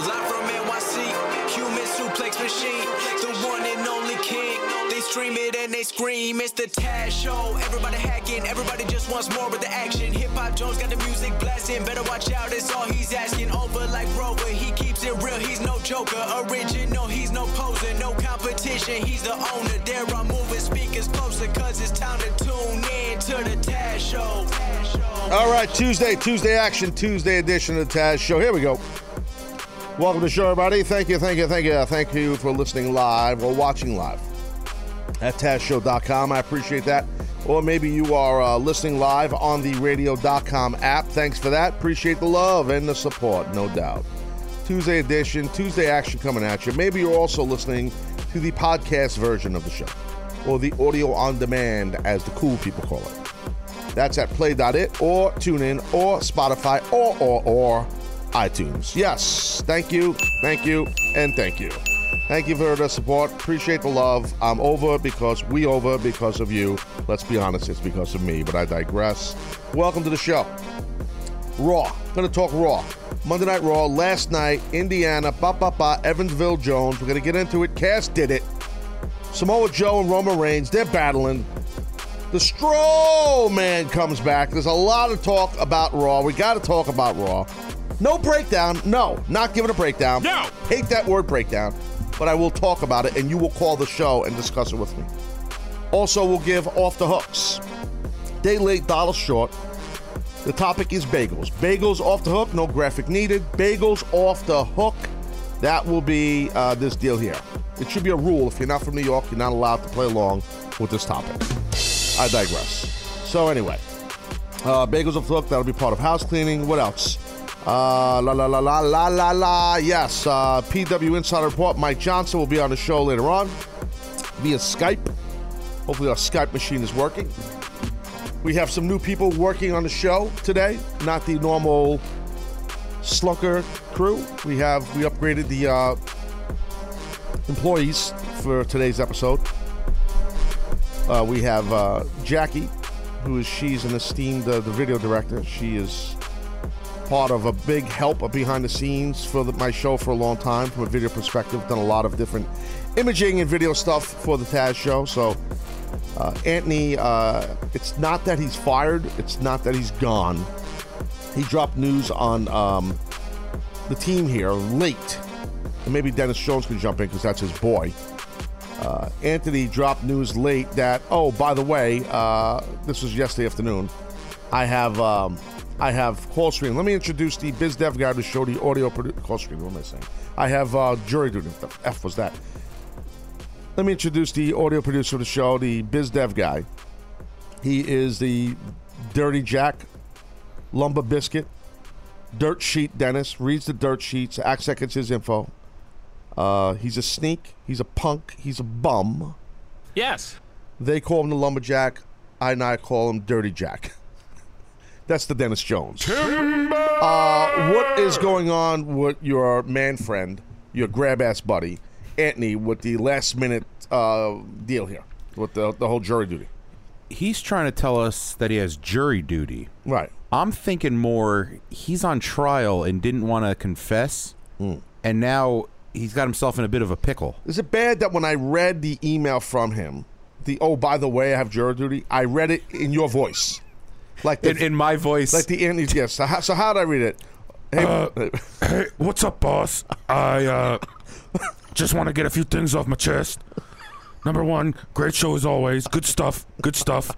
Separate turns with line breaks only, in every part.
Live from NYC, human suplex machine, the one and only king. They stream it and they scream. It's the Taz Show. Everybody hacking, everybody just wants more with the action. Hip Hop Jones got the music blasting. Better watch out, it's all he's asking. Over like Rover, he keeps it real. He's no joker, original. He's no poser, no competition. He's the owner. There are moving speakers closer, cause it's time to tune in to the Taz Show. Taz Show.
All right, Tuesday, Tuesday action, Tuesday edition of the Taz Show. Here we go. Welcome to the show, everybody. Thank you, thank you, thank you, thank you for listening live or watching live at TazShow.com. I appreciate that. Or maybe you are uh, listening live on the radio.com app. Thanks for that. Appreciate the love and the support, no doubt. Tuesday edition, Tuesday action coming at you. Maybe you're also listening to the podcast version of the show or the audio on demand, as the cool people call it. That's at play.it or TuneIn or Spotify or or or iTunes. Yes, thank you, thank you, and thank you. Thank you for the support. Appreciate the love. I'm over because we over because of you. Let's be honest, it's because of me, but I digress. Welcome to the show. Raw. Gonna talk Raw. Monday Night Raw, last night, Indiana, ba ba ba, Evansville Jones. We're gonna get into it. Cass did it. Samoa Joe and Roman Reigns, they're battling. The Strowman comes back. There's a lot of talk about Raw. We got to talk about Raw. No breakdown. No, not giving a breakdown.
No.
Hate that word breakdown, but I will talk about it, and you will call the show and discuss it with me. Also, we'll give off the hooks. Day late, dollar short. The topic is bagels. Bagels off the hook, no graphic needed. Bagels off the hook. That will be uh, this deal here. It should be a rule. If you're not from New York, you're not allowed to play along with this topic. I digress. So, anyway, uh, bagels off the hook, that'll be part of house cleaning. What else? Uh, la la la la la la la. Yes, uh, PW Insider Report. Mike Johnson will be on the show later on via Skype. Hopefully, our Skype machine is working. We have some new people working on the show today, not the normal Slunker crew. We have we upgraded the uh, employees for today's episode. Uh, we have uh, Jackie, who is she's an esteemed uh, the video director. She is part of a big help behind the scenes for the, my show for a long time from a video perspective. Done a lot of different imaging and video stuff for the Taz show. So, uh, Anthony, uh, it's not that he's fired, it's not that he's gone. He dropped news on um, the team here late. And maybe Dennis Jones can jump in because that's his boy. Uh, Anthony dropped news late that, oh, by the way, uh, this was yesterday afternoon. I have um, I have call screen. Let me introduce the biz dev guy to show the audio produ- call screen. What am I saying? I have uh, jury duty. What the f was that? Let me introduce the audio producer of the show, the biz dev guy. He is the Dirty Jack, Lumber Biscuit, Dirt Sheet Dennis. Reads the dirt sheets. Acts like it's his info. Uh, he's a sneak. He's a punk. He's a bum.
Yes.
They call him the lumberjack. I and I call him Dirty Jack. That's the Dennis Jones. Uh, what is going on with your man friend, your grab ass buddy, Anthony, with the last minute uh, deal here, with the, the whole jury duty?
he's trying to tell us that he has jury duty.
Right.
I'm thinking more he's on trial and didn't want to confess,
Mm.
and now he's got himself in a bit of a pickle.
Is it bad that when I read the email from him, the oh by the way I have jury duty, I read it in your voice, like the,
In, in my voice, Uh,
like the Anthony. Yes. So how, so how did I read it? Hey, uh,
Hey, what's up, boss? I uh, just want to get a few things off my chest. Number one, great show as always. Good stuff. Good stuff.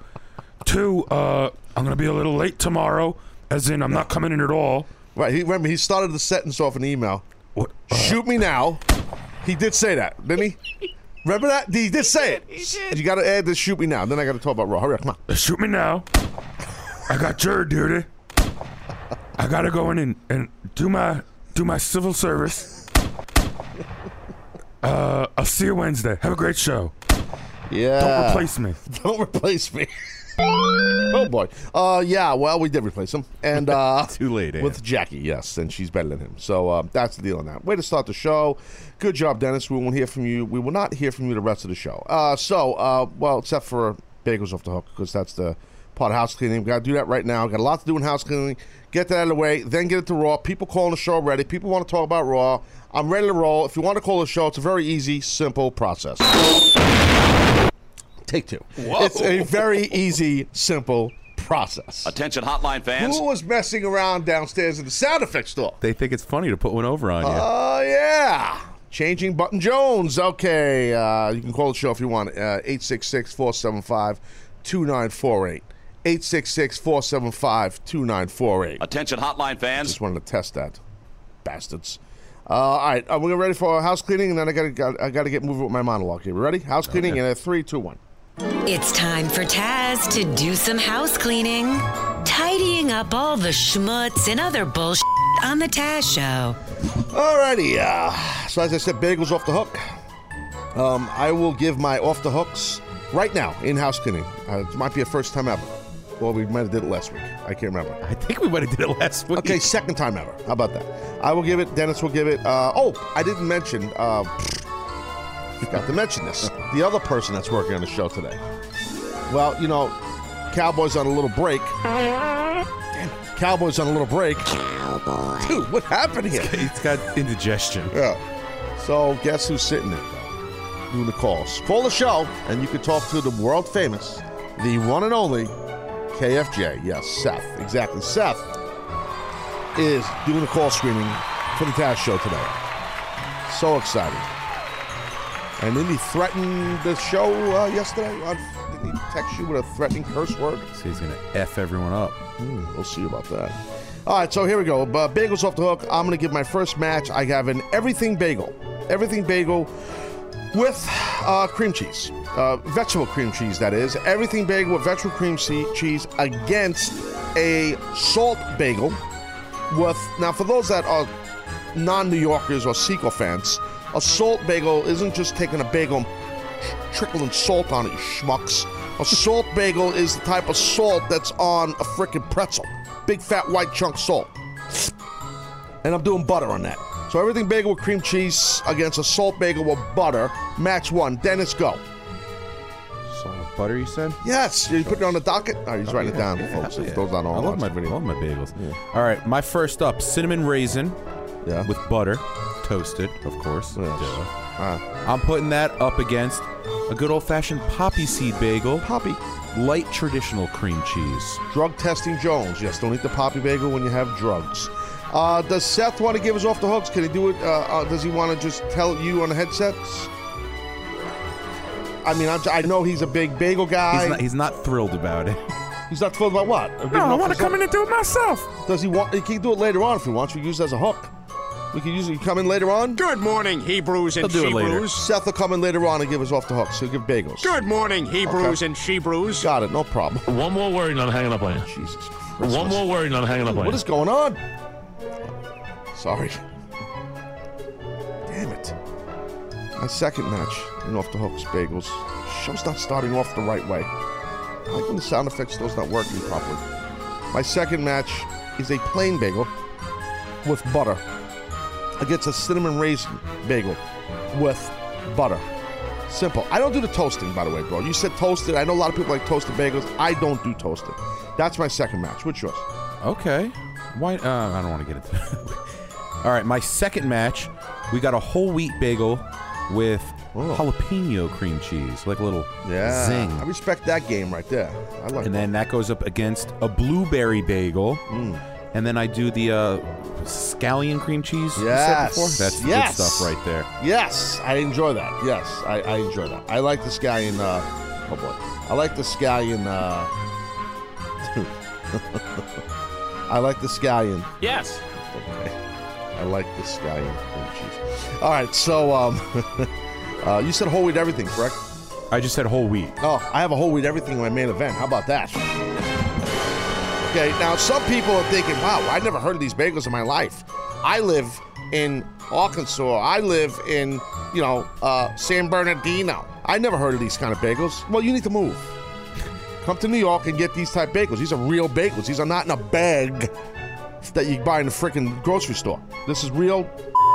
Two, uh, I'm gonna be a little late tomorrow, as in I'm not coming in at all.
Right. He remember he started the sentence off an email.
What?
Shoot me now. He did say that, didn't he? Remember that? He did say it. You got to add this. Shoot me now. Then I got to talk about Raw. Hurry up, come on.
Uh, Shoot me now. I got jury duty. I gotta go in and, and do my do my civil service. Uh, I'll see you Wednesday. Have a great show.
Yeah.
Don't replace me.
Don't replace me. oh boy. Uh, yeah, well, we did replace him, and uh,
Too late, Ann.
with Jackie. Yes, and she's better than him. So uh, that's the deal on that. Way to start the show. Good job, Dennis. We won't hear from you. We will not hear from you the rest of the show. Uh, so, uh, well, except for bagels off the hook because that's the part of house cleaning. We got to do that right now. Got a lot to do in house cleaning. Get that out of the way, then get it to Raw. People calling the show already. People want to talk about Raw. I'm ready to roll. If you want to call the show, it's a very easy, simple process. Take two. It's a very e- easy, simple process.
Attention hotline fans.
Who was messing around downstairs in the sound effects store?
They think it's funny to put one over on you.
Oh, yeah. Changing Button Jones. Okay. Uh, you can call the show if you want. Uh, 866 475 2948. 866 475 2948.
Attention hotline fans.
Just wanted to test that. Bastards. Uh, all right. Are we ready for house cleaning? And then I got to got, I gotta get moving with my monologue here. Ready? House cleaning in a three, two, one.
It's time for Taz to do some house cleaning, tidying up all the schmutz and other bullshit on the Taz Show.
Alrighty. Uh, so as I said, bagels off the hook. Um, I will give my off the hooks right now in house cleaning. Uh, it might be a first time ever. Well, we might have did it last week. I can't remember.
I think we might have did it last week.
Okay, second time ever. How about that? I will give it. Dennis will give it. Uh, oh, I didn't mention. Uh, forgot to mention this. The other person that's working on the show today. Well, you know, Cowboys on a little break. Damn it. Cowboys on a little break. Dude, what happened here?
It's got indigestion.
Yeah. So guess who's sitting there though, doing the calls? Call the show, and you can talk to the world famous, the one and only KFJ. Yes, Seth. Exactly. Seth is doing the call screening for the Taz Show today. So excited. And then he threatened the show uh, yesterday. On, didn't he text you with a threatening curse word?
So he's gonna f everyone up.
Mm, We'll see about that. All right, so here we go. But bagels off the hook. I'm going to give my first match. I have an everything bagel, everything bagel with uh, cream cheese, uh, vegetable cream cheese. That is everything bagel with vegetable cream che- cheese against a salt bagel with. Now, for those that are non-New Yorkers or Sequel fans, a salt bagel isn't just taking a bagel and trickling salt on it, you schmucks. A salt bagel is the type of salt that's on a frickin' pretzel. Big fat white chunk salt. And I'm doing butter on that. So everything bagel with cream cheese against a salt bagel with butter. Match one. Dennis, go.
So butter, you said?
Yes. You put it on the docket? Oh, he's writing it down, folks. It goes on all
I love my,
video.
love my bagels. All right, my first up: cinnamon raisin
Yeah.
with butter, toasted, of course.
Yes.
Duh.
Ah,
I'm putting that up against a good old-fashioned poppy seed bagel,
poppy.
light traditional cream cheese.
Drug testing Jones. Yes, don't eat the poppy bagel when you have drugs. Uh, does Seth want to give us off the hooks? Can he do it? Uh, uh, does he want to just tell you on the headsets? I mean, I'm, I know he's a big bagel guy.
He's not, he's not thrilled about it.
He's not thrilled about what? No,
I want to come in and do it myself.
Does he want? He can do it later on if he wants. We can use it as a hook. We can use it. You come in later on.
Good morning, Hebrews and
He'll do it later.
Shebrews.
Seth will come in later on and give us off the hooks. He'll give bagels.
Good morning, Hebrews
Okay.
and Shebrews.
Got it. No problem.
One more word and I'm hanging up on you.
Jesus Christ.
One more word and I'm hanging up on
What
you.
is going on? Sorry. Damn it. My second match in off the hooks bagels. Show's not starting off the right way. I like when the sound effects those not working properly. My second match is a plain bagel with butter against a cinnamon raisin bagel with butter. Simple. I don't do the toasting, by the way, bro. You said toasted. I know a lot of people like toasted bagels. I don't do toasted. That's my second match. What's yours?
Okay. Why? Uh, I don't want to get into. All right, my second match, we got a whole wheat bagel with jalapeno cream cheese, like a little
Oh. Yeah. I
zing.
respect that game right there. I like
And
that. Mm.
then that goes up against a blueberry bagel, and then I do the uh, scallion cream cheese. you said before?
Yes.
that's the
Yes.
good stuff right there.
Yes, I enjoy that. Yes, I, I enjoy that. I like the scallion. Uh, oh boy, I like the scallion. Uh, I like the scallion.
Yes.
I like the scallion cream cheese. All right, so um, uh, you said whole wheat everything, correct?
I just said whole wheat.
Oh, I have a whole wheat everything in my main event. How about that? Okay, now some people are thinking, wow, I never heard of these bagels in my life. I live in Arkansas. I live in, you know, uh, San Bernardino. I never heard of these kind of bagels. Well, you need to move. Come to New York and get these type bagels. These are real bagels. These are not in a bag that you buy in the freaking grocery store. This is real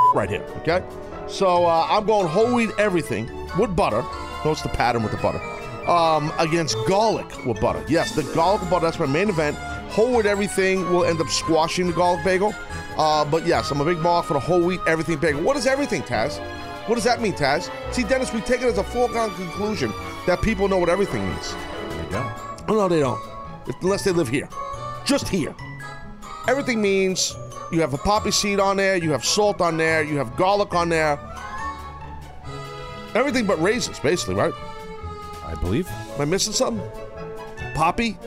right here, okay? So uh, I'm going whole wheat everything with butter. Notice the pattern with the butter. Um, against garlic with butter. Yes, the garlic with butter, that's my main event. Whole wheat everything will end up squashing the garlic bagel. Uh, but yes, I'm a big mark for the whole wheat everything bagel. What is everything, Taz? What does that mean, Taz? See, Dennis, we take it as a foregone conclusion that people know what everything means. Oh, no, they don't. If- Unless they live here. Just here. Everything means you have a poppy seed on there, you have salt on there, you have garlic on there. Everything but raisins, basically, right?
I believe.
Am I missing something? Poppy?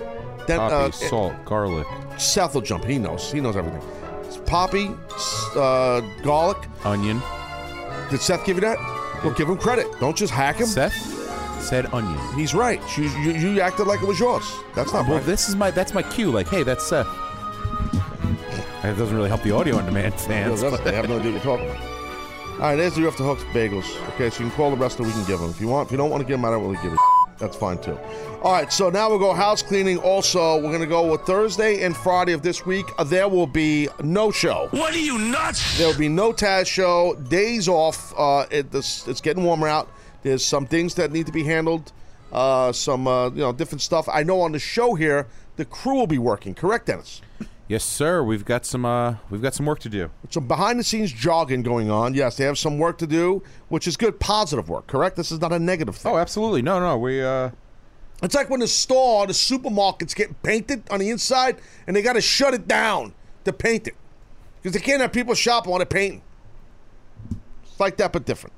Then,
Poppy,
uh,
salt, garlic.
Seth will jump. He knows. He knows everything. It's poppy, s- uh, garlic.
Onion.
Did Seth give you that? Well, give him credit. Don't just hack him.
Seth said onion.
He's right. You, you, you acted like it was yours. That's not
Well,
right.
this is my that's my cue. Like, hey, that's Seth. That doesn't really help the audio on demand fans.
They have no idea what you're talking about. All right, there's the off the hooks bagels. Okay, so you can call the rest that we can give them. If you want, if you don't want to give them, I don't really give a That's fine too. All right, so now we'll go house cleaning. Also, we're gonna go with Thursday and Friday of this week. Uh, There will be no show.
What are you nuts?
There will be no Taz show. Days off. Uh, it, this, it's getting warmer out. There's some things that need to be handled. Uh, some uh, you know different stuff. I know on the show here, the crew will be working. Correct, Dennis?
yes, sir. We've got some uh we've got some work to do.
some behind the scenes jogging going on. Yes, they have some work to do, which is good, positive work, correct? This is not a negative thing.
Oh, absolutely. No, no, we uh
It's like when the store, the supermarket's getting painted on the inside and they got to shut it down to paint it because they can't have people shopping on it painting. It's like that, but different.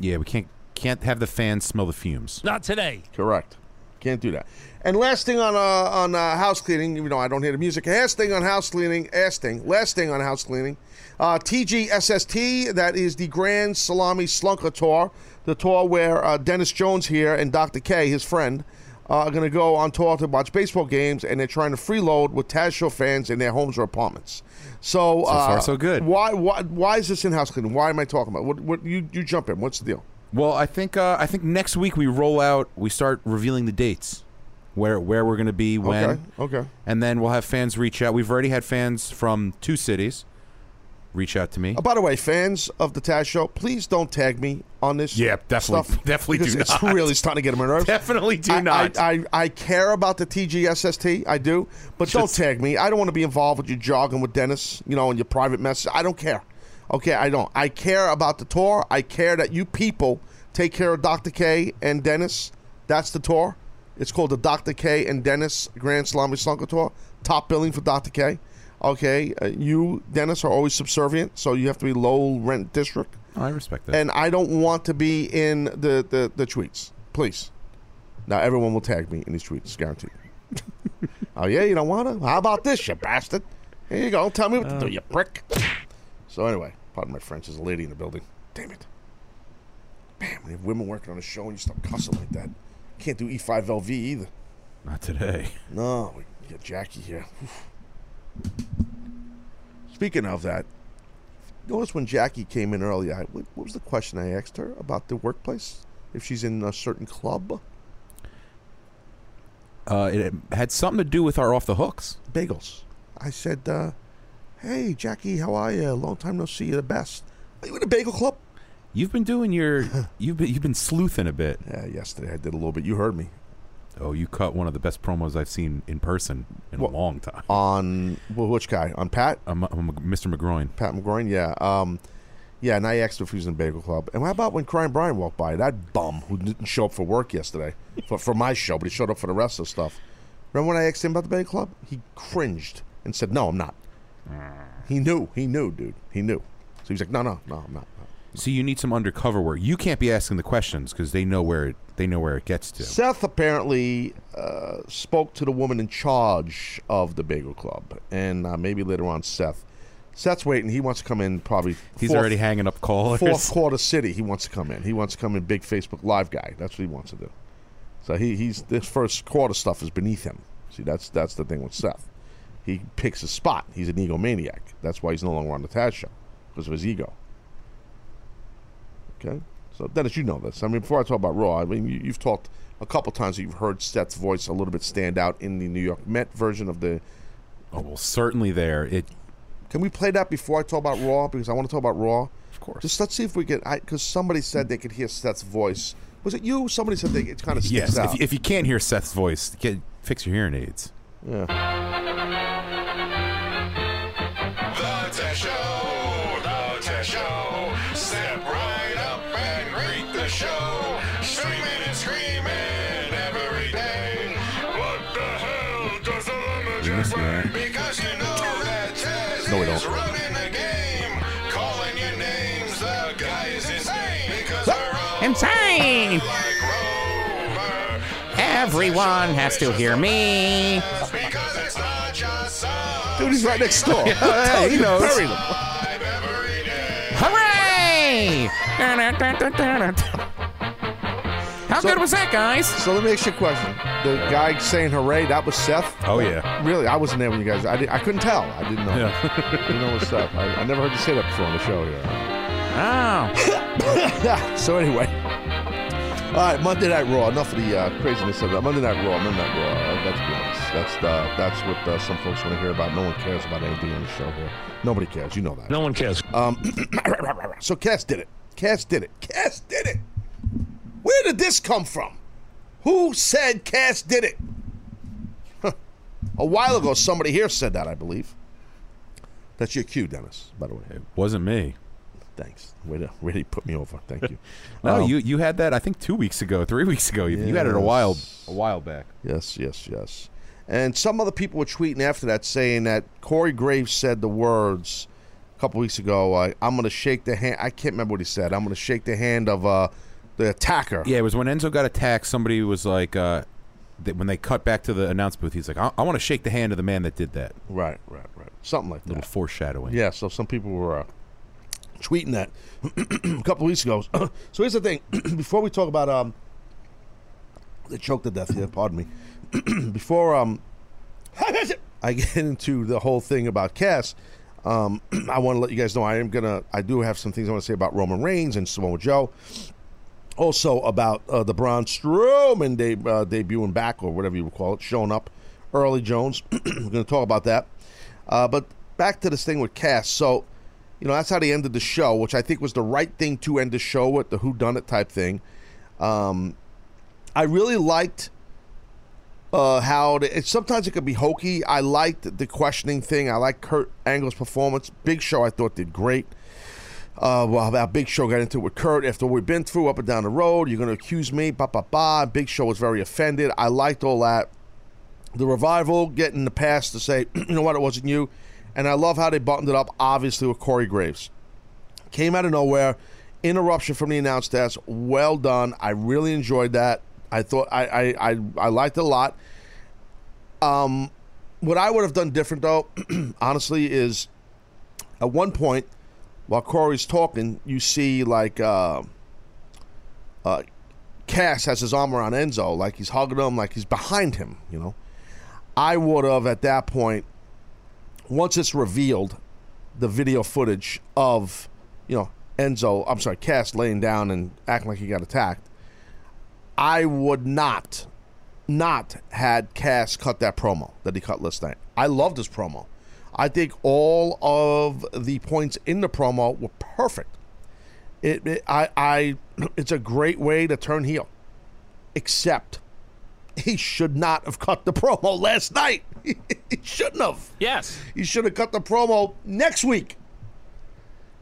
yeah, we can't can't have the fans smell the fumes.
Not today.
Correct. Can't do that. And last thing on uh, on uh, house cleaning, even though I don't hear the music. Last thing on house cleaning. Last thing. Last thing on house cleaning. Uh, TGSST. That is the Grand Salami Slunker Tour, the tour where uh, Dennis Jones here and Dr. K, his friend, uh, are going to go on tour to watch baseball games, and they're trying to freeload with Taz Show fans in their homes or apartments. So, so
far, so good.
Why, why why is this in house cleaning? Why am I talking about? What what you you jump in? What's the deal?
Well, I think uh, I think next week we roll out. We start revealing the dates, where where we're going to be, when.
Okay, okay.
And then we'll have fans reach out. We've already had fans from two cities reach out to me.
Uh, by the way, fans of the Taz Show, please don't tag me on this.
Yeah, definitely-
stuff,
definitely do
because it's
not.
really starting to get on my nerves.
Definitely do
I,
not.
I, I, I care about the TGSST. I do, but don't tag me. I don't want to be involved with you jogging with Dennis. You know, in your private message. I don't care. Okay, I don't. I care about the tour. I care that you people take care of Dr. K and Dennis. That's the tour. It's called the Dr. K and Dennis Grand Salami Slunker Tour. Top billing for Dr. K. Okay, uh, you, Dennis, are always subservient, so you have to be low rent district.
I respect that.
And I don't want to be in the, the, the tweets. Please. Now, everyone will tag me in these tweets, guaranteed. oh, yeah, you don't want to? How about this, you bastard? Here you go. Tell me what to
Uh.
do, you prick. So, anyway, pardon my French. There's a lady in the building. Damn it. Man, we have women working on a show and you start cussing like that. Can't do E E5LV either.
Not today.
No, we got Jackie here. Oof. Speaking of that, notice when Jackie came in earlier, I, what what was the question I asked her about the workplace? If she's in a certain club?
Uh, it had something to do with our off the hooks.
Bagels. I said, uh, hey, Jackie, how are you? Long time no see. You're the best. Are you in a bagel club?
You've been doing your you've been you've been sleuthing a bit.
Yeah, yesterday I did a little bit. You heard me.
Oh, you cut one of the best promos I've seen in person in
What?
a long time.
On, wh- which guy? On Pat?
I'm, I'm Mr. McGroin.
Pat McGroin? Yeah. Um, yeah, and I asked if he was in a bagel club. And how about when Crying Brian walked by? That bum who didn't show up for work yesterday, for, for my show, but he showed up for the rest of the stuff. Remember when I asked him about the bagel club? He cringed and said, no, I'm not.
Ah.
He knew. He knew, dude. He knew. So he was like, no, no, no, I'm not.
See, you need some undercover work. You can't be asking the questions because they know where it, they know where it gets to.
Seth apparently uh, spoke to the woman in charge of the Bagel Club, and uh, maybe later on, Seth. Seth's waiting. He wants to come in probably.
He's
fourth-
already hanging up callers.
fourth quarter city. He wants to come in. He wants to come in big Facebook live guy. That's what he wants to do. So he, he's this first quarter stuff is beneath him. See, that's that's the thing with Seth. He picks a spot. He's an egomaniac. That's why he's no longer on the Taz show because of his ego. Okay, So Dennis, you know this. I mean, before I talk about Raw, I mean, you, you've talked a couple times. that You've heard Seth's voice a little bit stand out in the New York Met version of the.
Oh well, certainly there. It
Can we play that before I talk about Raw? Because I want to talk about Raw. Of
course. Hmm.
Just let's see if we can. Because somebody said they could hear Seth's voice. Was it you? Somebody said they, it kind of sticks
yes.
out.
If, if you can't hear Seth's voice, get, fix your hearing aids.
yeah.
The Test Show, The Test Show. Step right up and greet the show. Streaming and screaming every day. What the hell does the lumberjack
that.
wear? Because you know that Test
No, we
is
don't.
running the game. Calling your names, the guy is insane. Because we're all
Insane!
like Rover.
Everyone has to hear me.
Because it's not just us
Dude, he's right next door.
yeah, he knows.
Bury them.
every day.
Hooray! How good was that, guys?
So let me ask you a question. The guy saying "hooray" that was Seth.
Oh, yeah.
Really, I wasn't there when you guys. I, did, I couldn't tell. I didn't know. I didn't know it was Seth. I, I never heard you say that before on the show here.
Oh,
so anyway, all right. Monday Night Raw. Enough of the uh, craziness of that. Monday Night Raw. Monday Night Raw. Uh, let's be honest. That's the, that's what uh, some folks want to hear about. No one cares about anything on the show here. Nobody cares. You know that. Um,
No one cares.
So Cass did it. Cass did it. Cass did it. Where did this come from? Who said Cass did it? Huh. A while ago, somebody here said that, I believe. That's your cue, Dennis. By the way,
Wasn't me.
thanks. Way to way to put me over. Thank you.
No,
Um,
you you had that. I think two weeks ago, three weeks ago. You, you had it a while a while back.
Yes, yes, yes. And some other people were tweeting after that saying that Corey Graves said the words a couple weeks ago. Uh, I'm going to shake the hand. I can't remember what he said. I'm going to shake the hand of uh, the attacker.
Yeah, it was when Enzo got attacked. Somebody was like, uh, th- when they cut back to the announce booth, he's like, I, I want to shake the hand of the man that did that.
Right, right, right. Something like
A little
that.
foreshadowing.
Yeah, so some people were uh, tweeting that a couple weeks ago. so here's the thing: before we talk about um, the choke to death here, pardon me. before um, I get into the whole thing about Cass, um, I want to let you guys know I am gonna, I do have some things I want to say about Roman Reigns and Samoa Joe. Also about uh, the Braun Strowman de- uh, debuting back or whatever you would call it, showing up early. Jones, we're going to talk about that. Uh, but back to this thing with Cass. So, you know, that's how they ended the show, which I think was the right thing to end the show with the Who Done It type thing. Um, I really liked uh, how the, it, sometimes it could be hokey. I liked the questioning thing. I liked Kurt Angle's performance. Big Show, I thought, did great. Uh, well, that Big Show got into it with Kurt after we've been through up and down the road. You're going to accuse me, ba ba ba. Big Show was very offended. I liked all that the revival getting the pass to say, you know what, it wasn't you. And I love how they buttoned it up, obviously, with Corey Graves. Came out of nowhere, interruption from the announce desk. Well done. I really enjoyed that. I thought I I, I, I liked it a lot. Um, what I would have done different though, honestly, is at one point while Corey's talking, you see like uh, uh, Cass has his arm around Enzo, like he's hugging him, like he's behind him, you know. I would have at that point, once it's revealed, the video footage of, you know, Enzo, I'm sorry, Cass laying down and acting like he got attacked. I would not, not had Cass cut that promo that he cut last night. I loved his promo. I think all of the points in the promo were perfect. It, it I, I, it's a great way to turn heel. Except he should not have cut the promo last night. he shouldn't have.
yes.
He should have cut the promo next week.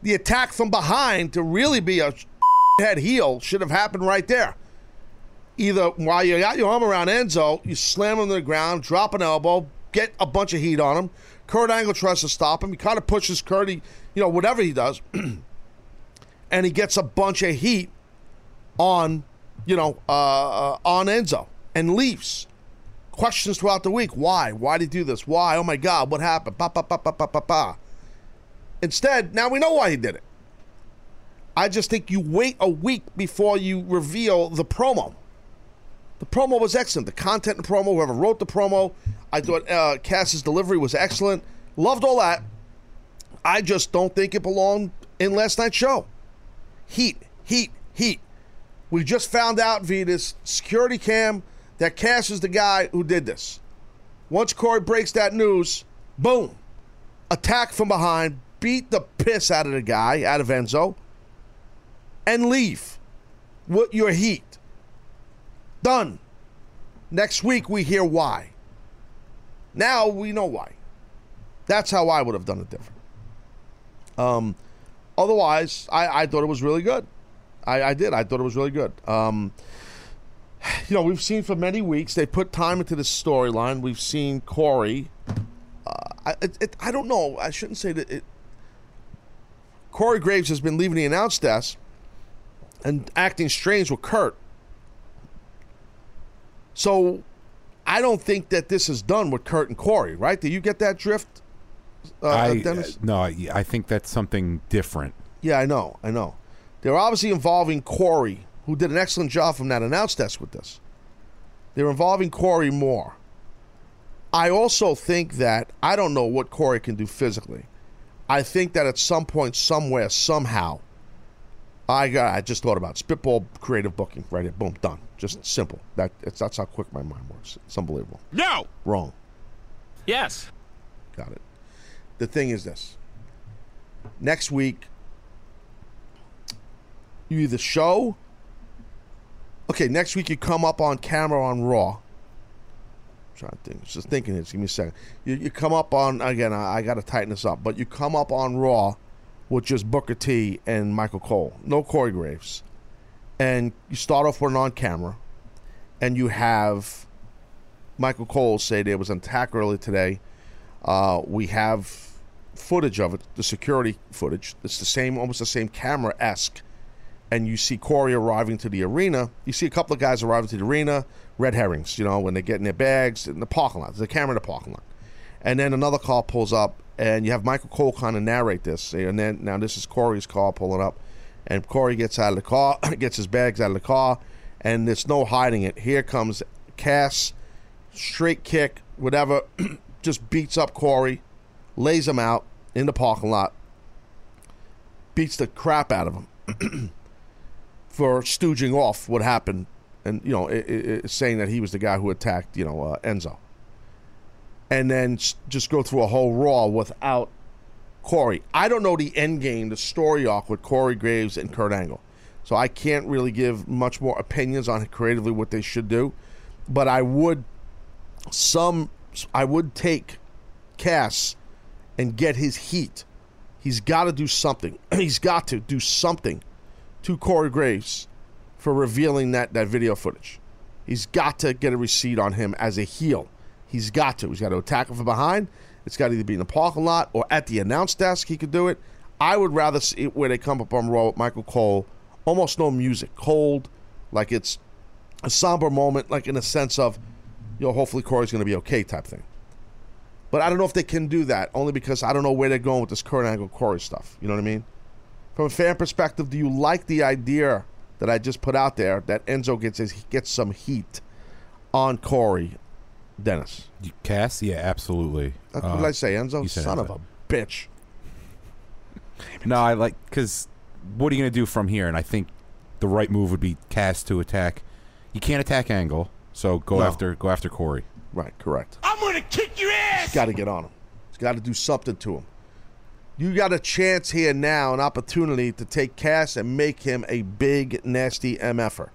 The attack from behind to really be a head heel should have happened right there. Either while you got your arm around Enzo, you slam him to the ground, drop an elbow, get a bunch of heat on him. Kurt Angle tries to stop him. He kind of pushes Kurt, he, you know, whatever he does. and he gets a bunch of heat on, you know, uh, uh, on Enzo and leaves questions throughout the week. Why? Why did he do this? Why? Oh my God, what happened? Ba, ba, ba, ba, ba, ba, ba. Instead, now we know why he did it. I just think you wait a week before you reveal the promo. The promo was excellent. The content and promo, whoever wrote the promo, I thought uh, Cass's delivery was excellent. Loved all that. I just don't think it belonged in last night's show. Heat, heat, heat. We just found out via this security cam that Cass is the guy who did this. Once Corey breaks that news, boom, attack from behind, beat the piss out of the guy, out of Enzo, and leave with your heat. Done. Next week, we hear why. Now we know why. That's how I would have done it different. Um, otherwise, I, I thought it was really good. I, I did. I thought it was really good. Um, you know, we've seen for many weeks they put time into this storyline. We've seen Corey. Uh, I, it, it, I don't know. I shouldn't say that. It, Corey Graves has been leaving the announce desk and acting strange with Kurt. So I don't think that this is done with Kurt and Corey, right? Do you get that drift, uh,
I,
Dennis?
no, I, I think that's something different.
Yeah, I know, I know. They're obviously involving Corey, who did an excellent job from that announce desk with this. They're involving Corey more. I also think that I don't know what Corey can do physically. I think that at some point, somewhere, somehow, I got. I just thought about it. spitball creative booking right here. Boom, done. Just simple. That it's that's how quick my mind works. It's unbelievable.
No.
Wrong.
Yes.
Got it. The thing is this. Next week, you either show. Okay, next week you come up on camera on Raw. I'm trying to think. Just thinking this. Give me a second. You, you come up on again. I, I got to tighten this up, but you come up on Raw with just Booker T and Michael Cole, no Corey Graves, and you start off with an on camera, and you have Michael Cole say there was an attack earlier today. Uh, we have footage of it, the security footage. It's the same, almost the same camera esque. And you see Corey arriving to the arena. You see a couple of guys arriving to the arena, red herrings, you know, when they get in their bags in the parking lot. There's a camera in the parking lot. And then another car pulls up, and you have Michael Cole kind of narrate this. And then now this is Corey's car pulling up, and Corey gets out of the car, gets his bags out of the car, and there's no hiding it. Here comes Cass, straight kick, whatever, just beats up Corey, lays him out in the parking lot, beats the crap out of him for stooging off what happened, and you know, i i i saying that he was the guy who attacked, you know, uh, Enzo and then s- just go through a whole Raw without Corey. I don't know the end game, the story arc with Corey Graves and Kurt Angle. So I can't really give much more opinions on creatively what they should do. But I would some I would take Cass and get his heat. He's got to do something. He's got to do something to Corey Graves for revealing that, that video footage. He's got to get a receipt on him as a heel. He's got to. He's got to attack him from behind. It's got to either be in the parking lot or at the announce desk. He could do it. I would rather see it where they come up on Raw with Michael Cole. Almost no music. Cold. Like it's a somber moment, like in a sense of, you know, hopefully Corey's going to be okay type thing. But I don't know if they can do that, only because I don't know where they're going with this current angle Corey stuff. You know what I mean? From a fan perspective, do you like the idea that I just put out there that Enzo gets his, gets some heat on Corey, Dennis?
Cass, yeah, absolutely. Uh,
That's what did Uh, I say, Enzo?
you said
Son of
Enzo.
a bitch.
No, I like because what are you going to do from here? And I think the right move would be Cass to attack. You can't attack Angle, so go
No.
after go after Corey.
Right, correct.
I'm gonna kick your ass!
He's got to get on him. He's got to do something to him. You got a chance here now, an opportunity to take Cass and make him a big, nasty MFer.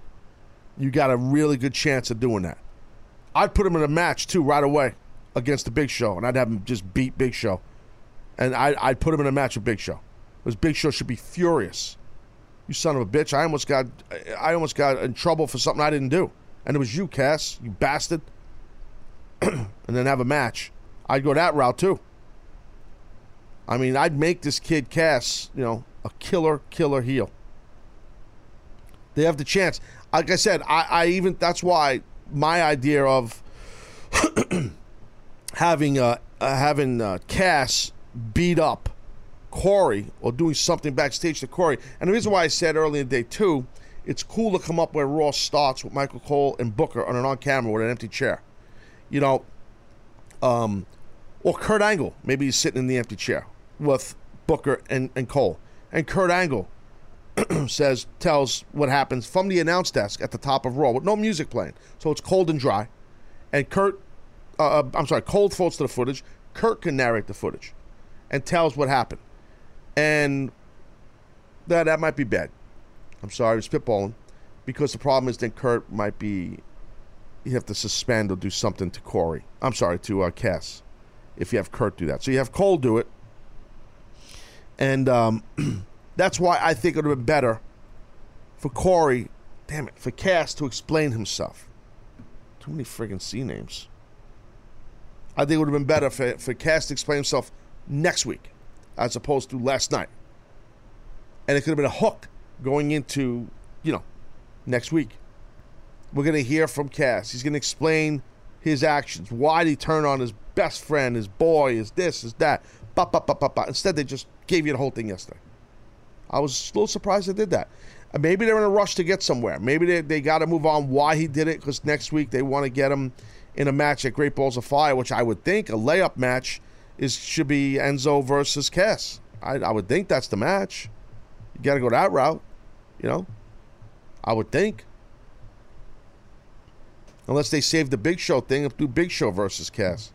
You got a really good chance of doing that. I'd put him in a match, too, right away against the Big Show, and I'd have him just beat Big Show. And I, I'd put him in a match with Big Show. Because Big Show should be furious. You son of a bitch! I almost got, I almost got in trouble for something I didn't do, and it was you, Cass, you bastard. and then have a match. I'd go that route too. I mean, I'd make this kid Cass, you know, a killer, killer heel. They have the chance. Like I said, I, I even that's why my idea of having uh, uh having uh, Cass beat up Corey or doing something backstage to Corey. And the reason why I said earlier in day two, it's cool to come up where Raw starts with Michael Cole and Booker on an on camera with an empty chair. You know, um, or Kurt Angle. Maybe he's sitting in the empty chair with Booker and, and Cole. And Kurt Angle says tells what happens from the announce desk at the top of Raw with no music playing, so it's cold and dry. And Kurt, uh, uh, I'm sorry, Cold folds to the footage. Kurt can narrate the footage, and tells what happened. And that that might be bad. I'm sorry, I'm spitballing, because the problem is then Kurt might be you have to suspend or do something to Corey. I'm sorry, to uh, Cass. If you have Kurt do that, so you have Cole do it, and um, that's why I think it would have been better for Corey, damn it, for Cass to explain himself. Too many friggin' C names. I think it would have been better for for Cass to explain himself next week, as opposed to last night, and it could have been a hook going into you know next week. We're going to hear from Cass. He's going to explain his actions. Why did he turn on his best friend, his boy, his this, his that? Ba, ba, ba, ba, ba. Instead, they just gave you the whole thing yesterday. I was a little surprised they did that. Uh, Maybe they're in a rush to get somewhere. Maybe they, they got to move on why he did it because next week they want to get him in a match at Great Balls of Fire, which I would think a layup match is should be Enzo versus Cass. I, I would think that's the match. You got to go that route, you know? I would think. Unless they save the Big Show thing and do Big Show versus Cass.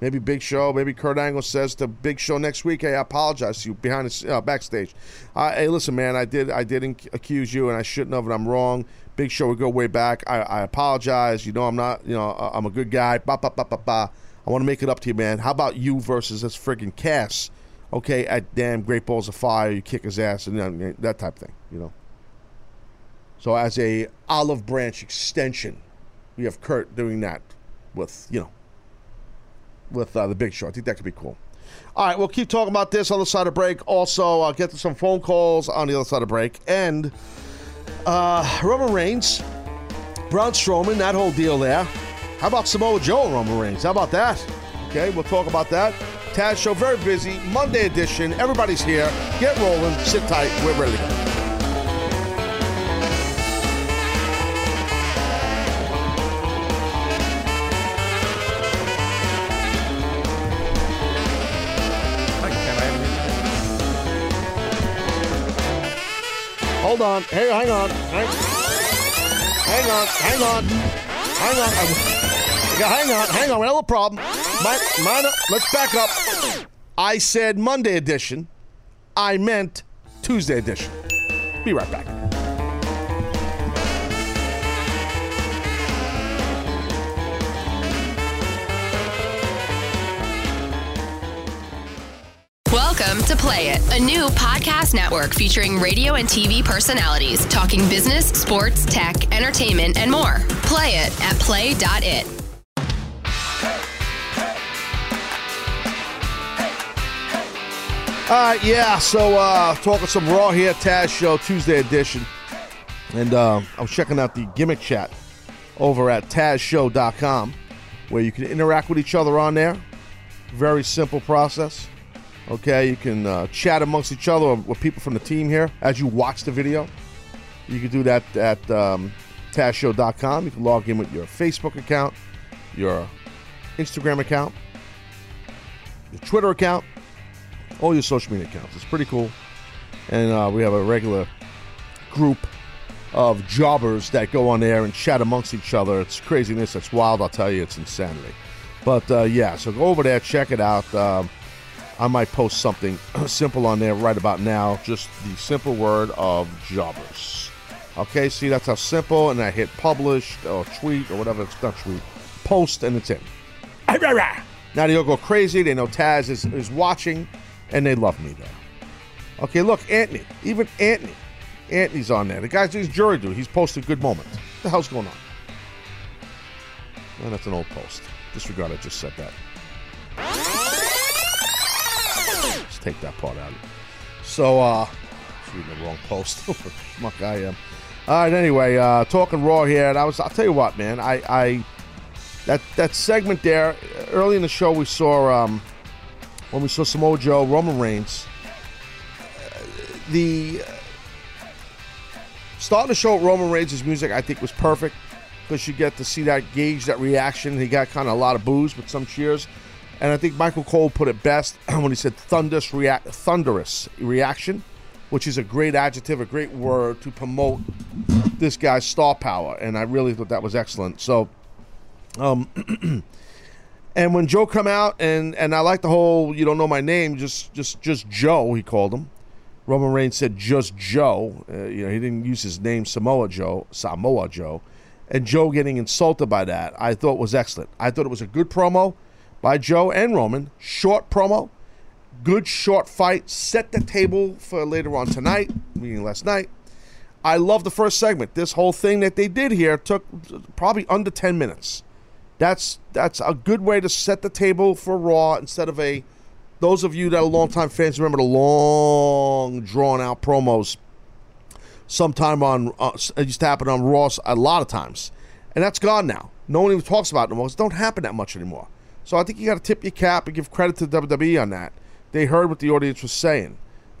Maybe Big Show, maybe Kurt Angle says to Big Show next week, "Hey, I apologize to you behind the s- uh, backstage. Uh, hey, listen, man, I did, I did inc- accuse you, and I shouldn't have, and I'm wrong. Big Show would go way back. I, I apologize. You know, I'm not, you know, I- I'm a good guy. Ba ba ba ba ba. I want to make it up to you, man. How about you versus this friggin' Cass? Okay, at damn Great Balls of Fire, you kick his ass, and you know, that type of thing. You know. So as a olive branch extension, we have Kurt doing that with you know with uh, the Big Show. I think that could be cool. All right, we'll keep talking about this on the side of break. Also, I'll get to some phone calls on the other side of break and uh, Roman Reigns, Braun Strowman, that whole deal there. How about Samoa Joe and Roman Reigns? How about that? Okay, we'll talk about that. Taz Show, very busy Monday edition. Everybody's here. Get rolling. Sit tight. We're ready to go. Hold on. Hey, hang on. Hang, hang on. Hang on. Hang on. I- I got- hang on. Hang on. We have a problem. My, minor, let's back up. I said Monday edition. I meant Tuesday edition. Be right back.
Welcome to Play It, a new podcast network featuring radio and TV personalities talking business, sports, tech, entertainment, and more. Play it at play.it.
All right, yeah. So uh, talking some Raw here, Taz Show Tuesday edition, and uh, I'm checking out the gimmick chat over at TazShow.com, where you can interact with each other on there. Very simple process. Okay, you can uh, chat amongst each other or with people from the team here as you watch the video. You can do that at um, TazShow.com. You can log in with your Facebook account, your Instagram account, your Twitter account all your social media accounts. It's pretty cool. And uh, we have a regular group of jobbers that go on there and chat amongst each other. It's craziness. It's wild. I'll tell you, it's insanity. But uh, yeah, so go over there, check it out. Um, I might post something simple on there right about now. Just the simple word of jobbers. Okay, see, that's how simple. And I hit publish or tweet or whatever. It's not tweet. Post and it's in. Now they'll go crazy. They know Taz is, is watching, and they love me there. Okay, look, Anthony. Even Anthony. Anthony's on there. The guy's doing his jury duty. He's posted good moments. What the hell's going on? Well, that's an old post. Disregard I just said that. Let's take that part out. So, uh, just reading the wrong post. Muck I am. All right. Anyway, uh, talking raw here, and I was—I'll tell you what, man. I, I, that that segment there early in the show, we saw um, when we saw Samoa Joe, Roman Reigns, uh, the starting the show with Roman Reigns' music, I think, was perfect because you get to see that gauge, that reaction. He got kind of a lot of boos, but some cheers. And I think Michael Cole put it best when he said "thunderous, react- thunderous reaction," which is a great adjective, a great word to promote this guy's star power. And I really thought that was excellent. So, um, and when Joe come out, and and I like the whole you don't know my name, just just just Joe. He called him. Roman Reigns said just Joe. Uh, you know he didn't use his name Samoa Joe, Samoa Joe, and Joe getting insulted by that. I thought was excellent. I thought it was a good promo by Joe and Roman. Short promo, good short fight. Set the table for later on tonight, meaning last night. I love the first segment. This whole thing that they did here took probably under ten minutes. That's that's a good way to set the table for Raw instead of a. Those of you that are longtime fans remember the long, drawn out promos. Sometime on uh, it used to happen on Raw a lot of times, and that's gone now. No one even talks about it anymore. It don't happen that much anymore. So I think you got to tip your cap and give credit to WWE on that. They heard what the audience was saying,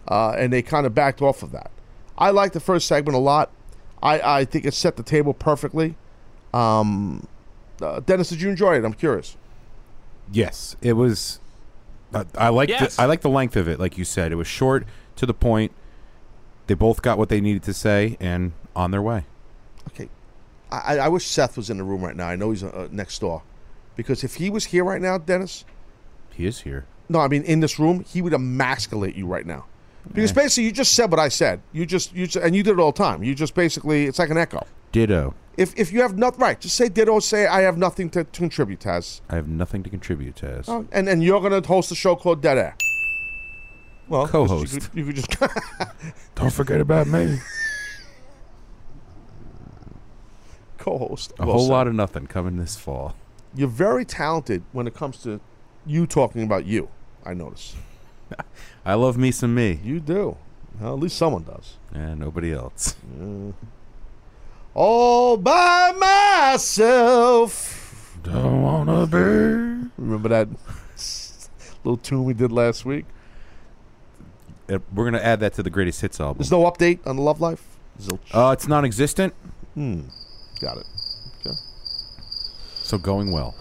uh, and they kind of backed off of that. I like the first segment a lot. I, I think it set the table perfectly. Um, uh, Dennis, did you enjoy it? I'm curious.
Yes, it was. I, I like
Yes.
the I like the length of it. Like you said, it was short to the point. They both got what they needed to say and on their way.
Okay, I, I I wish Seth was in the room right now. I know he's uh, next door, because if he was here right now, Dennis,
He is here.
No, I mean in this room, he would emasculate you right now. Because basically, you just said what I said. You just you just, and you did it all the time. You just basically it's like an echo.
Ditto.
If if you have not right, just say ditto. Say I have nothing to, to contribute, Taz.
I have nothing to contribute, Taz.
Oh, and and you're gonna host a show called Dead Air. Well,
Co-host.
You could, you could just
Don't forget about me.
co-host.
A
Well
whole
said.
lot of nothing coming this fall.
You're very talented when it comes to you talking about you. I notice.
I love me some me.
You do. Well, at least someone does.
And nobody else.
all by myself.
Don't wanna be.
Remember that little tune we did last week?
Uh, We're gonna add that to the greatest hits album.
There's no update on the love life. Zilch.
Uh, it's non-existent,
Hmm. Got it. Okay.
so going well.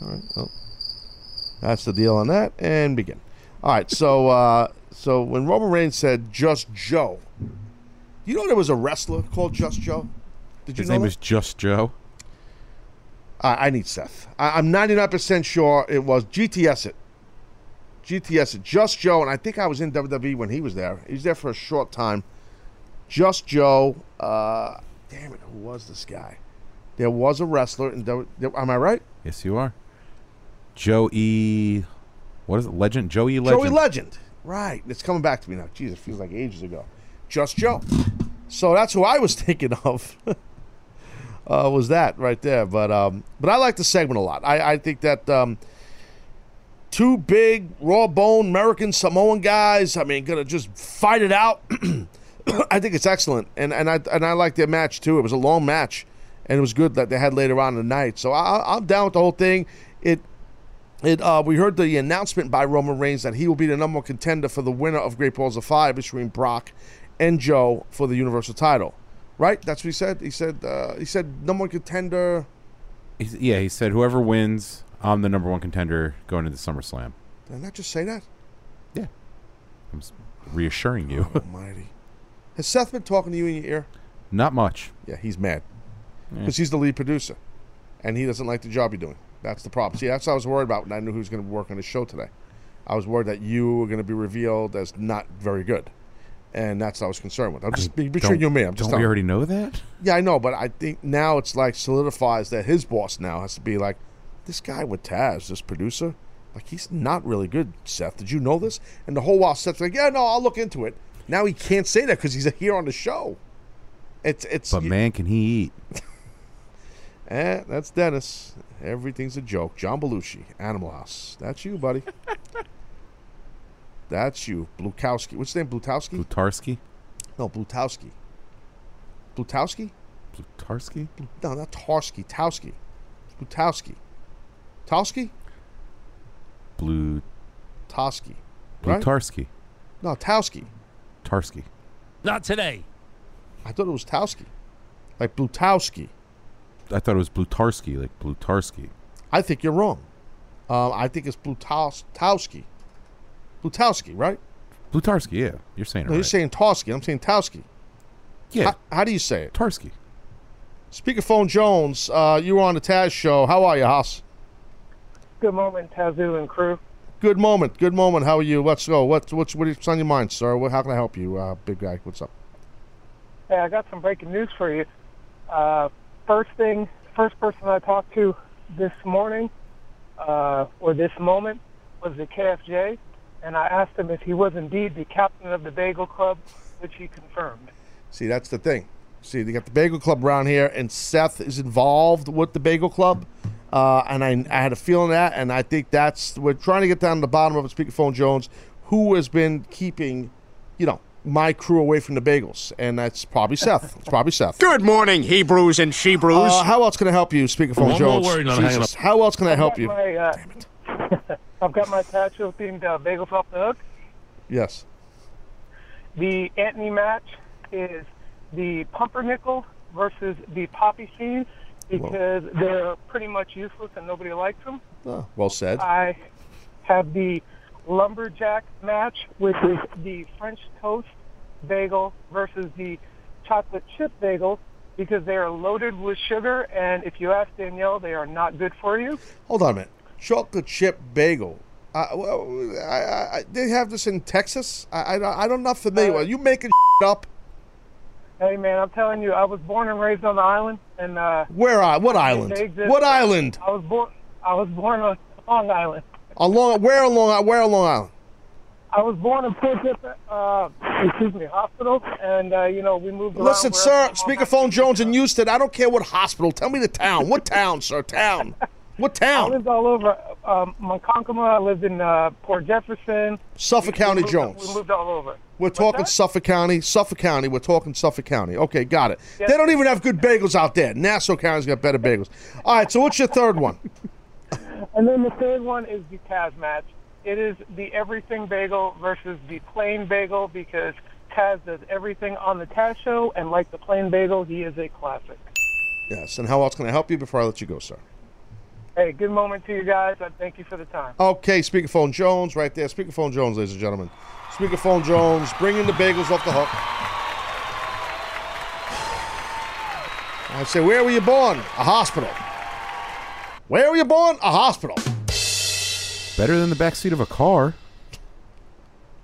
All right. Well, that's the deal on that, and begin. All right. So, uh, so when Roman Reigns said "Just Joe," you know there was a wrestler called Just Joe. Did you
His
know
name
that?
is Just Joe.
I, I need Seth. I, I'm 99% sure it was GTS it. GTS it. Just Joe, and I think I was in WWE when he was there. He was there for a short time. Just Joe. Uh, damn it, who was this guy? There was a wrestler in W. Am I right?
Yes, you are. Joey, what is it? Legend. Joey Legend.
Joey Legend. Right. It's coming back to me now. Jeez, it feels like ages ago. Just Joe. So that's who I was thinking of. uh, was that right there? But um, but I like the segment a lot. I, I think that um, two big raw bone American Samoan guys. I mean, gonna just fight it out. I think it's excellent, and and I and I like their match too. It was a long match, and it was good that they had later on in the night. So I, I- I'm down with the whole thing. It it, uh, we heard the announcement by Roman Reigns that he will be the number one contender for the winner of Great Balls of Fire between Brock and Joe for the Universal title. Right? That's what he said. He said uh, he said number one contender.
He's- yeah, he said whoever wins, I'm the number one contender going into SummerSlam.
Did I not just say that?
I'm s- reassuring you.
Almighty. Has Seth been talking to you in your ear?
Not much.
Yeah, he's mad because he's the lead producer, and he doesn't like the job you're doing. That's the problem. See, that's what I was worried about when I knew who was going to work on the show today. I was worried that you were going to be revealed as not very good, and that's what I was concerned with. I'm just be between
Don't-
you and me. I'm just
don't we
telling-
already know that?
Yeah, I know, but I think now it's like solidifies that his boss now has to be like, this guy with Taz, this producer, like he's not really good. Seth, did you know this? And the whole while Seth's like, yeah, no, I'll look into it. Now he can't say that because he's here on the show. It's it's
But man, can he eat?
Eh, that's Dennis. Everything's a joke. John Belushi, Animal House. That's you, buddy. that's you, Blukowski. What's his name? Blutowski?
Blutarski?
no, Blutowski. Blutowski?
Blutarski?
No, not Tarski. Towski. Blutowski. Towski?
Blue
Toski. Right?
Blutarski.
no, Towski.
Tarski.
Not today.
I thought it was Towski. Like Blutowski.
I thought it was Blutarski, like Blutarski.
I think you're wrong. Um, I think it's Blutowski. Blutowski, right?
Blutarski, yeah. You're saying it
No, you're
right.
saying Tarski. I'm saying Towski.
Yeah.
How, how do you say it?
Tarski.
Speakerphone Jones, uh, you were on the Taz show. How are you, Haas?
Good moment, Tazoo and crew.
Good moment. Good moment. How are you? Let's go. What, what's, what's on your mind, sir? What, how can I help you, uh, big guy? What's up?
Hey, I got some breaking news for you. Uh, first thing, first person I talked to this morning uh, or this moment was the KFJ, and I asked him if he was indeed the captain of the Bagel Club, which he confirmed.
See, that's the thing. See, they got the Bagel Club around here, and Seth is involved with the Bagel Club. Uh, and I, I had a feeling that, and I think that's we're trying to get down to the bottom of it. Speakerphone Jones, who has been keeping, you know, my crew away from the bagels, and that's probably Seth. It's probably Seth.
Good morning, Hebrews and Shebrews.
Uh, how else can I help you, Speakerphone
One more
Jones?
word, not hanging
Jesus,
up.
How else can I help
Got
you?
My, uh, I've got my Tacho themed uh, bagels off the hook.
Yes.
The Antony match is the pumpernickel versus the poppy seed because they're pretty much useless and nobody likes them.
Oh, well said.
I have the lumberjack match, which is the French toast bagel versus the chocolate chip bagel because they are loaded with sugar, and if you ask Danielle, they are not good for you.
Hold on a minute. Chocolate chip bagel. Uh, well, I, I, I- they have this in Texas. I, I, I'm not familiar. with it. you making up?
Hey, man, I'm telling you, I was born and raised on the island, and uh,
Where I? What
I think
island?
they exist.
What island?
I was born. I was born on Long Island.
On Long, where on Long Island? Where on Long Island?
I was born in Port uh, excuse me, hospital, and uh, you know we moved around.
Listen,
wherever
sir. Speakerphone Jones in Houston. I don't care what hospital. Tell me the town. What town, sir? Town. What
I
town?
lived all over um, Monconkama. I lived in uh, Port Jefferson.
Suffolk
We-
County,
we moved,
Jones.
We moved all over.
We're talking Suffolk County. Suffolk County. We're talking Suffolk County. Okay, got it.
Yes.
They don't even have good bagels out there. Nassau County's got better bagels. All right. So what's your third one?
And then the third one is the Taz match. It is the everything bagel versus the plain bagel because Taz does everything on the Taz show, and like the plain bagel, he is a classic.
Yes. And how else can I help you before I let you go, sir?
Hey, good moment to you guys. I thank you for the time.
Okay, Speakerphone Jones, right there. Speakerphone Jones, ladies and gentlemen. Speakerphone Jones, bringing the bagels off the hook. I say, where were you born? A hospital. Where were you born? A hospital.
Better than the backseat of a car.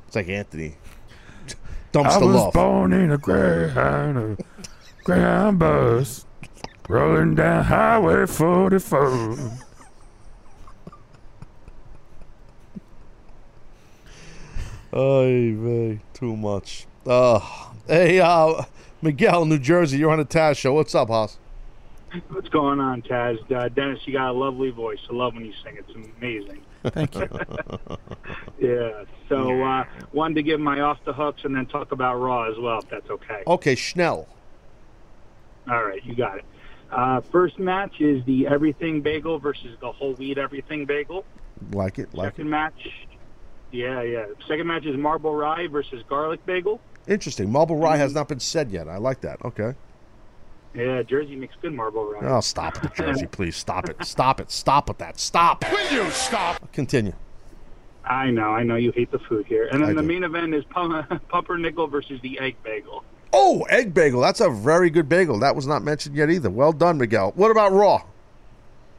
It's like Anthony.
I
Dumpster
was
love.
born in a Greyhound, a Greyhound bus, rolling down Highway 44.
Ay, vey, too much. Uh, hey, uh, Miguel, New Jersey, you're on the Taz show. What's up, Haas?
What's going on, Taz? Uh, Dennis, you got a lovely voice. I love when you sing. It's amazing.
Thank you.
Yeah. So uh, wanted to give my off the hooks and then talk about Raw as well, if that's okay.
okay, Schnell.
All right, you got it. Uh, first match is the everything bagel versus the whole wheat everything bagel.
Like it, like it.
Second match, yeah, yeah. Second match is marble rye versus garlic bagel.
Interesting. Marble Rye has not been said yet. I like that. Okay.
Yeah, Jersey makes good marble rye.
Oh, stop it, Jersey, please. Stop it. Stop it. Stop with that. Stop. Will you stop? Continue.
I know, I know you hate the food here. And then
I
the
do.
main event is pum- pumpernickel versus the egg bagel.
Oh, egg bagel. That's a very good bagel. That was not mentioned yet either. Well done, Miguel. What about raw?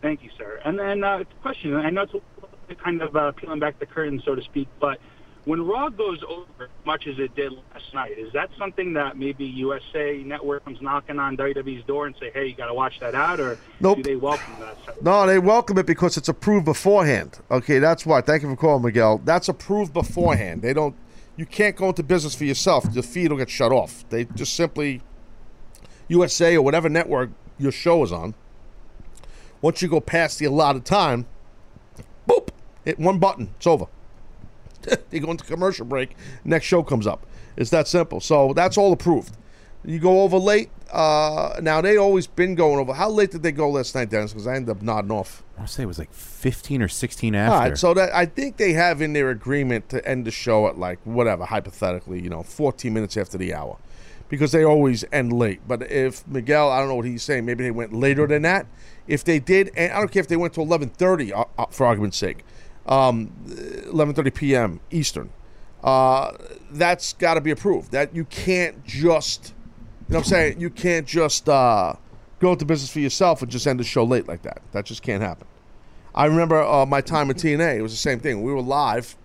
Thank you, sir. And then uh, it's a question. I know it's a little bit kind of uh, peeling back the curtain, so to speak, but when Raw goes over as much as it did last night, is that something that maybe USA Network comes knocking on WWE's door and say, "Hey, you got to watch that out," or
Nope.
do they welcome that? sort of-
No, they welcome it because it's approved beforehand. Okay, that's why. Thank you for calling, Miguel. That's approved beforehand. They don't. You can't go into business for yourself. Your feed will get shut off. They just simply USA or whatever network your show is on. Once you go past the allotted time, boop, hit one button. It's over. they go into commercial break. Next show comes up. It's that simple. So that's all approved. You go over late. Uh, now they always been going over. How late did they go last night, Dennis? Because I ended up nodding off.
I want to say it was like 15 or 16
All
after.
right, so that I think they have in their agreement to end the show at like whatever, hypothetically, you know, 14 minutes after the hour, because they always end late. But if Miguel, I don't know what he's saying, maybe they went later than that. If they did, and I don't care if they went to 11:30 uh, uh, for argument's sake, um, 11:30 p.m. Eastern. uh, that's got to be approved. That you can't just, you know, what I'm saying you can't just uh, go into business for yourself and just end the show late like that. That just can't happen. I remember uh, my time at TNA. It was the same thing. We were live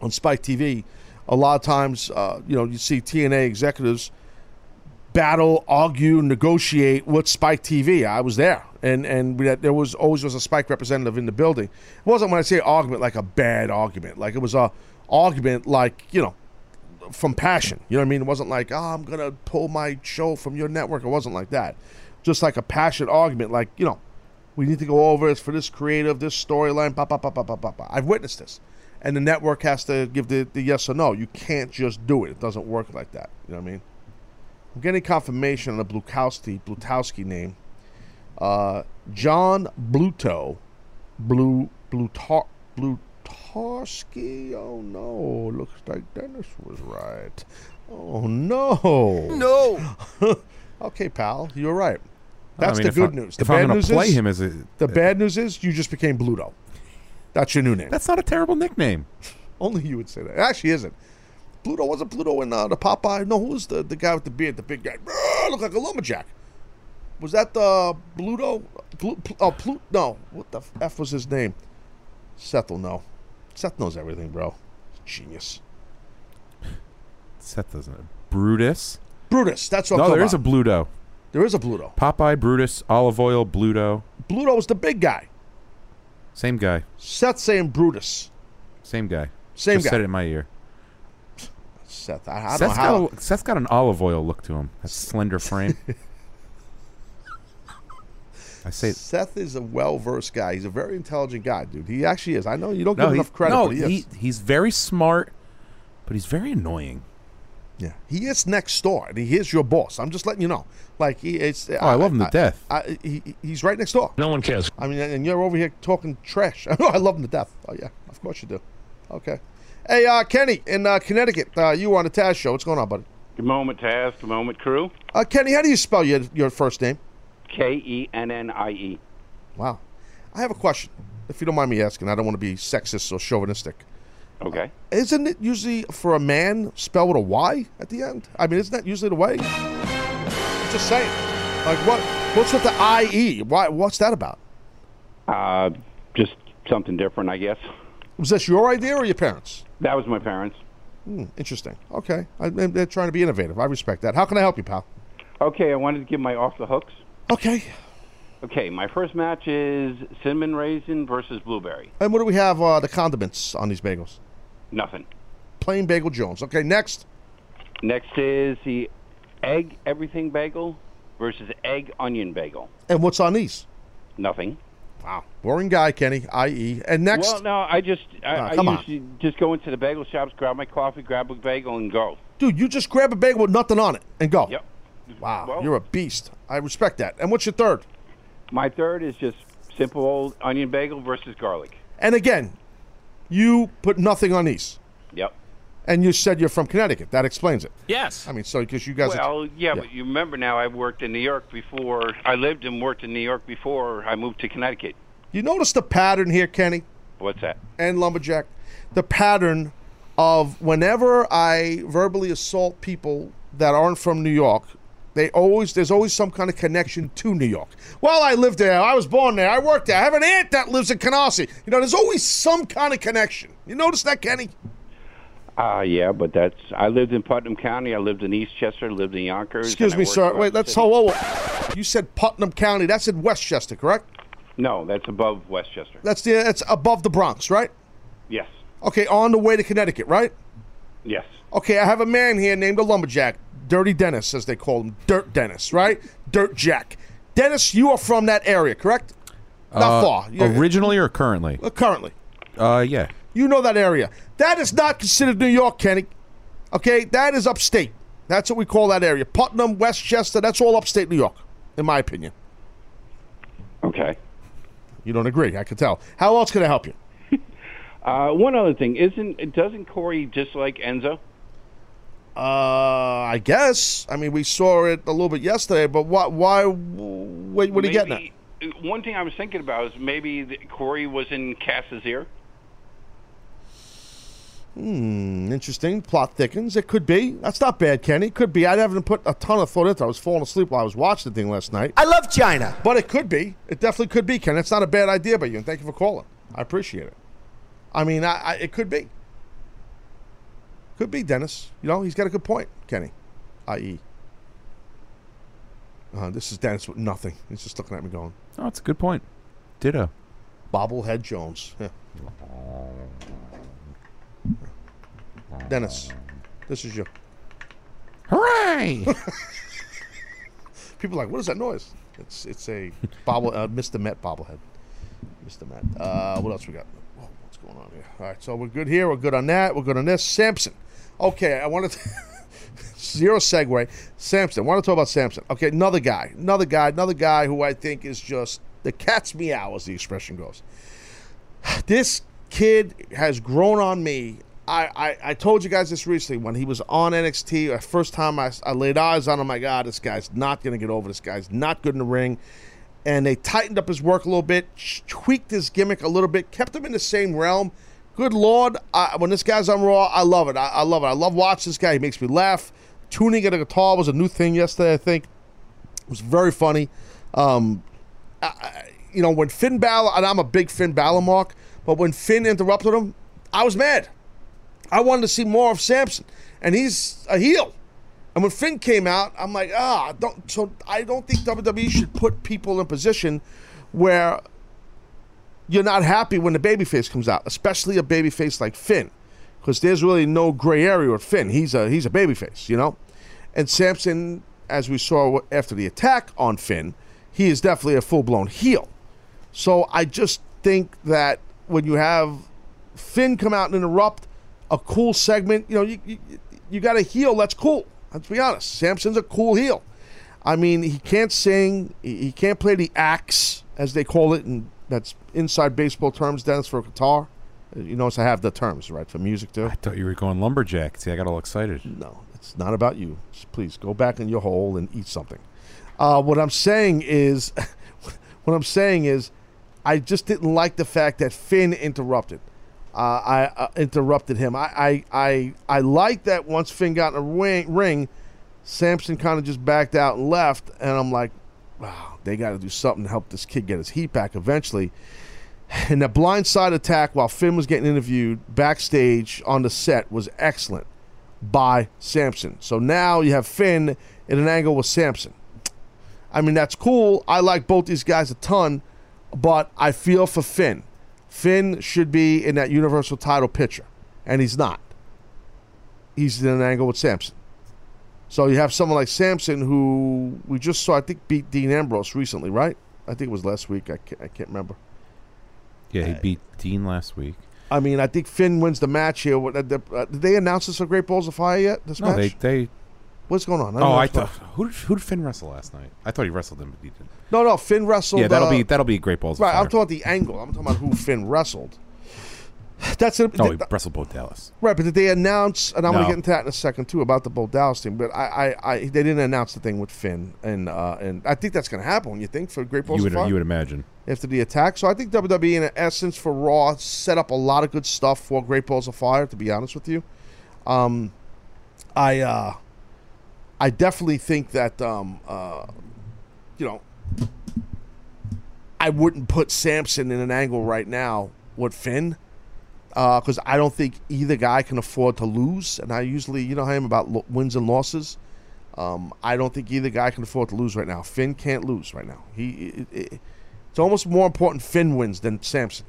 on Spike TV. A lot of times, uh, you know, you see TNA executives battle, argue, negotiate with Spike TV. I was there, and and we had, there was always was a Spike representative in the building. It wasn't when I say argument like a bad argument, like it was a argument like you know from passion. You know what I mean? It wasn't like oh, I'm gonna pull my show from your network. It wasn't like that. Just like a passionate argument, like you know, we need to go over this for this creative, this storyline. Pop, pop, pop, pop, pop, pop, pop. I've witnessed this. And the network has to give the, the yes or no. You can't just do it. It doesn't work like that. You know what I mean? I'm getting confirmation on the Blukowski Blutowski name. Uh, John Bluto, Blue Blutar Blutarski. Oh no, looks like Dennis was right. Oh no, no. okay, pal, you're right.
I
That's
mean,
the
if
good
I-
news. The
If I'm
bad
going
news
to play
is
him as a,
the bad news is you just became Bluto. That's your new name.
That's not a terrible nickname.
Only you would say that. It actually isn't. Pluto wasn't Pluto in uh, the Popeye. No, who was the, the guy with the beard, the big guy? Brrr, looked like a lumberjack. Was that the Pluto? Plu- Plu- oh, Pluto. No. What the F was his name? Seth will know. Seth knows everything, bro. Genius.
Seth doesn't. Brutus.
Brutus. That's what
no,
I'm
there
talking
is a
about.
Bluto.
There is a Bluto.
Popeye, Brutus, olive oil, Bluto.
Pluto was the big guy.
Same guy.
Seth saying Brutus.
Same guy.
Same
Just
guy.
Said it in my ear.
Seth. I, I don't
Seth's
know how.
got a- Seth's got an olive oil look to him. That slender frame. I say
Seth is a well versed guy. He's a very intelligent guy, dude. He actually is. I know you don't
no,
give
he-
enough credit.
no,
but he, is.
he, he's very smart, but he's very annoying.
Yeah, he is next door. and He is your boss. I'm just letting you know. Like he, it's. Oh,
I love him to death.
I, he, he's right next door.
No one cares.
I mean, and you're over here talking trash. I love him to death. Oh yeah, of course you do. Okay. Hey, uh, Kenny in uh, Connecticut, uh, you on the Taz show? What's going on, buddy?
Good moment, Taz. Good moment, crew.
Uh, Kenny, how do you spell your your first name?
K E N N I E.
Wow. I have a question. If you don't mind me asking, I don't want to be sexist or chauvinistic.
Okay.
Isn't it usually for a man spelled with a Y at the end? I mean, isn't that usually the way? Just saying. Like what? What's with the I E? Why? What's that about?
Uh, just something different, I guess.
Was this your idea or your parents?
That was my parents.
Hmm, interesting. Okay, I, I- they're trying to be innovative. I respect that. How can I help you, pal?
Okay, I wanted to give my off the hooks.
Okay.
Okay, my first match is cinnamon raisin versus blueberry.
And what do we have? Uh, the condiments on these bagels.
Nothing.
Plain bagel Jones. Okay, next.
Next is the egg everything bagel versus egg onion bagel.
And what's on these?
Nothing.
Wow. Boring guy, Kenny. I E. And next.
Well, no, I just I,
Ah,
I
come on.
usually just go into the bagel shops, grab my coffee, grab a bagel, and go.
Dude, you just grab a bagel with nothing on it and go.
Yep.
Wow,
Well-
you're a beast. I respect that. And what's your third?
My third is just simple old onion bagel versus garlic.
And again, you put nothing on these.
Yep.
And you said you're from Connecticut. That explains it.
Yes.
I mean, so because you guys.
well, yeah, but you remember now I worked in New York before. I lived and worked in New York before I moved to Connecticut.
you notice the pattern here, Kenny
What's that?
and Lumberjack. The pattern of whenever I verbally assault people that aren't from New York, they always there's always some kind of connection to New York. Well, I lived there. I was born there. I worked there. I have an aunt that lives in Canarsie. You know, there's always some kind of connection. You notice that, Kenny?
Ah, yeah, but that's. I lived in Putnam County. I lived in Eastchester. Lived in Yonkers.
Excuse
and I
me,
worked
sir.
throughout
Wait,
the
let's
city.
hold. whoa, whoa. You said Putnam County. That's in Westchester, correct?
No, that's above Westchester.
That's the that's above the Bronx, right?
Yes.
Okay, on the way to Connecticut, right?
Yes.
Okay, I have a man here named a lumberjack, Dirty Dennis, as they call him, Dirt Dennis, right? Dirt Jack. Dennis, you are from that area, correct? Not
Uh,
far. You're-
Originally or currently?
uh, currently,
Uh, yeah.
you know that area. That is not considered New York, Kenny. Okay, that is upstate. That's what we call that area. Putnam, Westchester. That's all upstate New York, in my opinion.
Okay.
You don't agree? I can tell. How else can I help you?
Uh, one other thing isn't. Doesn't Corey dislike Enzo?
Uh, I guess. I mean, we saw it a little bit yesterday, but why? Why? Wait, what are you getting at?
Maybe- uh, One thing I was thinking about is maybe that Corey was in Cass's ear.
Hmm, interesting. Plot thickens. It could be. That's not bad, Kenny. Could be. I haven't put a ton of thought into it. I was falling asleep while I was watching the thing last night. I love China. But it could be. It definitely could be, Kenny. It's not a bad idea by you, and thank you for calling. I appreciate it. I mean, I, I, it could be. Could be, Dennis. You know, he's got a good point, Kenny. I.e., uh, this is Dennis with nothing. He's just looking at me going,
Oh, it's a good point. Ditto.
Bobblehead Jones. Yeah. Dennis, this is you.
Hooray!
People are like, what is that noise? It's it's a bobble, uh, Mr. Met bobblehead. Mr. Met. Uh, what else we got? Whoa, what's going on here? All right, so we're good here. We're good on that. We're good on this. Samson. Okay, I wanted to. Zero segue. Samson. I want to talk about Samson. Okay, another guy. Another guy. Another guy who I think is just the cat's meow, as the expression goes this kid has grown on me. I, I, I told you guys this recently when he was on NXT. The uh, first time I, I laid eyes on him, my God, this guy's not going to get over. This guy's not good in the ring. And they tightened up his work a little bit, sh- tweaked his gimmick a little bit, kept him in the same realm. Good Lord, I, when this guy's on Raw, I love it. I, I love it. I love watching this guy. He makes me laugh. Tuning at a guitar was a new thing yesterday, I think. It was very funny. Um, I- I, you know, when Finn Balor, and I'm a big Finn Balor mark, but when Finn interrupted him, I was mad. I wanted to see more of Samson, and he's a heel. And when Finn came out, I'm like, ah, I don't. So I don't think WWE should put people in position where you're not happy when the babyface comes out, especially a babyface like Finn, because there's really no gray area with Finn. He's a he's a babyface, you know. And Samson, as we saw after the attack on Finn, he is definitely a full blown heel. So I just think that when you have Finn come out and interrupt a cool segment, you know, you you, you got a heel that's cool. Let's be honest, Samson's a cool heel. I mean, he can't sing, he, he can't play the axe as they call it, and that's inside baseball terms. Dennis for guitar. Uh, You notice I have the terms right for music too. I
thought you were going lumberjack. See, I got all excited.
No, it's not about you. Just please go back in your hole and eat something. Uh, what I'm saying is, what I'm saying is, I just didn't like the fact that Finn interrupted. Uh, I uh, interrupted him. I I I, I like that once Finn got in a ring, ring Samson kind of just backed out and left, and I'm like, wow, they got to do something to help this kid get his heat back eventually. And the blindside attack while Finn was getting interviewed backstage on the set was excellent by Samson. So now you have Finn in an angle with Samson. I mean, that's cool. I like both these guys a ton, but I feel for Finn. Finn should be in that Universal title picture, and he's not. He's in an angle with Samson. So you have someone like Samson who we just saw, I think, beat Dean Ambrose recently, right? I think it was last week. I can't, I can't remember.
Yeah, he beat Dean last week.
I mean, I think Finn wins the match here. What- uh, the- uh, Did they announce this on Great Balls of Fire yet? This
No,
match?
they they.
What's going on? don't
oh,
know
I
what's going
thought who did, who did Finn wrestle last night? I thought he wrestled him, but he didn't.
No, no, Finn wrestled.
yeah, that'll
uh,
be that'll be great balls. of
Right, I'm
fire.
talking about the angle. I'm talking about who Finn wrestled. That's it.
Oh, he wrestled both Dallas.
Right, but did they announce? And I'm going
No.
to get into that in a second too about the Bo Dallas thing. But I, I, I, they didn't announce the thing with Finn, and uh, and I think that's going to happen. You think for Great Balls
You
of
would
Fire
you would imagine.
after the attack. So I think WWE, in essence, for Raw, set up a lot of good stuff for Great Balls of Fire. To be honest with you, um, I uh, I definitely think that um, uh, you know I wouldn't put Samson in an angle right now with Finn because I don't think either guy can afford to lose. And I usually, you know how I am about lo- wins and losses. Um, I don't think either guy can afford to lose right now. Finn can't lose right now. He, it, it, it's almost more important Finn wins than Samson.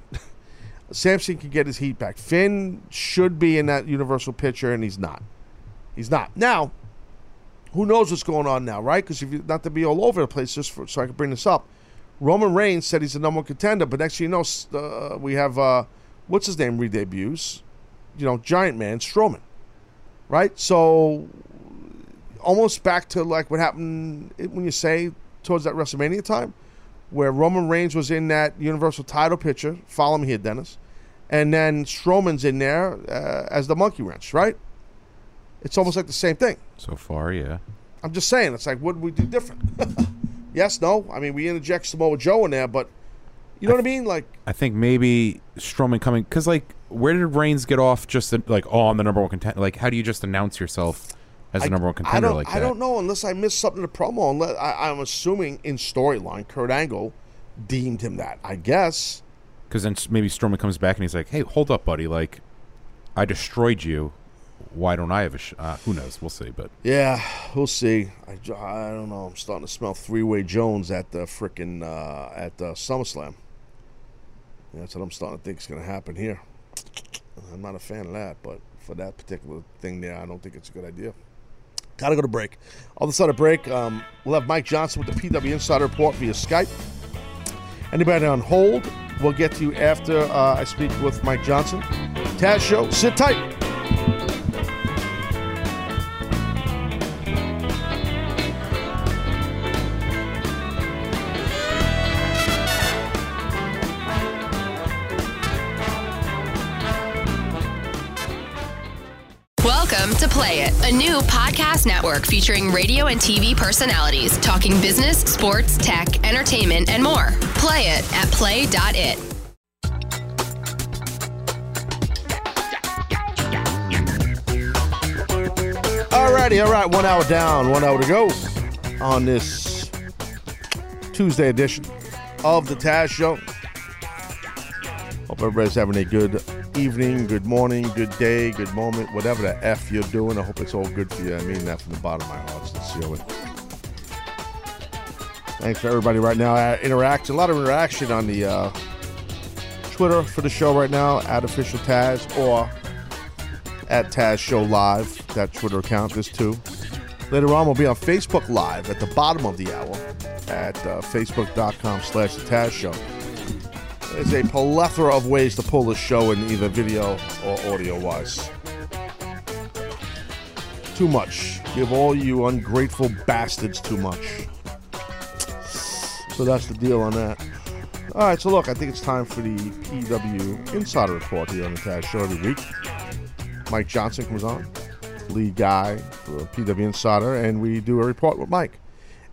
Samson can get his heat back. Finn should be in that universal picture, and he's not. He's not now. Who knows what's going on now, right? Because if you not to be all over the place, just for, so I can bring this up. Roman Reigns said he's the number one contender, but next thing you know, s- uh, we have uh, what's his name re-debuts, you know, Giant Man Strowman, right? So almost back to like what happened when you say towards that WrestleMania time, where Roman Reigns was in that Universal title picture. Follow me here, Dennis, and then Strowman's in there uh, as the monkey wrench, right? It's almost like the same thing.
So far, yeah.
I'm just saying, it's like, what would we do different? yes, no. I mean, we interject Samoa Joe in there, but you know what I mean? Like,
I think maybe Strowman coming because like w- where did Reigns get off? Just that, like, oh, I'm the number one contender. Like, how do you just announce yourself as the number one
I
contender
don't.
like that?
I don't know unless I missed something in the promo. Unless I, I'm assuming in storyline, Kurt Angle deemed him that. I guess.
Because then s- maybe Strowman comes back and he's like, "Hey, hold up, buddy. Like, I destroyed you. Why don't I have a? Sh-? Uh, who knows? We'll see. But
Yeah, we'll see. I, j- I don't know. I'm starting to smell Three Way Jones at the frickin' uh, at uh, SummerSlam. Yeah, that's what I'm starting to think is going to happen here. I'm not a fan of that, but for that particular thing there, I don't think it's a good idea. Gotta go to break. On the side of break, um, we'll have Mike Johnson with the PW Insider Report via Skype. Anybody on hold, we'll get to you after uh, I speak with Mike Johnson. Taz Show, sit tight.
Welcome to Play It, a new podcast network featuring radio and TV personalities talking business, sports, tech, entertainment, and more. Play it at play.it.
Alrighty, all right, one hour down, one hour to go on this Tuesday edition of the Taz Show. Hope everybody's having a good evening, good morning, good day, good moment, whatever the F you're doing. I hope it's all good for you. I mean that from the bottom of my heart, sincerely. Thanks for everybody right now. Uh, Interaction, a lot of interaction on the uh, Twitter for the show right now, at official Taz or at Taz Show Live. That Twitter account is too. Later on, we'll be on Facebook Live at the bottom of the hour at uh, facebook.com slash the Taz Show. There's a plethora of ways to pull the show in either video or audio wise. Too much. Give all you ungrateful bastards too much. So that's the deal on that. All right, so look, I think it's time for the PW Insider Report here on the Taz Show every week. Mike Johnson comes on, lead guy for PW Insider, and we do a report with Mike.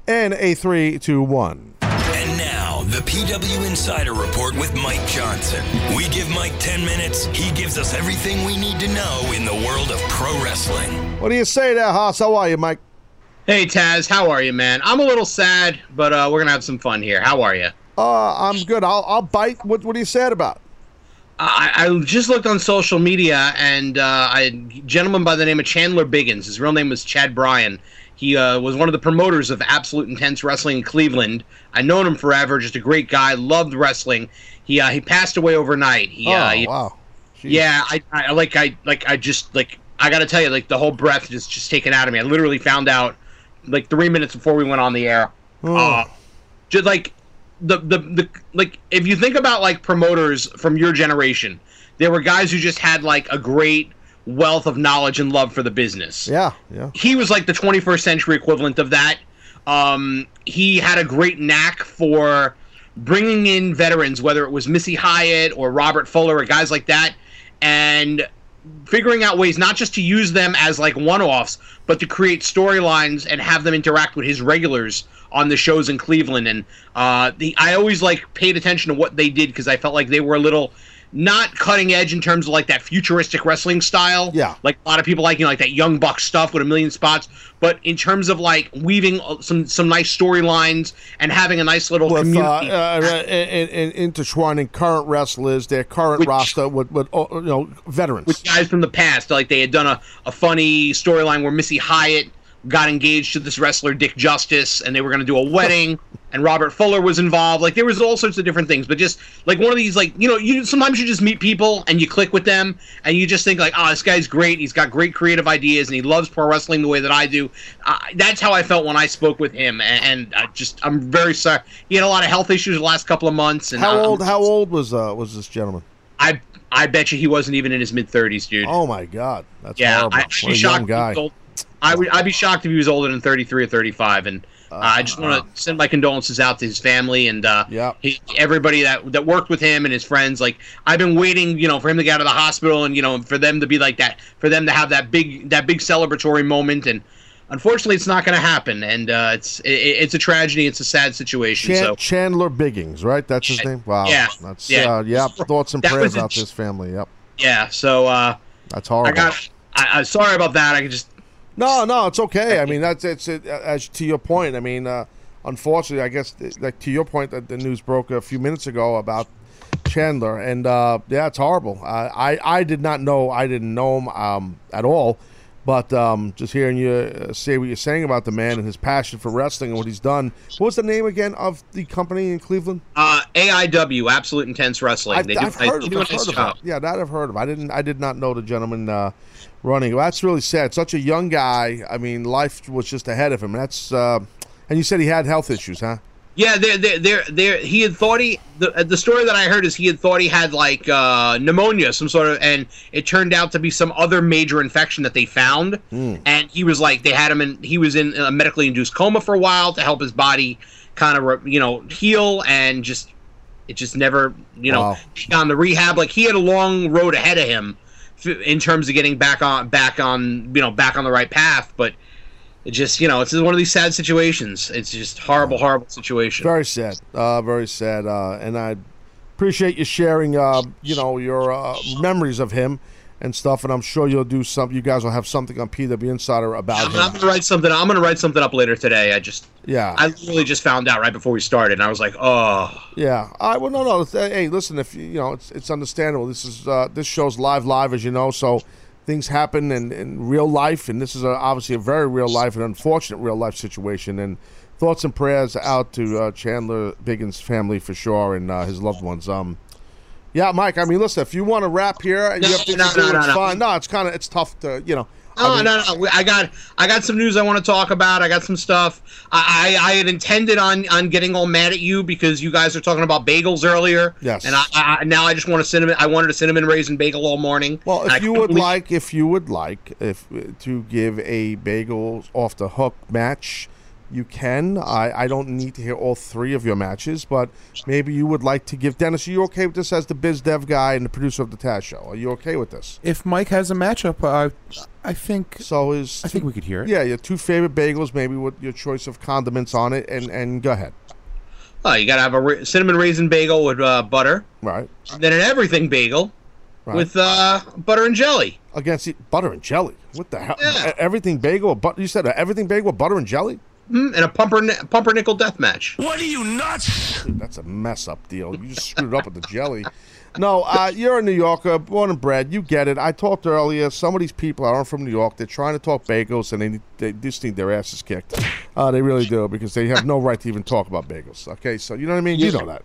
And a three, two, one.
And now, the PW Insider Report with Mike Johnson. We give Mike 10 minutes, he gives us everything we need to know in the world of pro wrestling.
What do you say there, Haas? How are you, Mike?
Hey Taz, how are you, man? I'm a little sad, but uh, we're gonna have some fun here. How are you?
Uh, I'm good. I'll, I'll bite. What, what are you sad about?
I, I just looked on social media, and uh, I, a gentleman by the name of Chandler Biggins, his real name was Chad Bryan. He uh, was one of the promoters of Absolute Intense Wrestling in Cleveland. I've known him forever, just a great guy, loved wrestling. He uh, he passed away overnight. He, uh,
Oh,
he-
wow.
Yeah, I, I like I like I just like I gotta tell you, like the whole breath just just taken out of me. I literally found out like three minutes before we went on the air.
Hmm.
Uh, just like the, the the like if you think about like promoters from your generation, there were guys who just had like a great wealth of knowledge and love for the business
Yeah, yeah.
he was like the 21st century equivalent of that. Um, he had a great knack for bringing in veterans, whether it was Missy Hyatt or Robert Fuller or guys like that, and figuring out ways not just to use them as like one-offs, but to create storylines and have them interact with his regulars on the shows in Cleveland. And uh, the I always like paid attention to what they did because I felt like they were a little not cutting edge in terms of like that futuristic wrestling style. Yeah. Like a lot of people like you know, like that young buck stuff with a million spots, but in terms of like weaving uh, some some nice storylines and having a nice little
With uh,
community.
uh, and, and intertwining current wrestlers, their current roster with, with uh, you know veterans.
with guys from the past. Like they had done a, a funny storyline where Missy Hyatt got engaged to this wrestler Dick Justice, and they were going to do a wedding, and Robert Fuller was involved. Like there was all sorts of different things, but just like one of these, like you know, you sometimes you just meet people and you click with them, and you just think like, oh, this guy's great. He's got great creative ideas, and he loves pro wrestling the way that I do. Uh, that's how I felt when I spoke with him, and, and I just I'm very sorry. He had a lot of health issues the last couple of months, and
how
I'm-
old? How old was uh, was this gentleman?
I I bet you he wasn't even in his mid thirties, dude.
Oh my god, that's
yeah.
horrible.
I,
What
I'd
a
be shocked.
young
if he was
guy.
old- I would I'd be shocked if he was older than thirty three or thirty five. And uh, I just
Uh-huh.
want to send my condolences out to his family and uh, he, everybody that that worked with him and his friends. Like I've been waiting, you know, for him to get out of the hospital and you know for them to be like that, for them to have that big that big celebratory moment and. Unfortunately, it's not going to happen, and uh, it's it, it's a tragedy. It's a sad situation.
Chan-
so
Chandler Biggings, right? That's his name. Wow.
Yeah.
That's
Yeah.
uh, yep. Thoughts and
That was
prayers
a-
out to his family. Yep.
Yeah. So uh,
that's horrible.
I got. I, I'm sorry about that. I just
No, no, it's okay. I mean, that's it's it, as to your point. I mean, uh, unfortunately, I guess like to your point that the news broke a few minutes ago about Chandler, and uh, yeah, it's horrible. Uh, I I did not know I didn't know him um, at all, but um, just hearing you uh, say what you're saying about the man and his passion for wrestling and what he's done. What was the name again of the company in Cleveland?
uh, AIW, Absolute Intense Wrestling.
I've,
they do,
I've
they
heard,
do a
I've
nice
heard
job.
of it. Yeah, that I've heard of. I didn't. I did not know the gentleman uh, running. Well, that's really sad. Such a young guy. I mean, life was just ahead of him. That's. Uh, and you said he had health issues, huh?
Yeah, there, there, there, there. He had thought he the uh, the story that I heard is he had thought he had like uh, pneumonia, some sort of, and it turned out to be some other major infection that they found. And he was like, they had him in, he was in a medically induced coma for a while to help his body kind of, you know, heal and just it just never, you know,
Wow.
on the rehab. Like he had a long road ahead of him f- in terms of getting back on, back on, you know, back on the right path, but. It just you know, it's just one of these sad situations. It's just horrible, horrible situation.
Very sad. Uh, very sad. Uh, and I appreciate you sharing. Uh, you know your uh, memories of him and stuff. And I'm sure you'll do some. You guys will have something on PW Insider about him.
I'm gonna write something. I'm gonna write something up later today. I just
Yeah.
I literally just found out right before we started, and I was like, oh,
Yeah. I well, no, no. th- Hey, listen. If you you know, it's it's understandable. This is uh, this show's live, live as you know. So things happen in, in real life, and this is a, obviously a very real life and unfortunate real life situation. And thoughts and prayers out to uh, Chandler Biggin's family for sure and uh, his loved ones. Um. Yeah, Mike. I mean, listen. If you want to wrap here, and you have to
no,
do
no,
it,
no,
it's
no.
fine. No, it's kind of it's tough to you know.
no, no, no. I got I got some news I want to talk about. I got some stuff. I, I I had intended on on getting all mad at you because you guys are talking about bagels earlier.
Yes.
And I, I now I just want a cinnamon. I wanted a cinnamon raisin bagel all morning.
Well,
I
if you
couldn't
would
believe-
like, if you would like, if to give a bagels off the hook match, you can. I, I don't need to hear all three of your matches, but maybe you would like to give Dennis. Are you okay with this as the biz dev guy and the producer of the Taz show? Are you okay with this?
If Mike has a matchup, I, I think
so. Is
I think we could hear it.
Yeah, your two favorite bagels, maybe with your choice of condiments on it, and and go ahead.
Oh, you gotta have a ra- cinnamon raisin bagel with uh, butter.
Right.
And then an everything bagel
Right.
with uh, butter and jelly.
Against the, butter and jelly. What the hell? E- Everything bagel, but you said uh, everything bagel, with butter and jelly.
Mm, and a pumpernickel, pumpernickel death match.
What are you nuts? Dude, that's a mess up deal. You just screwed it up with the jelly. No, uh, you're a New Yorker, born and bred. You get it. I talked earlier. Some of these people aren't from New York. They're trying to talk bagels, and they they just need their asses kicked. Uh, they really do because they have no right to even talk about bagels. Okay, so you know what I mean. You know that.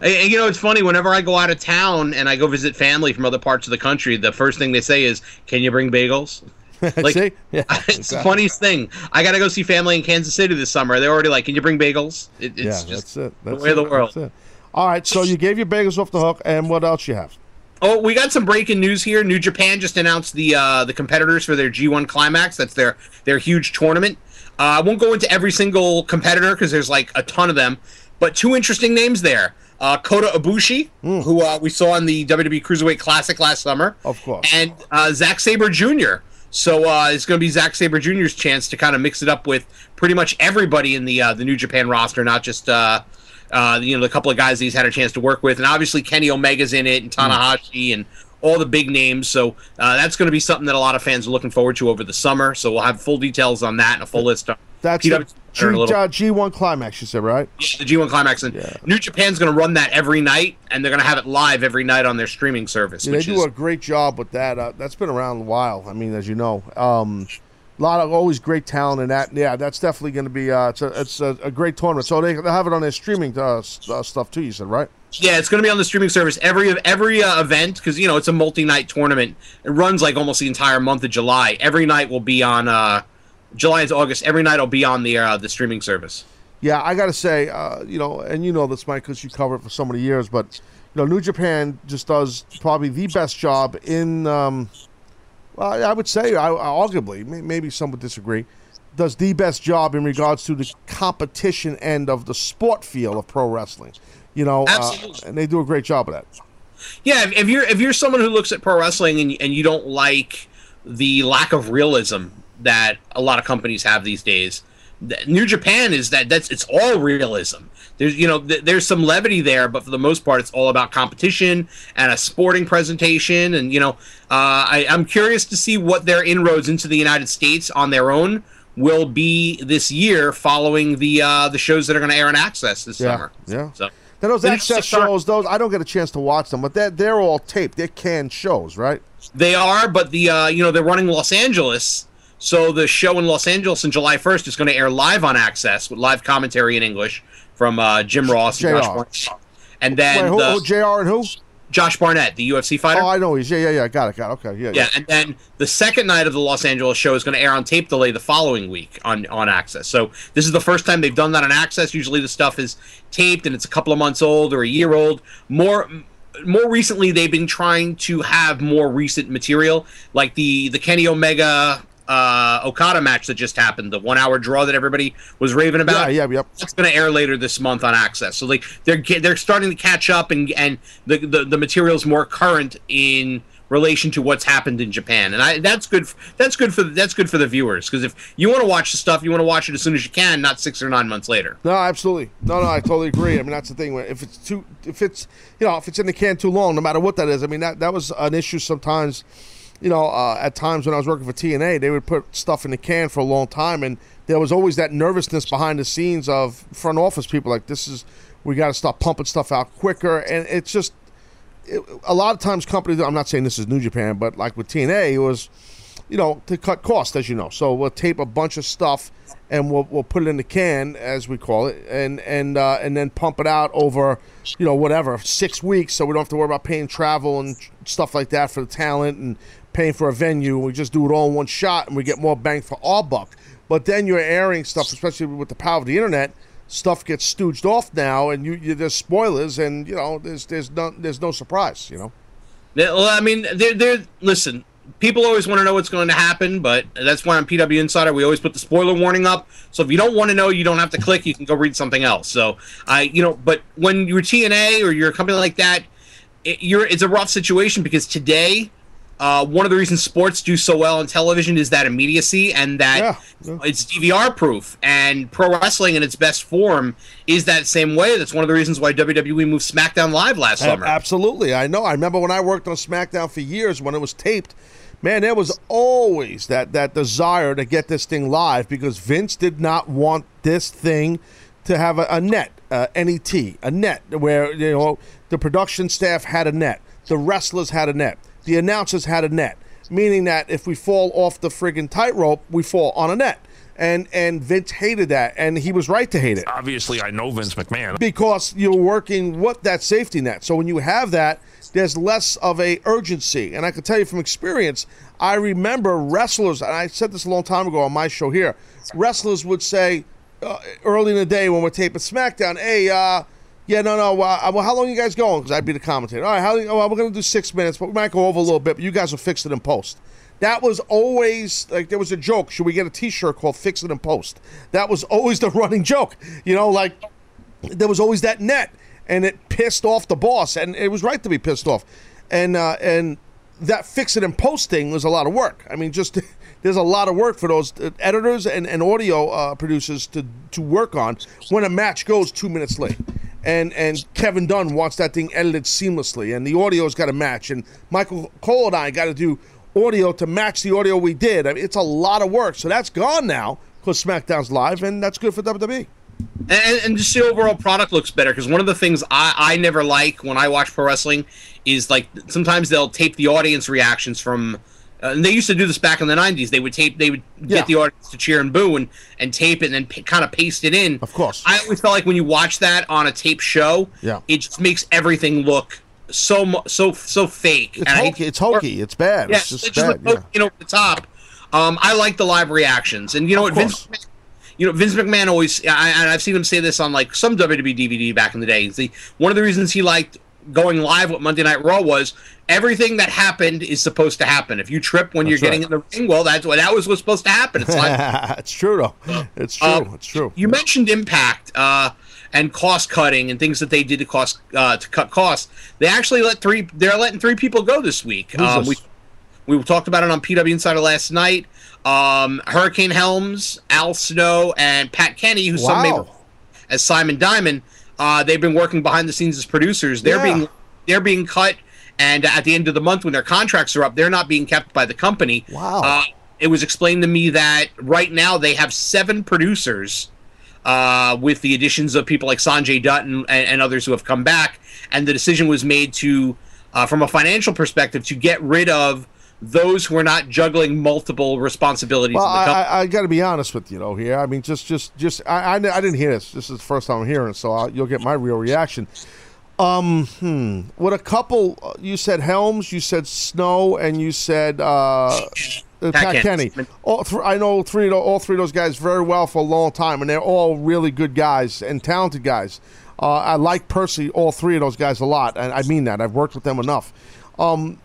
And- and you know, it's funny. Whenever I go out of town and I go visit family from other parts of the country, the first thing they say is, "Can you bring bagels?" Like,
See? Yeah,
it's the
exactly.
funniest thing. I got to go see family in Kansas City this summer. They're already like, "Can you bring bagels?" It, it's
Yeah,
just
that's it.
the
That's
way of the
it.
world.
That's it. All right, so you gave your bagels off the hook, and what else you have?
Oh, we got some breaking news here. New Japan just announced the uh, the competitors for their G1 Climax. That's their their huge tournament. Uh, I won't go into every single competitor because there's like a ton of them, but two interesting names there. Uh, Kota Ibushi,
Hmm.
who uh, we saw in the WWE Cruiserweight Classic last summer,
of course,
and uh, Zack Saber Jr. So uh, it's going to be Zack Saber Jr.'s chance to kind of mix it up with pretty much everybody in the uh, the New Japan roster, not just uh, uh, you know the couple of guys that he's had a chance to work with, and obviously Kenny Omega's in it, and
Hmm.
Tanahashi, and all the big names. So uh, that's going to be something that a lot of fans are looking forward to over the summer. So we'll have full details on that and a full list. On
That's
PW
the G,
or a little-
uh, G1 climax. You said right?
the G1 Climax, and New Japan's going to run that every night, and they're going to have it live every night on their streaming service.
Yeah, they
which
do
is,
a great job with that. Uh, that's been around a while. I mean, as you know, um, a lot of always great talent in that. Yeah, that's definitely going to be. Uh, it's a, it's a, a great tournament. So they they have it on their streaming uh, s- uh, stuff too. You said right?
Yeah, it's going to be on the streaming service every every uh, event because you know it's a multi night tournament. It runs like almost the entire month of July. Every night will be on uh, July and August. Every night will be on the uh, the streaming service.
Yeah, I got to say, uh, you know, and you know this, Mike, because you cover it for so many years, but you know, New Japan just does probably the best job in. Um, well, I- I would say, I, I- arguably, may, maybe some would disagree, does the best job in regards to the competition end of the sport field of pro wrestling. You know, uh, and they do a great job of that.
Yeah, if, if you're if you're someone who looks at pro wrestling and and you don't like the lack of realism that a lot of companies have these days, th- New Japan is that that's it's all realism. There's you know th- there's some levity there, but for the most part, it's all about competition and a sporting presentation. And you know, uh, I, I'm curious to see what their inroads into the United States on their own will be this year, following the uh, the shows that are going to air on Access this
Yeah,
summer.
yeah.
So.
Now those
They're
access
just start-
shows, those I don't get a chance to watch them, but they're they're all taped. They're canned shows, right?
They are, but the uh, you know they're running Los Angeles, so the show in Los Angeles on July 1st is going to air live on Access with live commentary in English from uh, Jim Ross and Josh
JR.
Barnett. And then
Wait, who,
the-
who- Jr. and who?
Josh Barnett, the UFC fighter.
Oh, I know he's yeah, yeah, yeah. Got it, got it. Okay, yeah,
yeah, and then the second night of the Los Angeles show is going to air on tape delay the following week on on Access. So this is the first time they've done that on Access. Usually the stuff is taped and it's a couple of months old or a year old. More more recently they've been trying to have more recent material like the the Kenny Omega uh, Okada match that just happened, the one hour draw that everybody was raving about.
Yeah, yeah, yep.
That's going to air later this month on Access. So like they're ge- they're starting to catch up and and the the, the material's more current in relation to what's happened in Japan. And I that's good f- that's good for that's good for the viewers because if you want to watch the stuff, you want to watch it as soon as you can, not six or nine months later.
No, absolutely. No, no, I totally agree. I mean, that's the thing. If it's too, if it's, you know, if it's in the can too long, no matter what that is. I mean, that that was an issue sometimes. You know, uh, at times when I was working for TNA, they would put stuff in the can for a long time, and there was always that nervousness behind the scenes of front office people. Like, this is, we got to stop pumping stuff out quicker, and it's just, it, a lot of times companies. I'm not saying this is New Japan, but like with TNA, it was, you know, to cut costs, as you know. So we'll tape a bunch of stuff and we'll, we'll put it in the can, as we call it, and and uh, and then pump it out over, you know, whatever six weeks, so we don't have to worry about paying travel and stuff like that for the talent and paying for a venue. We just do it all in one shot, and we get more bang for our buck. But then you're airing stuff, especially with the power of the internet. Stuff gets stooged off now, and you, you there's spoilers, and you know there's there's no there's no surprise, you know.
Yeah, Well, I mean, they're, they're listen. People always want to know what's going to happen, but that's why on PW Insider we always put the spoiler warning up. So if you don't want to know, you don't have to click. You can go read something else. So I, you know, but when you're TNA or you're a company like that, it, you're it's a rough situation because today, uh, one of the reasons sports do so well on television is that immediacy and that it's DVR proof. And pro wrestling in its best form is that same way. That's one of the reasons why WWE moved SmackDown Live last
Ab-
summer.
Absolutely, I know. I remember when I worked on SmackDown for years when it was taped. Man, there was always that that desire to get this thing live because Vince did not want this thing to have a, a net, uh, net, a net where you know the production staff had a net, the wrestlers had a net, the announcers had a net, meaning that if we fall off the friggin' tightrope, we fall on a net. And and Vince hated that, and he was right to hate it.
Obviously, I know Vince McMahon.
Because you're working with that safety net. So when you have that, there's less of a urgency. And I can tell you from experience, I remember wrestlers, and I said this a long time ago on my show here, wrestlers would say uh, early in the day when we're taping SmackDown, hey, uh, yeah, no, no. Uh, well, how long you guys going? Because I'd be the commentator. All right, how? Oh, well, we're gonna do six minutes, but we might go over a little bit. But you guys will fix it in post. That was always like there was a joke. Should we get a T-shirt called "Fix It in Post"? That was always the running joke. You know, like there was always that net, and it pissed off the boss, and it was right to be pissed off. And uh, and that fix it in post thing was a lot of work. I mean, just there's a lot of work for those uh, editors and, and audio uh, producers to to work on when a match goes two minutes late. And and Kevin Dunn wants that thing edited seamlessly, and the audio's got to match. And Michael Cole and I got to do audio to match the audio we did. I mean, it's a lot of work, so that's gone now because SmackDown's live, and that's good for E. WWE.
and, and just the overall product looks better because one of the things I, I never like when I watch pro wrestling is like sometimes they'll tape the audience reactions from. Uh, and they used to do this back in the '90s. They would tape, they would get the audience to cheer and boo, and and tape it, and then p- kind of paste it in. Of
course,
I always felt like when you watch that on a tape show,
Yeah.
it just makes everything look so mu- so so fake.
It's
And I hate
hokey. It's hokey. It's bad.
yeah,
it's just
it's
bad.
just like poking over the top. Um, I like the live reactions, and you know what, Vince, McMahon- you know Vince McMahon always, I, and I've seen him say this on like some E WWE DVD back in the day. The one of the reasons he liked going live with Monday Night Raw was everything that happened is supposed to happen. If you trip when
That's
you're getting
right.
in the ring, well, that's what that was what's supposed to happen. It's like
Yeah. it's true though. It's true.
Um,
it's true.
you mentioned impact uh, and cost cutting and things that they did to cost uh, to cut costs. They actually let three. They're letting three people go this week.
Who's
Um,
this?
we We talked about it on PW Insider last night. Um, Hurricane Helms, Al Snow, and Pat Kenny, who some may
Wow.
recall as Simon Diamond, uh, they've been working behind the scenes as producers. They're
Yeah.
being they're being cut, and at the end of the month when their contracts are up, they're not being kept by the company.
Wow.
Uh, it was explained to me that right now they have seven producers uh, with the additions of people like Sanjay Dutt and, and, and others who have come back. And the decision was made to, uh, from a financial perspective, to get rid of those who are not juggling multiple responsibilities.
Well,
in the
I,
company.
I, I got to be honest with you though here. I mean, just, just, just. I, I, I didn't hear this. This is the first time I'm hearing, so i you'll get my real reaction. Um, hmm. What a couple. uh, You said Helms, you said Snow, and you said uh, uh, Pat, Kenny.
Kenny.
All th- I know three, of tho- all three of those guys very well for a long time, and they're all really good guys and talented guys. Uh, I like Percy, all three of those guys a lot, and I mean that. I've worked with them enough. Um,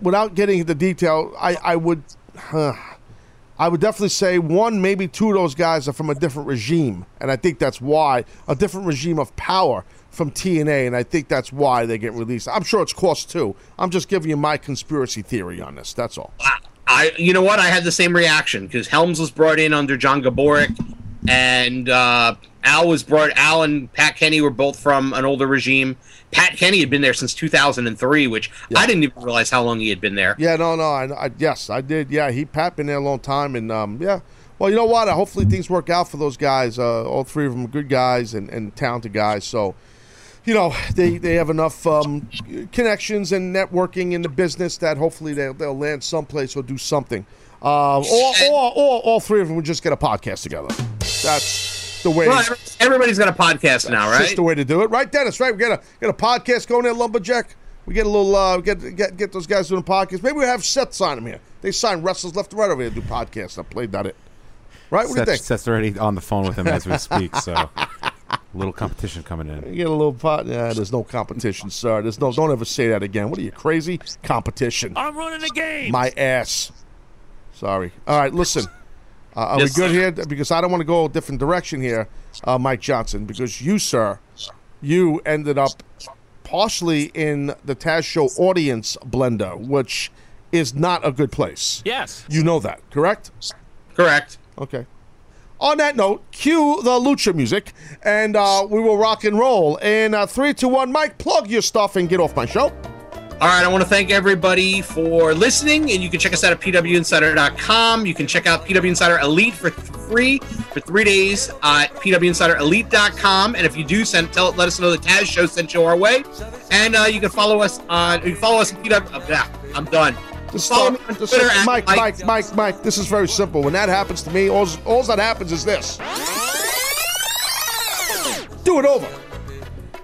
without getting into detail, I, I would. I would definitely say one, maybe two of those guys are from a different regime, and I think that's why a different regime of power from TNA, and I think that's why they get released. I'm sure it's cost too. I'm just giving you my conspiracy theory on this. That's all.
I, you know what? I had the same reaction because Helms was brought in under John Gaborik, and uh, Al was brought. Al and Pat Kenny were both from an older regime. Pat Kenny had been there since 2003, which I didn't even realize how long he had been there.
Yeah, no, no. I, I yes, I did. Yeah, he Pat been there a long time, and um, yeah. Well, you know what? Hopefully things work out for those guys. Uh, all three of them are good guys and, and talented guys. So, you know, they, they have enough um, connections and networking in the business that hopefully they'll, they'll land someplace or do something. Um, or, or, or all three of them would just get a podcast together. That's the way.
Well, every- everybody's got a podcast now,
That's
right?
just the way to do it, right, Dennis? Right, we got a got a podcast going there, lumberjack. We get a little uh, get get get those guys doing podcasts. Maybe we have Seth sign them here. They sign wrestlers left and right over here to do podcasts. I played that it. Right, what do you
Seth's,
think?
Seth's already on the phone with him as we speak, so a little competition coming in.
You get a little pot. Yeah, there's no competition, sir. There's no. Don't ever say that again. What are you crazy? Competition.
I'm running the game.
My ass. Sorry. All right, listen. Uh, are
Yes,
we good
sir.
here? Because I don't want to go a different direction here, uh, Mike Johnson. Because you, sir, you ended up partially in the Taz Show audience blender, which is not a good place.
Yes.
You know that, correct?
Correct.
Okay. On that note, cue the lucha music, and uh, we will rock and roll. In uh, three, two, one, Mike, plug your stuff and get off my show.
All right, I want to thank everybody for listening, and you can check us out at pwinsider.com. You can check out PW Insider Elite for free for three days at pwinsiderelite.com. And if you do, send tell let us know the Taz show sent you our way, and uh, you can follow us on you can follow us at PW. oh, yeah, I'm done. Follow me on
This-
Twitter at
Um, Mike, Mike, Mike, Mike, this is very simple. When that happens to me, all, all that happens is this. Do it over.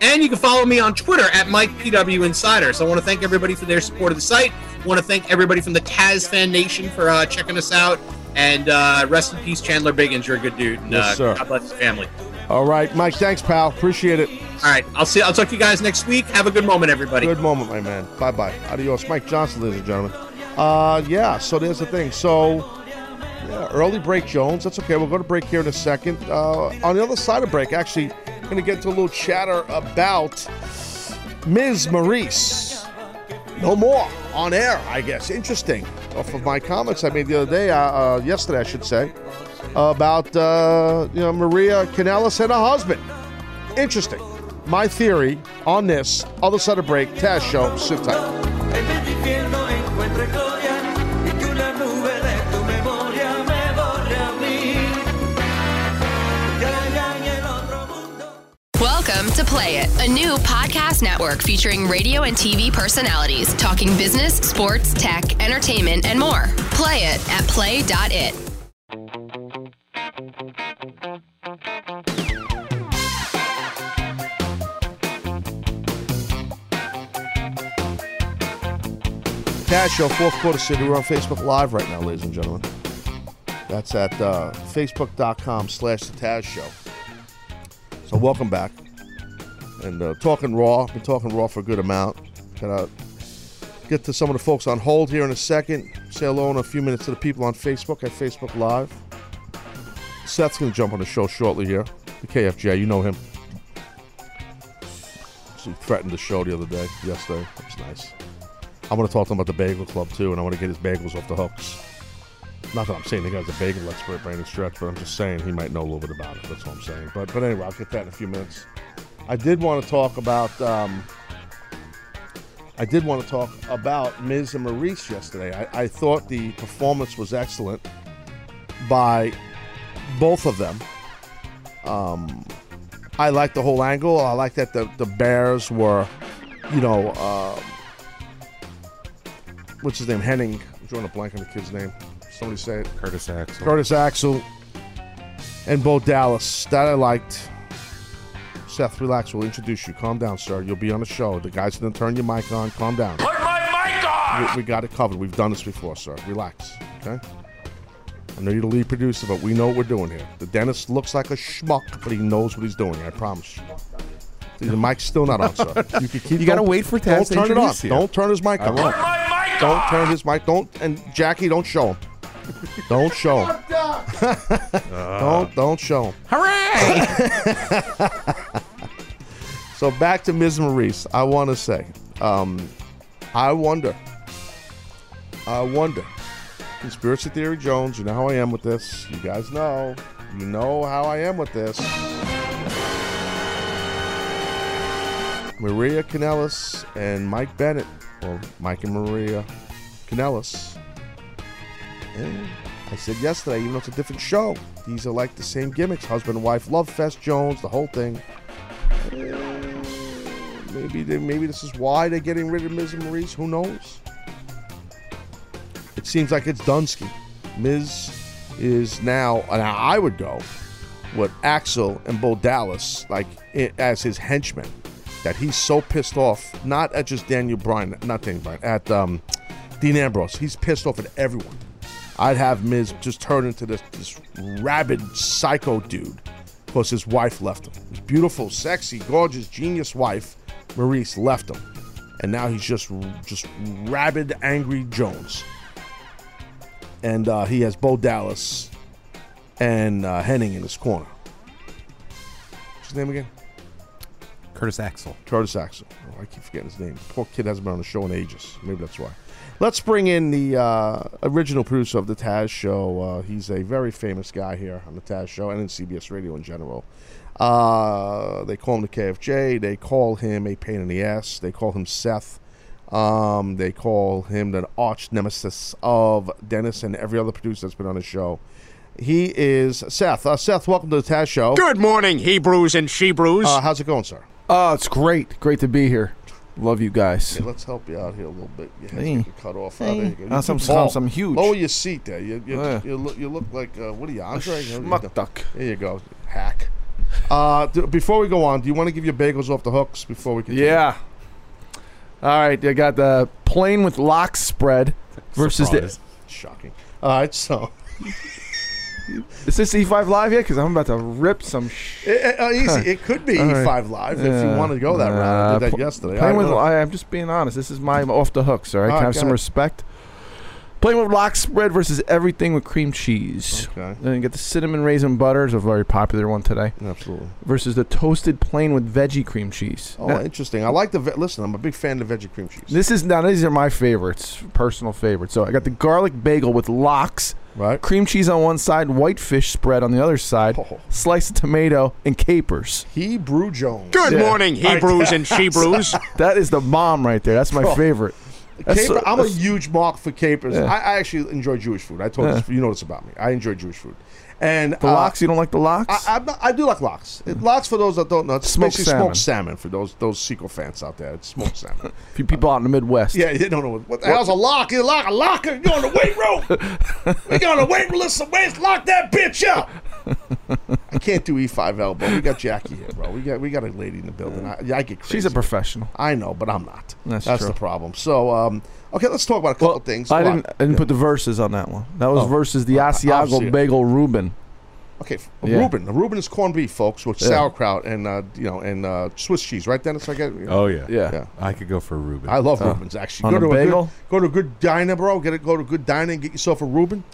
And you can follow me on Twitter at MikePWInsider. So I want to thank everybody for their support of the site. I want to thank everybody from the Taz Fan Nation for uh, checking us out. And uh, rest in peace, Chandler Biggins. You're a good dude. And,
Yes,
uh,
sir.
God bless your family.
All right, Mike, thanks, pal. Appreciate it.
All right. I'll see. I'll talk to you guys next week. Have a good moment, everybody.
Good moment, my man. Bye bye. Adios. Mike Johnson, ladies and gentlemen. Uh, yeah, so there's the thing. So, yeah, early break, Jones. That's okay. We'll go to break here in a second. Uh, on the other side of break, actually, going to get into a little chatter about Ms. Maurice. No more on air, I guess. Interesting. Off of my comments I made the other day, uh, uh, yesterday, I should say, about uh, you know Maria Canellis and her husband. Interesting. My theory on this, other side of break, Taz Show, sit tight.
En el infierno encuentre gloria y que una nube de tu memoria me borre a mí. Que allá en el otro mundo.
Welcome to Play It, a new podcast network featuring radio and TV personalities talking business, sports, tech, entertainment, and more. Play it at play.it.
Taz Show, fourth quarter city. We're on Facebook Live right now, ladies and gentlemen. That's at uh, facebook.com slash the Taz Show. So welcome back. And uh, talking raw, been talking raw for a good amount. Gonna get to some of the folks on hold here in a second. Say hello in a few minutes to the people on Facebook at Facebook Live. Seth's gonna jump on the show shortly here. The KFJ, you know him. So he threatened the show the other day, yesterday. That's nice. I want to talk to him about the Bagel Club too, and I want to get his bagels off the hooks. Not that I'm saying the guy's a bagel expert by any stretch, but I'm just saying he might know a little bit about it. That's all I'm saying. But but anyway, I'll get that in a few minutes. I did want to talk about. Um, I did want to talk about Miz and Maurice yesterday. I, I thought the performance was excellent by both of them. Um, I like the whole angle. I like that the, the Bears were, you know, uh, what's his name? Henning. I'm drawing a blank on the kid's name. Somebody say it.
Curtis Axel.
Curtis Axel and Bo Dallas. That I liked. Seth, relax. We'll introduce you. Calm down, sir. You'll be on the show. The guys didn't turn your mic on. Calm down. Put my mic on! We, we got it covered. We've done this before, sir. Relax. Okay? I know you're the lead producer, but we know what we're doing here. The dentist looks like a schmuck, but he knows what he's doing. I promise. you. The mic's still not on, sir. You can keep.
You gotta
don't-
wait for
Don't
Taz to
turn it
introduce
off.
you.
Don't turn his mic
I
on.
won't. Put
don't turn his mic. Don't and Jackie, don't show him. Don't show him. don't don't show him. Hooray! so back to Ms. Maurice. I want to say, um, I wonder, I wonder. Conspiracy theory, Jones. You know how I am with this. You guys know. You know how I am with this. Maria Canellis and Mike Bennett, or Mike and Maria Canellis. And I said yesterday, even though it's a different show, these are like the same gimmicks: husband and wife, love fest, Jones, the whole thing. Uh, Maybe they, maybe this is why they're getting rid of Ms. and Maurice. Who knows? It seems like it's Dunsky. Miz is now, and I would go with Axel and Bo Dallas like i as his henchmen. That he's so pissed off, not at just Daniel Bryan, not Daniel Bryan, at um, Dean Ambrose. He's pissed off at everyone. I'd have Miz just turn into this, this rabid psycho dude because his wife left him. His beautiful, sexy, gorgeous, genius wife, Maurice, left him. And now he's just just rabid, angry Jones and uh, he has Bo Dallas and uh, Henning in his corner. What's his name again?
Curtis Axel.
Curtis Axel. Oh, I keep forgetting his name. Poor kid hasn't been on the show in ages. Maybe that's why. Let's bring in the uh, original producer of the Taz Show. Uh, he's a very famous guy here on the Taz Show and in CBS Radio in general. Uh, they call him the KFJ. They call him a pain in the ass. They call him Seth. Um, they call him the arch nemesis of Dennis and every other producer that's been on the show. He is Seth. Uh, Seth, welcome to the Taz Show.
Good morning, Hebrews and Shebrews.
Uh, how's it going, sir?
Oh, it's great. Great to be here. Love you guys.
Yeah, let's help you out here a little bit. Your head's
Hey.
getting cut off.
Hey.
Oh, there you go.
Uh,
You
some-
too
some-
tall.
some huge.
Lower your seat there. You, you,
Yeah.
you, look, you look like, uh, what are you, Andre?
schmuck
duck. There you go, hack. Uh, d- before we go on, do you want to give your bagels off the hooks before we continue?
Yeah. All right, I got the plain with lock spread versus
Surprise. Shocking. All right, so.
the. Is this E5 live yet? Because I'm about to rip some. Sh-
It, uh, easy. It could be
All right.
E5 Live if you
Yeah.
want to go that route. I did
Nah,
that
pl-
yesterday. I
Playing with,
don't know.
I, am just being honest. This is my off the hooks. All right,
All
can I
right,
have
go
some
ahead.
respect. Playing with lock spread versus everything with cream cheese.
Okay.
Then you get the cinnamon raisin butter is a very popular one today.
Absolutely.
Versus the toasted plain with veggie cream cheese.
Oh,
Now-
interesting. I like the. Ve- listen, I'm a big fan of the veggie cream cheese.
This is now these are my favorites, personal favorites. So I got the garlic bagel with locks,
right? Oh.
Cream cheese on one side, white fish spread on the other side, slice of tomato, and capers.
Hebrew Jones.
Good
morning, Hebrews and Shebrews.
that is the bomb right there. That's my
Oh.
favorite. That's-
Caper, I'm a
that's-
huge mark for capers.
Yeah.
I, I actually enjoy Jewish food. I told
Yeah.
you, you know this about me. I enjoy Jewish food. And uh,
The lox, you don't like the lox?
I, I'm not- I do like lox. It- Lox for those that don't know. It's
Smoked
basically smoked
salmon.
salmon for those those sequel fans out there. It's smoked salmon.
Few people out in the Midwest.
yeah, you don't know what, what the hell's a lock. You lock a locker. You're on the weight room. we got a weight list of weights. Lock that bitch up. I can't do E E5 elbow. We got Jackie here, bro. We got we got a lady in the building. I, yeah, I get crazy.
She's a professional.
I know, but I'm not.
That's true.
the problem. So, um, okay, let's talk about a couple things.
I
Come on.
didn't. uh, I didn't put the verses on that one. That was
Oh.
versus the
obviously.
Asiago bagel Reuben.
Okay, f-
Yeah.
Reuben. The Reuben is corned beef, folks, with
Yeah.
sauerkraut and uh, you know and uh, Swiss cheese, right, Dennis? I get.
Oh yeah.
Yeah. Oh.
I could go for a Reuben.
I love
Uh,
Reubens. Actually,
on a
to
bagel?
Oh.
good, go to a good diner, bro. Get it. Go to a good diner and get yourself a Reuben,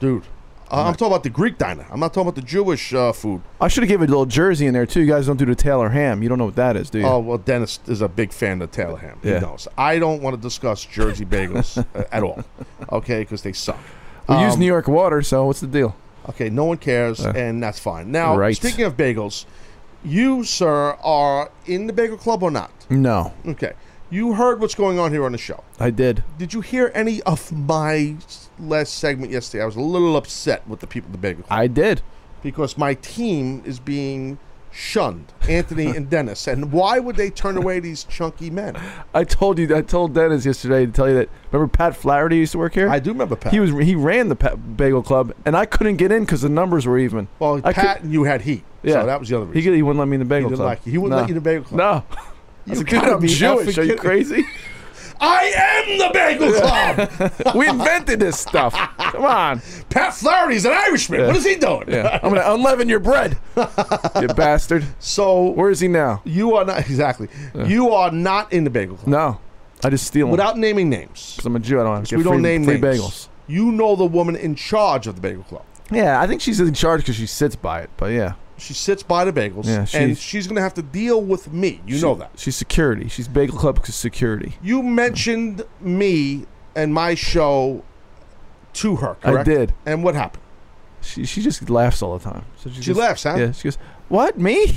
dude. Uh, I'm talking about the Greek diner. I'm not talking about the Jewish uh, food.
I should have given a little jersey in there too. You guys don't do the Taylor ham. You don't know what that is, do you?
Oh well, Dennis is a big fan of Taylor ham.
Yeah.
He knows. I don't want to discuss Jersey bagels uh, at all, okay? Because they suck.
we use
Um,
New York water, so what's the deal?
Okay, no one cares, and that's fine. Now,
Right.
speaking of bagels, you, sir, are in the bagel club or not?
No,
Okay. You heard what's going on here on the show.
I did.
Did you hear any of my s- last segment yesterday? I was a little upset with the people at the bagel club.
I did.
Because my team is being shunned, Anthony and Dennis. And why would they turn away these chunky men?
I told you. I told Dennis yesterday to tell you that. Remember Pat Flaherty used to work here. I
do remember Pat.
He was he ran the Pat Bagel Club, and I couldn't get in because the numbers were even.
Well,
I
Pat
could-
and you had heat.
yeah,
So that was the other
He,
reason.
could- he wouldn't let me in the Bagel
didn't
Club.
like you. He wouldn't let you in the Bagel Club.
No.
You
I said,
gotta
"God, I'm
be
Jewish.
effing
Are you
kidding."
crazy?
I am the Bagel Club.
we invented this stuff. Come on.
Pat Flaherty's an Irishman. What is he doing?
Yeah. I'm gonna unleaven your bread, you bastard.
So
where is he now?
You are not exactly. You are not in the bagel club.
No, I just steal 'em.
Without naming names.
'Cause I'm a Jew. I don't have to
we
get
don't
free,
name
free
names.
bagels.
You know the woman in charge of the bagel club.
Yeah, I think she's in charge because she sits by it. But yeah,
She sits by the bagels,
Yeah,
and
she's-
she's going to have to deal with me. You know that.
she's security. She's Bagel Club security.
You mentioned me and my show to her.
I
Correct?
did.
And what happened?
She she just laughs all the time. So she
She
just-
laughs, huh?
Yeah, she goes, "What me?"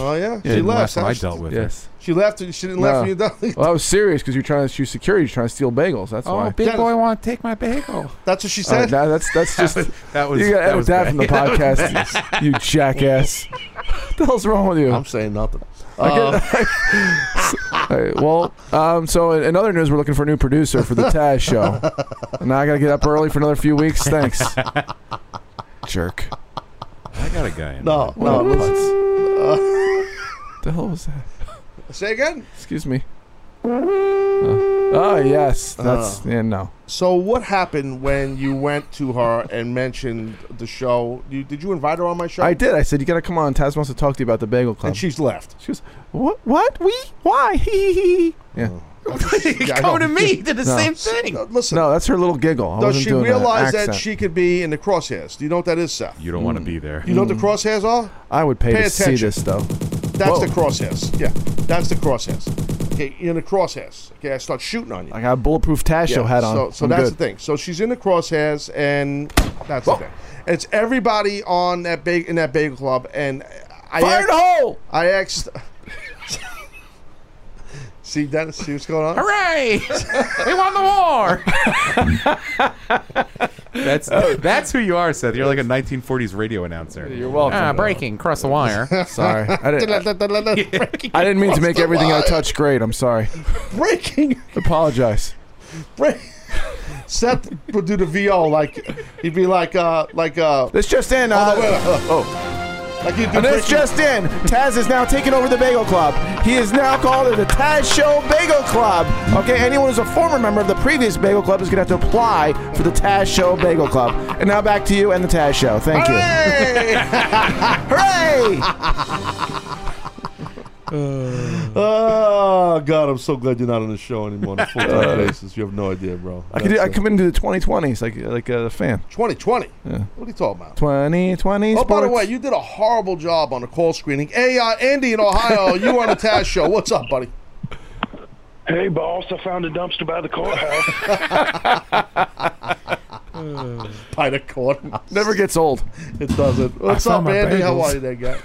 Oh yeah,
Yeah,
she
the
laughs.
last one
huh?
I dealt with her. Yes.
She laughed. She didn't laugh when you dealt. Oh,
well, I was serious because you're trying to shoot security. You're trying to steal bagels. That's why.
Dennis.
want to take my bagel.
Oh, That's what she
All right,
said.
now Oh, that's that's just
was- that was-
you got
that
edit
was
that from the
bad.
podcast. you jackass. what the hell's wrong with you? I'm
saying nothing.
well, um, so in, in other news, we're looking for a new producer for the Taz show. And now I got to get up early for another few weeks. Thanks, jerk.
I got a guy. In
No,
mind.
no. uh,
What?
listen.
The hell was that?
Uh, say again.
Excuse me. Oh yes, that's
Oh.
yeah no.
So what happened when you went to her and mentioned the show? You, did you invite her on my show?
I did. I said you got to come on. Taz wants to talk to you about the Bagel Club.
And she's left.
She goes, what? What? We? Why? Hee hee hee. Yeah.
Come to me. Did
the No. same
thing. Uh, listen.
No, that's her little giggle. I
Does
wasn't
she
doing
realize that,
accent.
she could be in the crosshairs? Do you know what that is, Seth?
You don't want to be there.
You know what
Mm.
the crosshairs are?
I would pay,
Pay
to see
attention.
this stuff.
That's the crosshairs. Yeah, that's the crosshairs. Okay, you're in the crosshairs. Okay, I start shooting on you.
I got a bulletproof Tasho
Yeah,
hat on.
So, so
I'm
that's
good.
the thing. So she's in the crosshairs, and that's the thing. It's everybody on that big in that bagel club, and I
Fire
asked,
the hole!
I asked. see Dennis, see what's going on?
Hooray! we won the war. That's
Oh.
that's who you are, Seth. You're like a 1940s radio announcer. You're
welcome.
Ah, breaking, cross the wire.
Sorry, I didn't. I didn't mean to make everything I touch great. I'm sorry.
breaking.
Apologize.
Break. Seth would do the VO like he'd be like uh like uh.
This just in.
Oh,
Uh,
no, wait, uh, like he'd do
and this
breaking-
just in. Taz is now taking over the Bagel Club. He is now called the Taz Show Bagel Club. Okay, anyone who's a former member of the previous Bagel Club is gonna have to apply for the Taz Show Bagel Club. And now back to you and the Taz Show. Thank you.
Oh God, I'm so glad you're not on the show anymore on a full time basis. You have no idea, bro.
I, could, I come into the 2020s like like a fan.
2020.
Yeah.
What are you talking about?
2020.
Oh, by the way, you did a horrible job on the call screening. Hey, uh, Andy in Ohio, you on the Taz show? What's up, buddy?
Hey, boss, I found a dumpster by the courthouse.
By the corner.
never gets old.
It doesn't. What's
I
up,
found my
Andy? How
bagels.
are you, there, guy?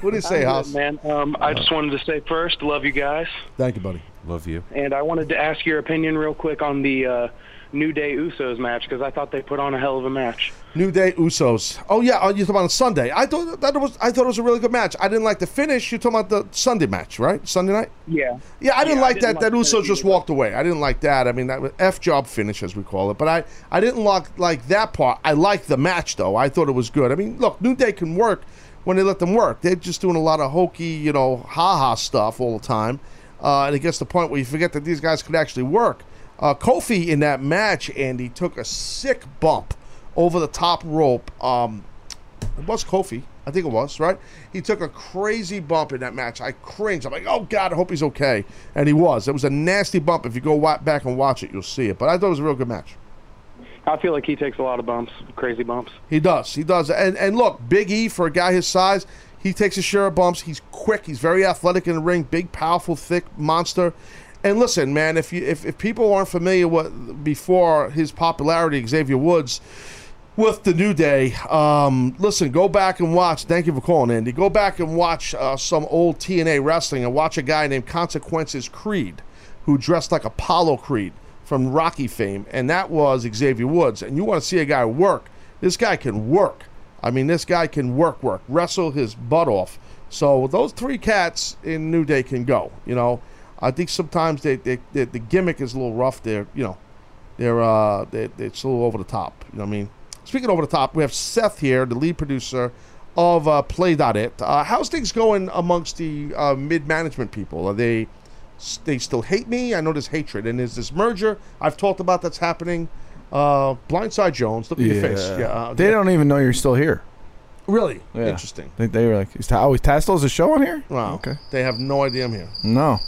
What do you say,
Hi,
House?
man. Um, I just wanted to say first, love you guys,
Thank you, buddy.
Love you.
and I wanted to ask your opinion real quick on the uh, New Day Usos match because I thought they put on a hell of a match.
New Day Usos. Oh yeah, oh, you're talking about Sunday. I thought that was I thought it was a really good match. I didn't like the finish. You're talking about the Sunday match, right? Sunday night.
Yeah.
Yeah, I didn't
Yeah, I
like
didn't
that.
like
that
that
Usos just walked away. I didn't like that. I mean, that was f job finish as we call it. But I, I didn't like like that part. I liked the match though. I thought it was good. I mean, look, New Day can work when they let them work. They're just doing a lot of hokey, you know, ha ha stuff all the time, uh, and it gets to the point where you forget that these guys could actually work. Uh, Kofi in that match, Andy took a sick bump over the top rope. Um, it was Kofi. I think it was, right? He took a crazy bump in that match. I cringed. I'm like, oh, God, I hope he's okay. And he was. It was a nasty bump. If you go wa- back and watch it, you'll see it. But I thought it was a real good match.
I feel like he takes a lot of bumps, crazy bumps.
He does. He does. And and look, Big E for a guy his size, he takes his share of bumps. He's quick. He's very athletic in the ring. Big, powerful, thick monster. And listen, man, if you if, if people aren't familiar with before his popularity, Xavier Woods with the New Day, um, listen, go back and watch. Thank you for calling, Andy. Go back and watch uh, some old TNA wrestling and watch a guy named Consequences Creed, who dressed like Apollo Creed from Rocky fame, and that was Xavier Woods. And you want to see a guy work. This guy can work. I mean, this guy can work, work, wrestle his butt off. So those three cats in New Day can go. You know, I think sometimes they, they, they the gimmick is a little rough. They're you know, they're uh, they, they- it's a little over the top. You know what I mean? Speaking of over the top, we have Seth here, the lead producer of uh, Play.it. Uh, how's things going amongst the uh, mid management people? Are they they still hate me? I know there's hatred, and there's this merger I've talked about that's happening. Uh, Blindside Jones, look at your face. Yeah, uh,
they don't even know you're still here.
Really
Yeah.
interesting.
They, they were like, "Is Ta- oh, is Tastel's a show on here?
Wow. Okay. They have no idea I'm here.
No.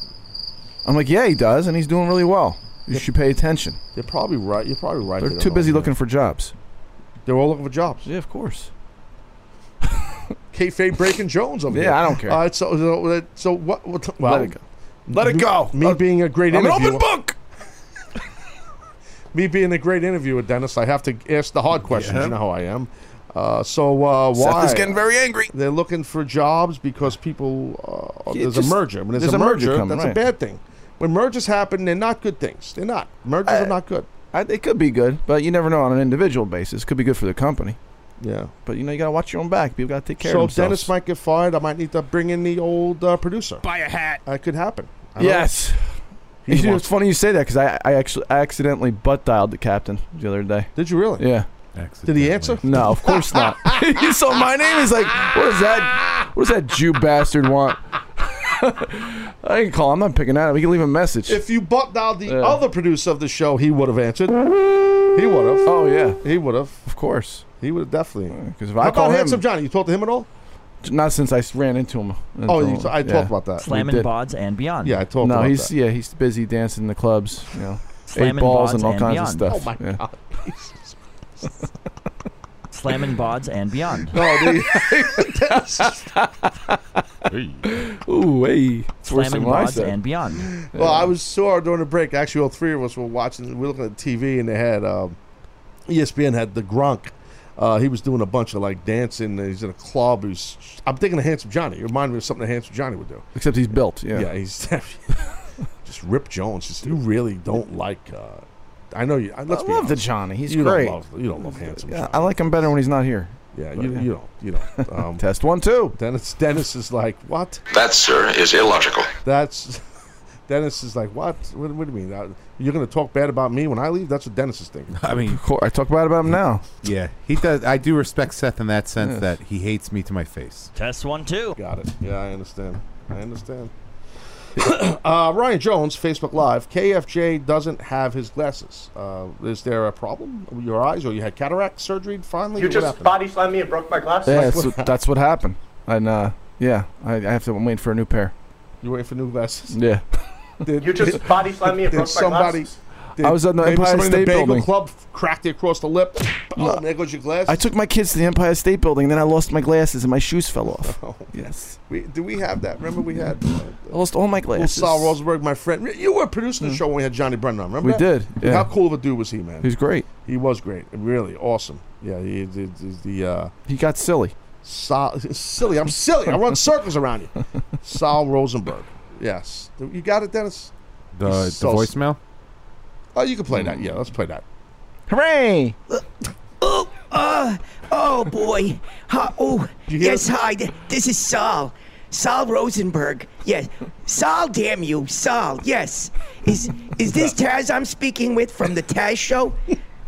I'm like, yeah, he does, and he's doing really well. You should pay attention.
You're probably right. You're probably right.
They're
don't
too
know
busy
I'm
looking for jobs.
here. They're all looking for jobs.
Yeah, of course.
Kayfabe breaking Jones. Over
Yeah,
here.
I don't care.
Uh, so, so, so what? what well,
Let it go. Let it
me-
go. Uh,
Me being a great
I'm an
interviewer.
open book.
me being a great interviewer, Dennis, I have to ask the hard questions. You know how I am. Uh, so uh,
Seth
why?
is getting very angry.
They're looking for jobs because people. Uh,
Yeah,
there's
just-
a merger. When there's, a merger,
coming,
that's
right.
a bad thing. When mergers happen, they're not good things. They're not. Mergers are not good.
I, it could be good, but you never know on an individual basis. Could be good for the company.
Yeah.
But you know, you gotta watch your own back. People gotta take care of
So
themselves.
Dennis might get fired. I might need to bring in the old uh, producer. Buy
a hat.
That could happen. I don't know.
yes.
He's
You know,
one-
it's funny you say that because I, I actually I accidentally butt dialed the captain the other day.
Did you really?
Yeah.
Did he answer?
No, of course not. so my name is like, what is that? What does that Jew bastard want? I can call. I'm not picking that. up. We can leave a message.
If you butt dialed the
Yeah.
other producer of the show, he would have answered. He would have.
Oh yeah,
he would have.
Of course,
he would have definitely.
Because if
How
I
about
call him,
handsome Johnny? You talked to him at all?
not since I s- ran into him.
Oh, you t- I talked about that. Slamming
bods and beyond.
Yeah, I talked
no,
about
he's
that.
yeah, he's busy dancing in the clubs. You know, eight
Slamming
balls
bods
and all
and
kinds of
beyond.
stuff.
Oh, my
yeah.
God. Slamming bods and beyond.
No, the- Ooh, hey, it's worse
Slamming
than what I
bods
said.
and beyond.
Well, I was sore during the break. Actually, all three of us were watching. We were looking at TV, and they had um, ESPN had the Gronk. Uh, he was doing a bunch of like dancing. and He's in a club. He's I'm thinking of Handsome Johnny. It reminded me of something that Handsome Johnny would do.
Except he's built. Yeah.
Yeah, he's just Rip Jones. Just, you really don't like. Uh, I know you. I- Let's
I
be
love the
honest.
Johnny. He's
you
great.
Don't love, you don't love Handsome.
Yeah, I like him better when he's not here.
Yeah, you, you don't. You don't. Um,
Test one two.
Dennis Dennis is like, what?
That, sir, is illogical.
That's Dennis is like, what? What, what do you mean? Uh, You're going to talk bad about me when I leave? That's what Dennis is thinking.
I mean,
I talk bad about him now.
Yeah, he does. I do respect Seth in that sense
Yes.
that he hates me to my face.
Test one, two.
Got it. Yeah, I understand. I understand. uh, Ryan Jones, Facebook Live. KFJ doesn't have his glasses. Uh, is there a problem with your eyes, or you had cataract surgery finally?
You
What
just
happened?
body slammed me and broke my glass.
Yeah, that's, what, that's what happened. And uh, yeah, I, I have to. I'm waiting for a new pair.
You waiting for new glasses?
Yeah.
You just body slammed me and
Did
broke my
somebody-
glasses.
Did
I was on the
maybe
Empire
somebody in
State
the bagel
Building.
club cracked it across the lip. Boom, there goes your glasses.
I took my kids to the Empire State Building, then I lost my glasses and my shoes fell off. Yes.
We, do we have that? Remember we had
I lost all my
Well,
glasses. Hmm.
Sal Rosenberg, my friend. You were producing the show when we had Johnny Brennan on. Remember
We
that?
did,
Dude,
yeah.
How cool of a dude was he, man?
He's great.
He was great. Really awesome. Yeah. He did the. Uh,
he got silly.
Sal, silly. I'm silly. I run circles around you. Sal Rosenberg. Yes. You got it, Dennis.
The,
He's
the
so-
voicemail.
Oh, you can play that. Yeah, let's play that.
Hooray!
Uh, oh boy. Hi, oh,
you hear
yes,
it?
hi. th- This is Saul. Saul Rosenberg. Yes. Saul, damn you. Saul, yes. Is is this Taz I'm speaking with from the Taz show?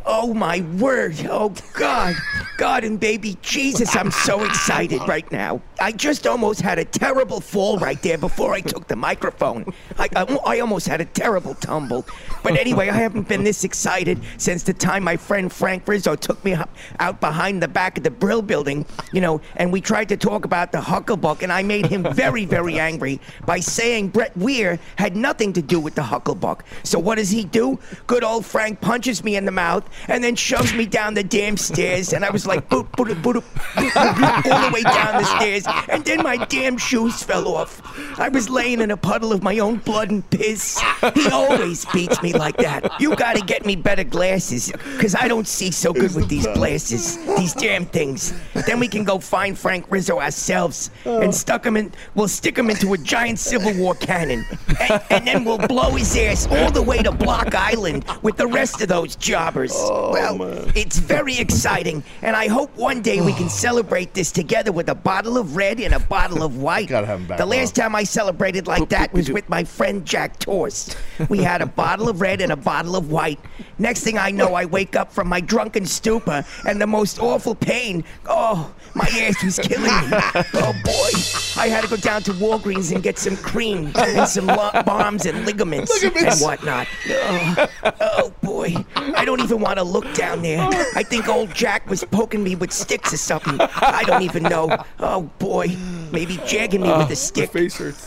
Oh my word. Oh God. God and baby Jesus, I'm so excited right now. I just almost had a terrible fall right there before I took the microphone. I, I, I almost had a terrible tumble. But anyway, I haven't been this excited since the time my friend Frank Rizzo took me h- out behind the back of the Brill building, you know, and we tried to talk about the Hucklebuck, and I made him very, very angry by saying Brett Weir had nothing to do with the Hucklebuck. So what does he do? Good old Frank punches me in the mouth and then shoves me down the damn stairs, and I was like, boop, boop, boop, boop, boop, boop, all the way down the stairs, and then my damn shoes fell off. I was laying in a puddle of my own blood and piss. He always beats me like that. You gotta get me better glasses, because I don't see so good with these glasses, these damn things. Then we can go find Frank Rizzo ourselves and stuck him in, we'll stick him into a giant Civil War cannon, and, and then we'll blow his ass all the way to Block Island with the rest of those jobbers. well, it's very exciting, and I hope one day we can celebrate this together with a bottle of red and a bottle of white.
back
the
on.
last time I celebrated like that was with my friend Jack Torst. We had a bottle of red and a bottle of white. Next thing I know, I wake up from my drunken stupor and the most awful pain. Oh, my ass was killing me. Oh boy, I had to go down to Walgreens and get some cream and some lo- bombs and ligaments and
Ligaments.
whatnot. Oh, oh, boy, I don't even want to look down there. I think old Jack was poking me with sticks or something. I don't even know. Oh boy, maybe jagging me with a stick.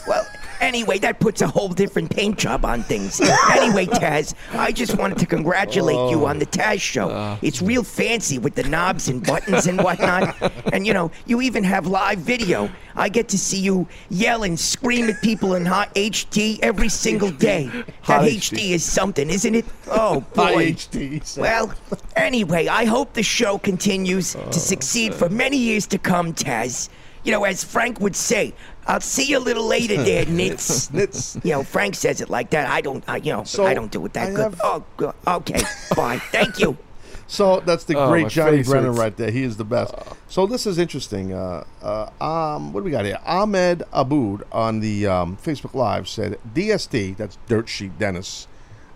Well. Anyway, that puts a whole different paint job on things. anyway, Taz, I just wanted to congratulate you on the Taz show. it's real fancy with the knobs and buttons and whatnot. and you know, you even have live video. I get to see you yell and scream at people in hot HD every single day. That
Hot
HD. is something, isn't it? Oh
Hot
boy.
HD, so-
Well, anyway, I hope the show continues to succeed for many years to come, Taz. You know, as Frank would say, I'll see you a little later there, Nitz.
Nitz.
You know, Frank says it like that. I don't, I, you know, I don't do it that good. Oh, good. Okay, fine. Thank you.
So that's the
Oh,
great
my
Johnny
face
Brennan
hurts.
right there. He is the best.
Oh.
so this is interesting. Uh, uh, um, what do we got here? Ahmed Aboud on the um, Facebook Live said DSD, that's Dirt Sheet Dennis,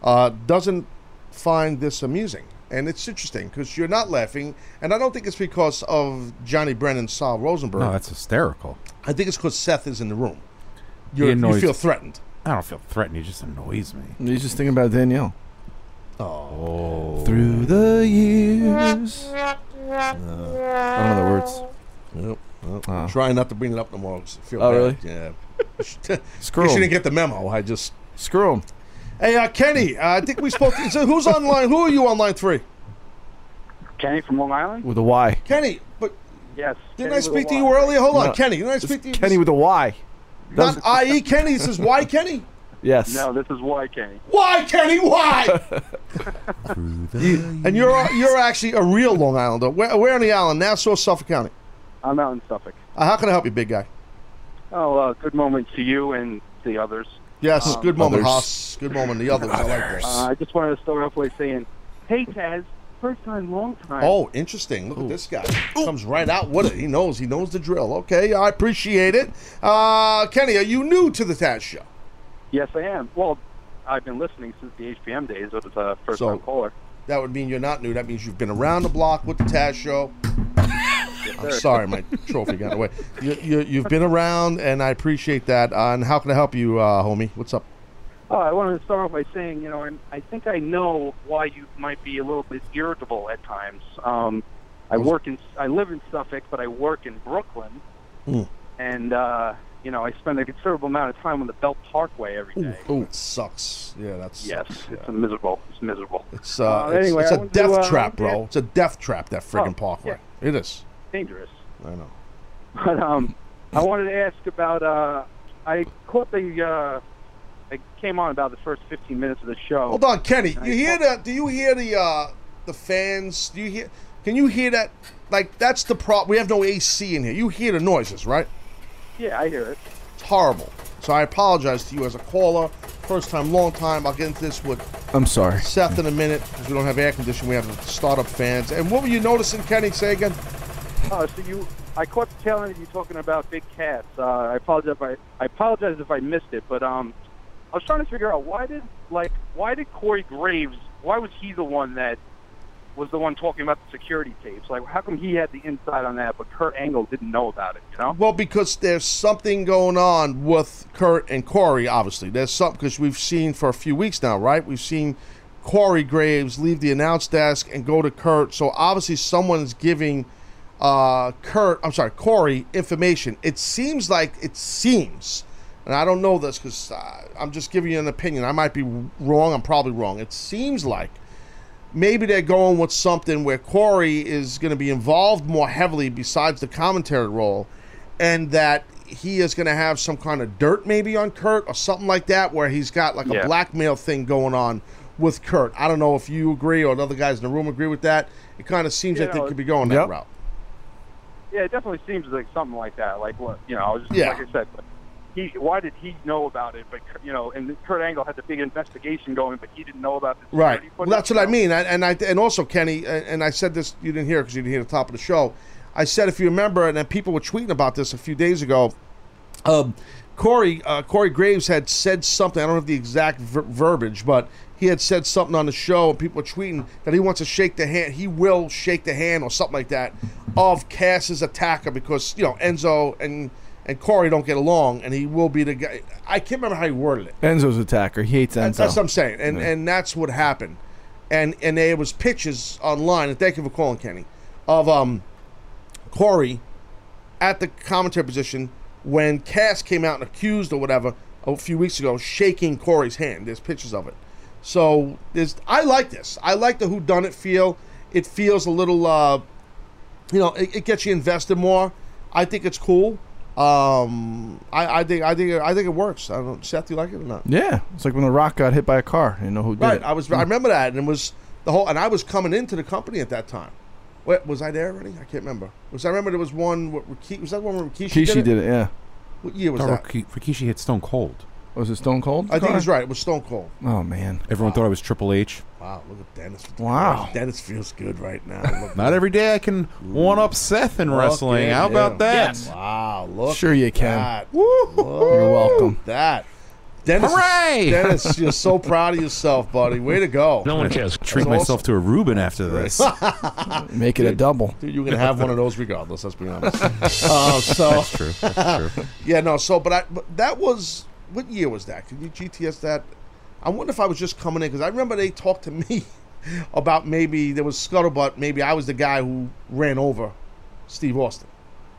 uh, doesn't find this amusing. And it's interesting because you're not laughing. And I don't think it's because of Johnny Brennan, Saul Rosenberg.
No, that's hysterical.
I think it's because Seth is in the room.
He
You're, you
annoys-
feel threatened.
I don't feel threatened. He just annoys me.
He's just thinking about Danielle.
Oh.
Through the years.
I
don't know the words.
Nope. Trying not to bring it up no more. 'cause I Feel
Uh-huh. Oh,
bad.
really?
Yeah.
Screw
You
'em.
didn't get the memo. I just
screw him.
Hey, uh, Kenny. Uh, I think we spoke. To, so who's on line? Who are you on line three?
Kenny from Long Island?
With a Y.
Kenny. But
yes.
didn't
Kenny
I
with a
speak to
Y.
you earlier? Hold on,
No,
Kenny. Didn't I
it's
speak to you?
Kenny with a Y.
Not I.E. Kenny. This is why Kenny.
Yes.
No, this is why Kenny.
Why Kenny? Why? You- and you're you're actually a real Long Islander. Where, where on the island? Nassau, Suffolk County.
I'm out in Suffolk.
Uh, how can I help you, big guy?
Oh, uh, good moment to you and the others.
Yes,
Um,
good moment,
others.
Haas. Good moment. The others. I like that.
Uh, I just wanted to start off by saying, hey, Taz, first time, long time.
Oh, interesting. Look at this guy. Comes right out with it. He knows. He knows the drill. Okay, I appreciate it. Uh, Kenny, are you new to the Taz show?
Yes, I am. Well, I've been listening since the HPM days. I was
uh,
a first
So-
time caller.
That would mean you're not new. That means you've been around the block with the Taz show.
sir.
I'm sorry, my trophy got away. You, you, you've been around, and I appreciate that. Uh, and how can I help you, uh, homie? What's up?
Oh, I wanted to start off by saying, you know, I'm, I think I know why you might be a little bit irritable at times. Um, I work in, I live in Suffolk, but I work in Brooklyn,
Mm.
and uh, you know, I spend a considerable amount of time on the Belt Parkway every day.
Oh, it sucks. Yeah, that's
Yes, it's a miserable. It's miserable.
It's, uh,
Uh,
it's,
anyway,
it's
I
a
went
death
to, uh,
trap,
yeah.
bro. It's a death trap. That friggin'
Oh,
parkway. It is.
Dangerous.
I know.
But um, I wanted to ask about. Uh, I caught the. Uh, I came on about the first 15 minutes of the show.
Hold on, Kenny.
And I
You hear that? Do you hear the uh, the fans? Do you hear? Can you hear that? Like that's the prop. We have no AC in here. You hear the noises, right?
Yeah, I hear it.
It's horrible. So I apologize to you as a caller. First time, long time. I'll get into this with
I'm sorry.
Seth in a minute because we don't have air conditioning. We have startup fans. And what were you noticing, Kenny? Say again.
Oh, so you, I caught the tail end of you talking about big cats. Uh, I apologize. If I, I apologize if I missed it, but um, I was trying to figure out why did like why did Corey Graves? Why was he the one that was the one talking about the security tapes. Like, how come he had the inside on that, but Kurt Angle didn't know about it? You know?
Well, because there's something going on with Kurt and Corey, obviously. There's something because we've seen for a few weeks now, right? We've seen Corey Graves leave the announce desk and go to Kurt. So obviously, someone's giving uh, Kurt, I'm sorry, Corey information. It seems like it seems, and I don't know this because I'm just giving you an opinion. I might be wrong. I'm probably wrong. It seems like maybe they're going with something where Corey is going to be involved more heavily besides the commentary role, and that he is going to have some kind of dirt maybe on Kurt or something like that, where he's got like
Yeah.
a blackmail thing going on with Kurt. I don't know if you agree or the other guys in the room agree with that. It kind of seems
You
like
know,
they could be going that
oh, Yep.
route.
Yeah, it definitely seems like something like that. Like what you know, I was just,
Yeah.
like I said, but he why did he know about it? But you know, and Kurt Angle had the big investigation going, but he didn't know about this.
Right. Well, that's what I mean. I, and I and also Kenny and and I said this you didn't hear because you didn't hear the top of the show. I said if you remember, and then people were tweeting about this a few days ago. Um, Corey uh, Corey Graves had said something. I don't have the exact ver- verbiage, but he had said something on the show, and people were tweeting that he wants to shake the hand. He will shake the hand or something like that of Cass's attacker because you know Enzo and and Corey don't get along, and he will be the guy. I can't remember how he worded it.
Enzo's attacker. He hates Enzo.
That- That's what I'm saying, and and that's what happened, and and there was pictures online. And thank you for calling, Kenny, of um, Corey, at the commentary position when Cass came out and accused or whatever a few weeks ago, shaking Corey's hand. There's pictures of it. So there's. I like this. I like the who done it feel. It feels a little uh, you know, it, it gets you invested more. I think it's cool. Um, I, I think I think I think it works. I don't know, Seth, do you like it or not?
Yeah, it's like when The Rock got hit by a car. You know who did
Right.
it.
I was. I remember that, and it was the whole. And I was coming into the company at that time. Wait, was I there already? I can't remember. Was I remember there was one? What, Rikishi, was that one where Rikishi,
Kishi did it. Yeah.
What year was Oh,
Thought
that?
Riki- Rikishi hit Stone Cold.
Was it Stone Cold?
I think he's right. It was Stone Cold.
Oh man.
Everyone thought I was Triple H.
Wow, look at Dennis.
Wow.
Dennis feels good right now. Look-
Not every day I can one up Seth in wrestling.
Look
How
at
about
him.
that?
Wow, look.
Sure you
at
can.
That.
You're welcome.
That. Dennis,
Hooray!
Dennis, you're so proud of yourself, buddy. Way to go.
I'm gonna Treat
That's
myself to a Reuben after this.
Make it a double.
Dude, you're gonna have one of those regardless. Let's be honest. Uh, so
That's true. That's true.
yeah, no. So, but I but that was what year was that? Could you GTS that? I wonder if I was just coming in because I remember they talked to me about maybe there was scuttlebutt. Maybe I was the guy who ran over Steve Austin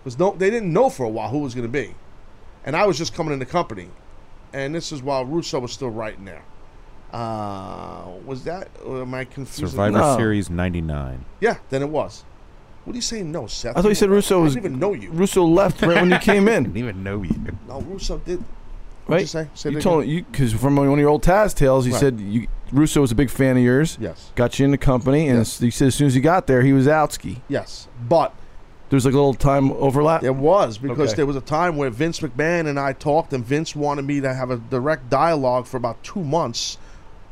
because no, they didn't know for a while who it was going to be, and I was just coming in the company, and this is while Russo was still writing there. Uh, was that? Or am I confusing?
Survivor Series '99.
Yeah, then it was. What are you saying? No, Seth.
I thought you said Russo was.
I didn't even know you.
Russo left right when you came in. didn't
even know you.
No, Russo did.
Right?
you say? Say it
you
again.
told you because from one of your old Taz tales, you
Right.
said you, Russo was a big fan of yours.
Yes.
Got you in the company, and as- you said as soon as you got there, he was outski.
Yes, but
There's like a little time overlap.
There was because
Okay.
there was a time where Vince McMahon and I talked, and Vince wanted me to have a direct dialogue for about two months.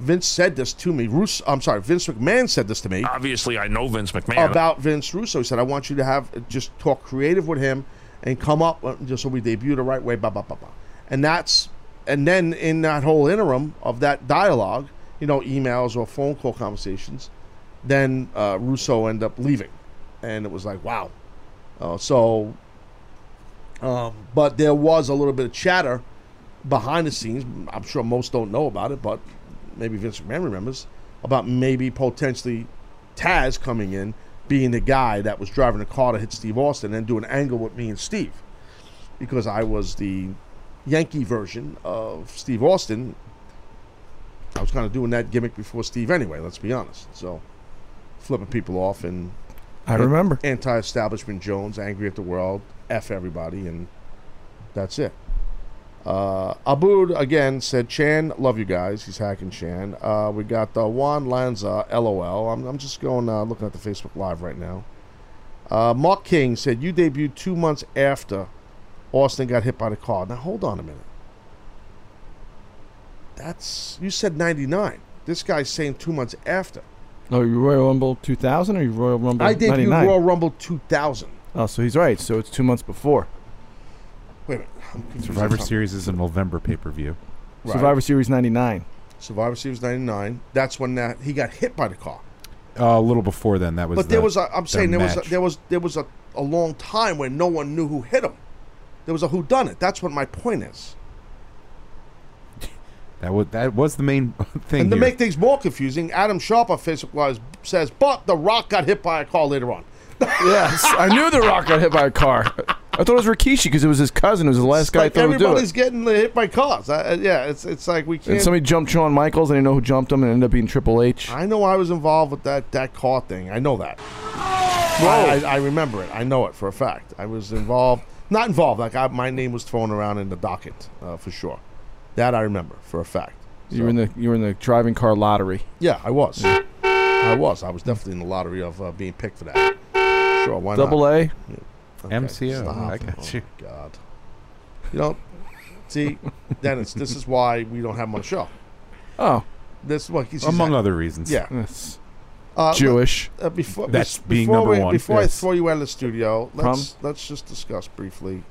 Vince said this to me. Russo, I'm sorry, Vince McMahon said this to me
Obviously, I know Vince McMahon.
about Vince Russo. He said, "I want you to have just talk creative with him and come up uh, just so we debut the right way." Blah blah blah blah. And that's and then in that whole interim of that dialogue, you know, emails or phone call conversations, then uh, Russo ended up leaving, and it was like, wow. Uh, so, um, but there was a little bit of chatter behind the scenes. I'm sure most don't know about it, but maybe Vince McMahon remembers about maybe potentially Taz coming in, being the guy that was driving the car to hit Steve Austin, and do an angle with me and Steve, because I was the Yankee version of Steve Austin. I was kind of doing that gimmick before Steve anyway. Let's be honest. So, flipping people off and
I remember.
anti-establishment Jones, angry at the world, f everybody, and that's it. Uh, Abud again said, "Chan, love you guys." He's hacking Chan. Uh, we got uh, Juan Lanza, LOL. I'm, I'm just going uh, looking at the Facebook Live right now. Uh, Mark King said, "You debuted two months after Austin got hit by the car." Now hold on a minute. That's you said '99. This guy's saying two months after.
No, oh, you Royal Rumble 2000 or you Royal Rumble
I debuted
99?
Royal Rumble 2000.
oh, so he's right. So it's two months before.
Wait a minute. I'm confused.
Survivor
I'm-
Series is a November pay per view.
Right.
Survivor Series 99.
Survivor Series '99. That's when that he got hit by the car.
Uh, a little before then, that was.
but
the-
there was a, I'm
their
saying there was a,
match.
there was there was a, a long time when no one knew who hit him. There was a who done it. That's what my point is.
that was that was the main thing.
And to
here.
make things more confusing, Adam Sharp of Facebook Live says, "But The Rock got hit by a car later on."
yes, I knew The Rock got hit by a car. I thought it was Rikishi because it was his cousin who was the last guy I
like
thought would do
everybody's
it.
getting hit by cars. I, I- yeah, it's it's like we can't.
And somebody jumped Shawn Michaels. I didn't know who jumped him, and it ended up being Triple H.
I know I was involved with that that car thing. I know that. I, I, I remember it. I know it for a fact. I was involved, not involved. Like I, my name was thrown around in the docket uh, for sure. That I remember for a fact.
You were in the you were in the driving car lottery.
Yeah, I was. I was. I was definitely in the lottery of uh, being picked for that. Sure, why not?
Double A,
Okay, stop.
got you.
God. You know, see, Dennis, this is why we don't have him on the show.
Oh.
This well, he's, he's
Among
a-
other reasons.
Yeah.
Yes.
Uh,
Jewish.
let- uh, before,
That's
bef-
being
before
number
we-
one.
Before
Yes.
I throw you out of the studio, let's let's just discuss briefly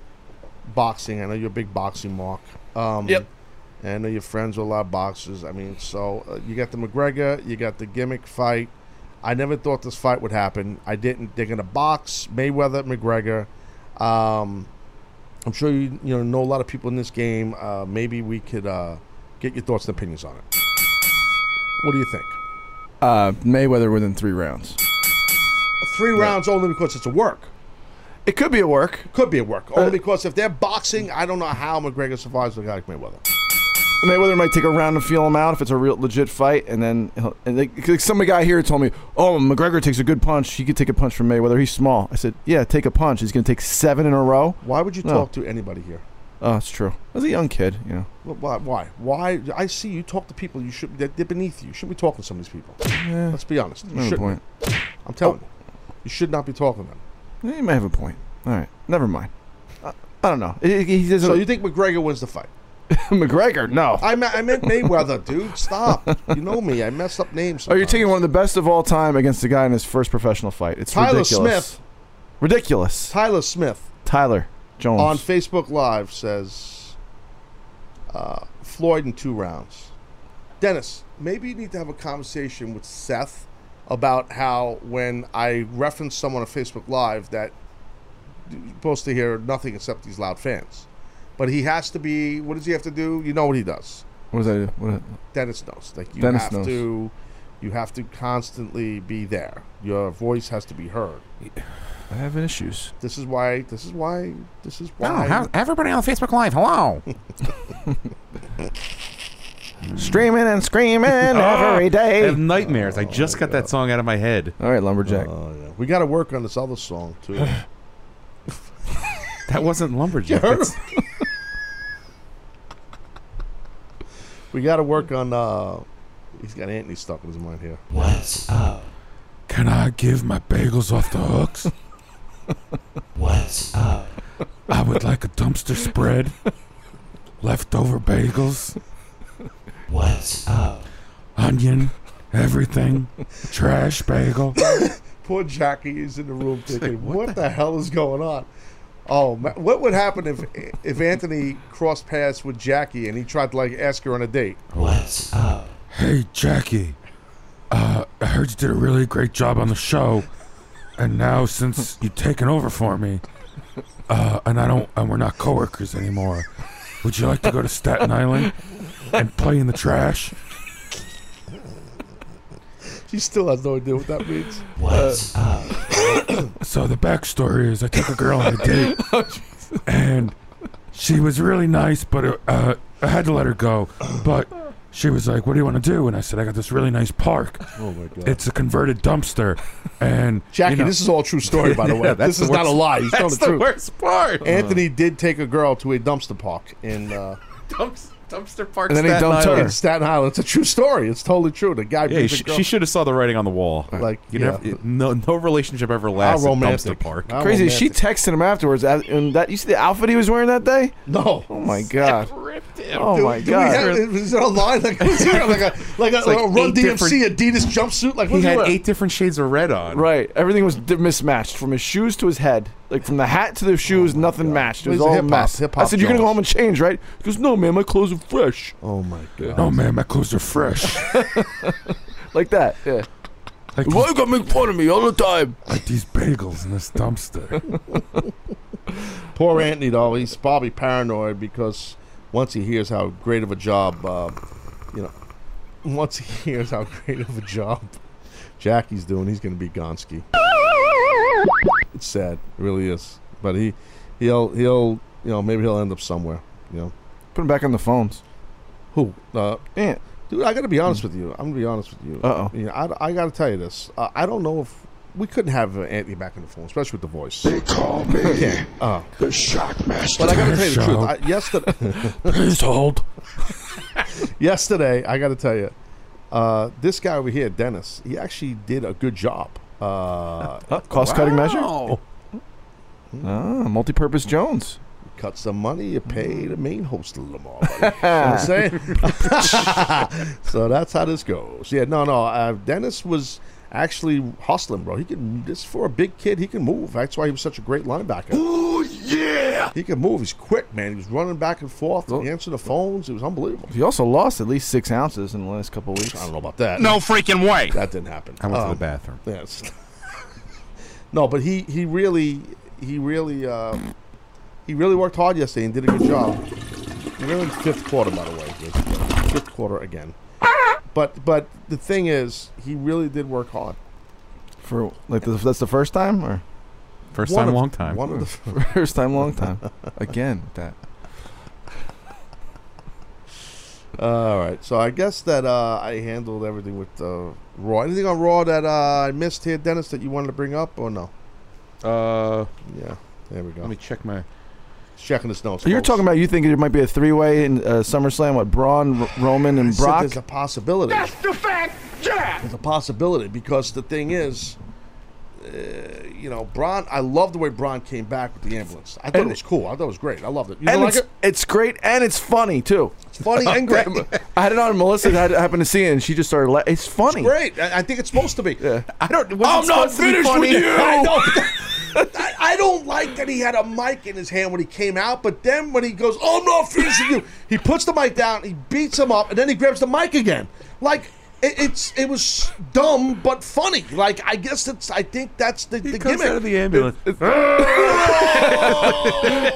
boxing. I know you're a big boxing mark. Um, yep. I know your friends with a lot of boxers. I mean, so uh, you got the McGregor, you got the gimmick fight. I never thought this fight would happen. I didn't. They're gonna box Mayweather, McGregor. Um, I'm sure you you know, know a lot of people in this game. Uh, maybe we could uh, get your thoughts and opinions on it. What do you think?
Uh, Mayweather within three rounds.
Three rounds only because it's a work.
It could be a work. Uh,
Could be a work. Only because if they're boxing, I don't know how McGregor survives with a guy like Mayweather.
Mayweather might take a round and feel him out if it's a real legit fight, and then he'll, and like, like some guy here told me, "Oh, McGregor takes a good punch. He could take a punch from Mayweather. He's small." I said, "Yeah, take a punch. He's going to take seven in a row."
Why would you talk to anybody here?
Oh, that's true. I was a young kid, you know.
Wh- Why? Why? Why? I see you talk to people you should. They're, they're beneath you. You shouldn't be talking to some of these people. Let's be honest. You
I have a
shouldn't.
point. Oh.
I'm telling you, you should not be talking to them.
Yeah, You may have a point. All right, never mind. I, I don't know. He- Uh, he- he doesn't-
So you think McGregor wins the fight?
McGregor? No.
I, me- I meant Mayweather, dude. Stop. You know me. I mess up names.
Oh, you're taking one of the best of all time against the guy in his first professional fight. It's
Tyler
ridiculous.
Smith.
Ridiculous.
Tyler Smith
Tyler Jones.
on Facebook Live says uh, Floyd in two rounds. Dennis, maybe you need to have a conversation with Seth about how when I reference someone on Facebook Live that you're supposed to hear nothing except these loud fans. But he has to be. What does he have to do? You know what he does.
what was I? What,
Dennis knows. Like you
Dennis
have
knows.
to, you have to constantly be there. Your voice has to be heard.
I have issues.
This is why. This is why. This is
No,
why.
how- everybody on Facebook Live, hello.
Streaming and screaming
Ah,
every
I
day.
have nightmares. I just got that song out of my head.
All right, lumberjack.
Oh, We got to work on this other song too.
That wasn't lumberjack.
You heard
That's-
we got to work on. uh He's got Anthony stuck in his mind here.
What's up? Can I give my bagels off the hooks? What's up? I would like a dumpster spread, leftover bagels. What's
Oh.
up? Onion, everything, trash bagel.
Poor Jackie is in the room thinking, "What, the, hell is going on?" Oh, ma- what would happen if if Anthony crossed paths with Jackie and he tried to like ask her on a date?
What's up? Hey, Jackie. Uh, I heard you did a really great job on the show, and now since you've taken over for me, uh, and I don't, and we're not coworkers anymore, would you like to go to Staten Island and play in the trash?
She still has no idea what that means. Uh,
What's up? so the backstory is I took a girl on a date,
Oh,
and she was really nice, but uh, I had to let her go. But she was like, "What do you want to do?" And I said, "I got this really nice park.
Oh my God.
It's a converted dumpster." And
Jackie, this is all true story, by the way. this is not a lie. He's telling the, truth.
part.
Anthony did take a girl to a dumpster park in. Uh,
Dumps, dumpster park.
And then he
Staten
dumped her
Island.
in Staten Island. It's a true story. It's totally true. The guy.
Yeah,
brings a
she,
girl-
she should have saw the writing on the wall.
Like,
you
yeah.
never, it- no, no relationship ever lasts. At dumpster
romantic.
park.
How
Crazy. She texted him afterwards, as- and that you see the outfit he was wearing that day.
No.
Oh my god. Oh
Do-
my
do we have-
god.
is it online? Like, what's here? like a like a,
It's like
a Run
eight
DMC Adidas jumpsuit? Like
He
what's
had
wearing?
eight different shades of red on.
Right. Everything was di- mismatched from his shoes to his head, like from the hat to the
Oh
shoes. nothing matched. It was
He's a
all
hip-hop-
mess.
hip-hop
I said, "You're gonna go
Jones.
home and change, right?" He goes, "No, man. My clothes are fresh."
Oh my god.
No man, my clothes are fresh.
Like that. Yeah. Why you gonna make fun of me all the time?
Like these bagels in this dumpster.
Poor Anthony, though, he's probably paranoid because once he hears how great of a job, uh, you know, once he hears how great of a job Jackie's doing, he's going to be Gonski. It's sad, it really is. But he, he'll, he'll, you know, maybe he'll end up somewhere. You know,
put him back on the phones.
Who? Uh, Dude, I got to be honest with you. I'm going to be honest with you.
Uh-oh.
You know, I, I got to tell you this. Uh, I don't know if we couldn't have uh, Anthony back on the phone, especially with the voice. They call me uh, the Shockmaster. But I got to tell you the truth. I, yesterday,
Please hold.
yesterday, I got to tell you, uh, this guy over here, Dennis, he actually did a good job. Uh,
cost-cutting measure? Ah, multi-purpose Jones. Hmm.
Cut some money, you pay the main host a little more. Buddy. You know what I'm saying? so that's how this goes. Yeah, no, no. Uh, Dennis was actually hustling, bro. He can this for a big kid. He can move. That's why he was such a great linebacker. Oh yeah, he can move. He's quick, man. He was running back and forth. He answered the phones. It was unbelievable.
He also lost at least six ounces in the last couple of weeks. I
don't know about that.
No freaking way.
That didn't happen.
I went to
Um,
the bathroom.
Yes. no, but he he really he really uh, he really worked hard yesterday and did a good job. We're in fifth quarter, by the way. guys. Fifth quarter again. But but the thing is, he really did work hard.
For like the, that's the first time or
First
One
time,
of-
long time.
one of the-
first time, long time. Again, with that.
all right, so I guess that uh, I handled everything with uh, Raw. Anything on Raw that uh, I missed here, Dennis, that you wanted to bring up or no?
Uh,
yeah. There we go.
Let me check my.
Checking Oh, this notes.
So you're
folks.
talking about you think it might be a three-way in uh, SummerSlam with Braun, R- Roman, and
said
Brock.
there's a possibility. That's the fact. Yeah. There's a possibility because the thing is, uh, you know, Braun. I love the way Braun came back with the ambulance. I thought
And-
it was cool. I thought it was great. I loved it. You
and
didn't like
it's,
it?
it's great and it's funny too. It's
funny and great.
I had it on Melissa. I happened to see it, and she just started. La- it's funny.
Great. I, I think it's supposed to be.
I don't.
I'm not finished with you. I
I
don't, I, I don't like that he had a mic in his hand when he came out, but then when he goes, "I'm not finished with you," he puts the mic down, he beats him up, and then he grabs the mic again. Like it, it's it was dumb but funny. Like I guess it's I think that's the, the
comes
gimmick.
out of the ambulance.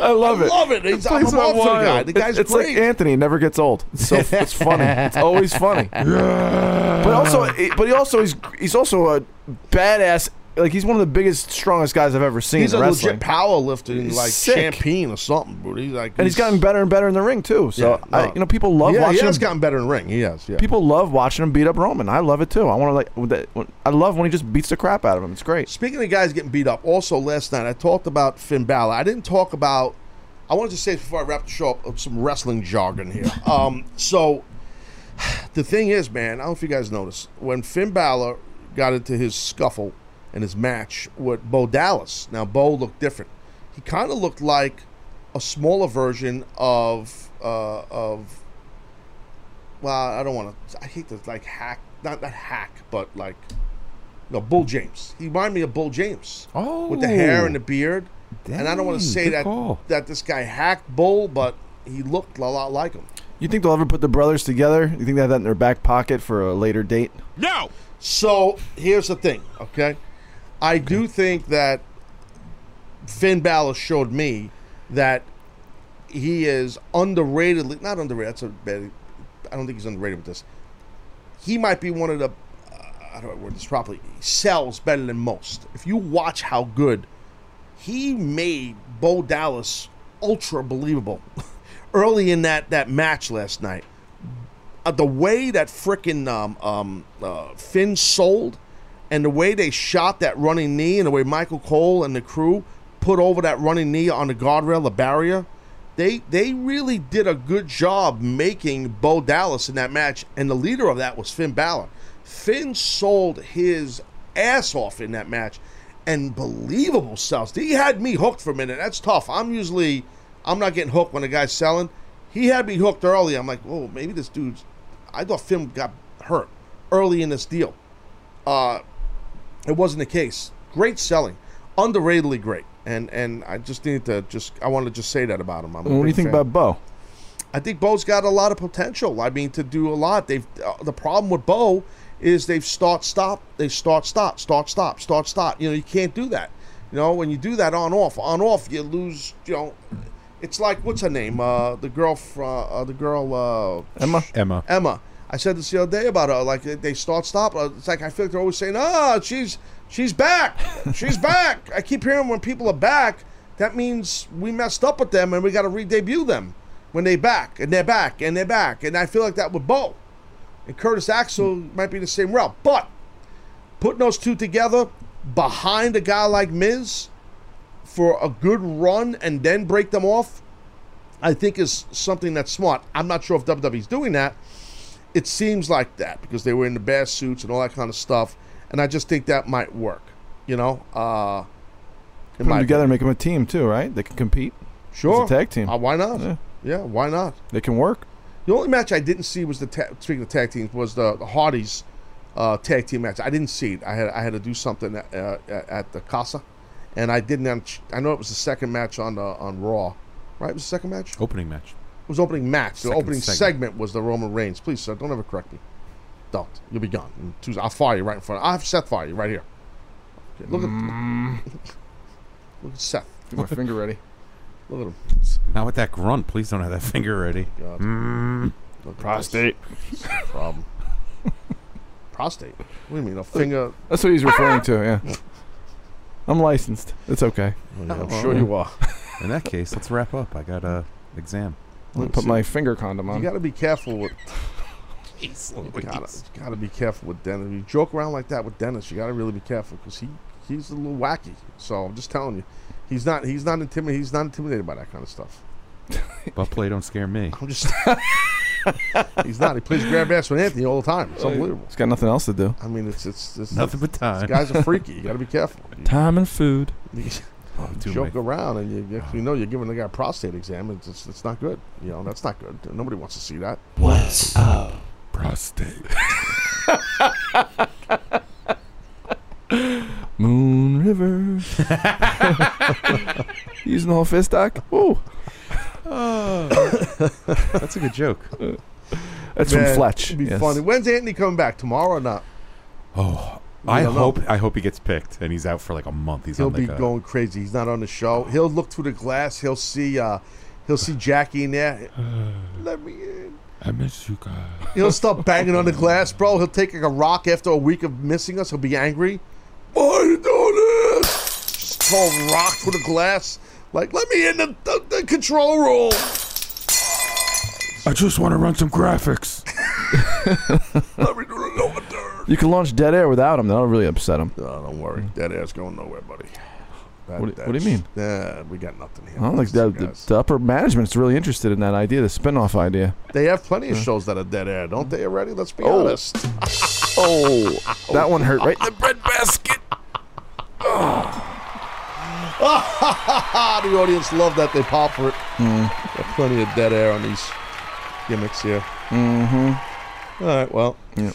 love it.
Love it. He's, I'm
Please
all
don't
for the
wild.
guy. The guy's
it's, it's
great.
like Anthony it never gets old. It's so it's funny. It's always funny. But also, but he also he's he's also a badass. Like he's one of the biggest, strongest guys I've ever seen.
He's
in
a
wrestling.
legit power lifter in
He's
like
sick.
Champagne or something, bro. He's like,
and he's gotten better and better in the ring too. So
Yeah,
I,
no.
you know, people love
Yeah, he
watching.
has
him.
gotten better in the ring. He has. Yeah.
People love watching him beat up Roman. I love it too. I want to like. with that- when- I love when he just beats the crap out of him. It's great.
Speaking of guys getting beat up, also last night I talked about Finn Balor. I didn't talk about. I wanted to say before I wrap the show up uh, some wrestling jargon here. Um, so the thing is, man, I don't know if you guys noticed when Finn Balor got into his scuffle and his match with Bo Dallas. Now Bo looked different. He kind of looked like a smaller version of uh, of well, I don't want to. I hate to like hack, not that hack, but like, no, Bull James. He reminded me of Bull James.
Oh,
with the hair and the beard. and I don't want to
Dang,
say
good
that
call.
that this guy hacked Bull, but he looked a lot like him.
You think they'll ever put the brothers together? You think they have that in their back pocket for a later date?
No. So here's the thing, okay? I do think that Finn Balor showed me that he is underratedly not underrated. That's a bad. I don't think he's underrated with this. He might be one of the. Uh, I don't word this properly. He sells better than most. If you watch how good he made Bo Dallas ultra believable early in that that match last night uh, the way that frickin' um, um, uh, Finn sold and the way they shot that running knee and the way Michael Cole and the crew put over that running knee on the guardrail, the barrier, they they really did a good job making Bo Dallas in that match. And the leader of that was Finn Balor. Finn sold his ass off in that match and believable sells. He had me hooked for a minute. That's tough. I'm usually, I'm not getting hooked when a guy's selling. He had me hooked early. I'm like, whoa, maybe this dude's. I thought Finn got hurt early in this deal. Uh, it wasn't the case. Great selling, underratedly great, and and I just needed to just I wanted to just say that about him. I'm
what
a
do you
big
think
fan.
about Bo?
I think Bo's got a lot of potential. I mean, to do a lot. They've uh, the problem with Bo is they've start stop, they start stop, start stop, start stop. You know, you can't do that. You know, when you do that on off, on off, you lose. You know, it's like what's her name? Uh, the girl from uh, the girl uh,
Emma. Emma.
Emma. I said this the other day about her. Like they- they start stop. uh, It's like I feel like they're always saying, "Ah, she's she's back, she's back." I keep hearing when people are back, that means we messed up with them and we got to re-debut them when they back and they're back and they're back. And I feel like that with Bo and Curtis Axel might be the same route, but putting those two together behind a guy like Miz for a good run and then break them off, I think is something that's smart. I'm not sure if WWE's doing that. It seems like that because they were in the bad suits and all that kind of stuff, and I just think that might work. You know, uh,
Put
in
them
my
together and make them a team too, right? They can compete. as a
Sure.
tag team.
Uh, why not?
Yeah.
Yeah. why not?
They can work.
The only match I didn't see was the ta- speaking of tag teams was the, the Hardys uh, tag team match. I didn't see it. I had I had to do something at, uh, at the Casa, and I didn't. have a ch- I know it was the second match on uh, on Raw, right? It was the second match.
Opening match.
It was opening match. The
Second
opening segment.
segment.
was the Roman Reigns. Please, sir, don't ever correct me. Don't. You'll be gone. In two- I'll fire you right in front. I'll have Seth fire you right here. Okay, look
Mm.
at look at Seth.
Get my finger ready.
Look at him.
Not with that grunt. Please don't have that finger ready.
God.
Mm.
Look at
Prostate.
this. Problem. Prostate. What do you mean? A finger?
That's what he's referring to. Yeah. I'm licensed. It's okay.
Oh, I'm sure you are.
In that case, let's wrap up. I got a exam.
I'm gonna put my finger condom
You
on.
got to be careful with.
Jeez
you gotta, you gotta be careful with Dennis. If you joke around like that with Dennis, you gotta really be careful because he he's a little wacky. So I'm just telling you, he's not he's not intimidated. He's not intimidated by that kind of stuff.
Butt play don't scare me.
I'm just. he's not. He plays grab ass with Anthony all the time. It's unbelievable.
He's got nothing else to do.
I mean, it's it's, it's
Nothing but time.
These guys are freaky. You gotta be careful.
Time and food.
You Oh,
doing
joke around and you, you, you know you're giving the guy a prostate exam. It's, it's it's not good. You know that's not good. Nobody wants to see that.
What's
up?
Prostate.
Moon River. Using the whole fist doc. Ooh.
That's a good joke.
That's from
Man,
Fletch.
It'd be
yes.
funny. When's Anthony coming back? Tomorrow or not?
Oh,
We
I
don't know.
hope I hope he gets picked and he's out for like a month. He's
he'll
on like
be
a-
going crazy. He's not on the show. He'll look through the glass. He'll see. Uh, he'll see Jackie in there. Let me in.
I miss you guys.
He'll start banging on the glass, bro. He'll take like a rock after a week of missing us. He'll be angry. Why are you doing this? Just throw a rock through the glass. Like, let me in the, the, the control room.
I just want to run some graphics.
You can launch Dead Air without him. That'll really upset him.
Oh, don't worry. That ass going nowhere, buddy. That-
What do- what do you
that's-
mean?
Yeah, we got nothing
I
here.
don't think the, the, the upper management's really interested in that idea, the spin-off idea.
They have plenty of shows that are dead air, don't they? Already, let's be
Oh.
honest.
Oh, that one hurt right in the bread basket.
Ah! the audience loved that. They pop for it.
Mm.
Got plenty of dead air on these gimmicks here. Mm-hmm. All right. Well.
Yeah.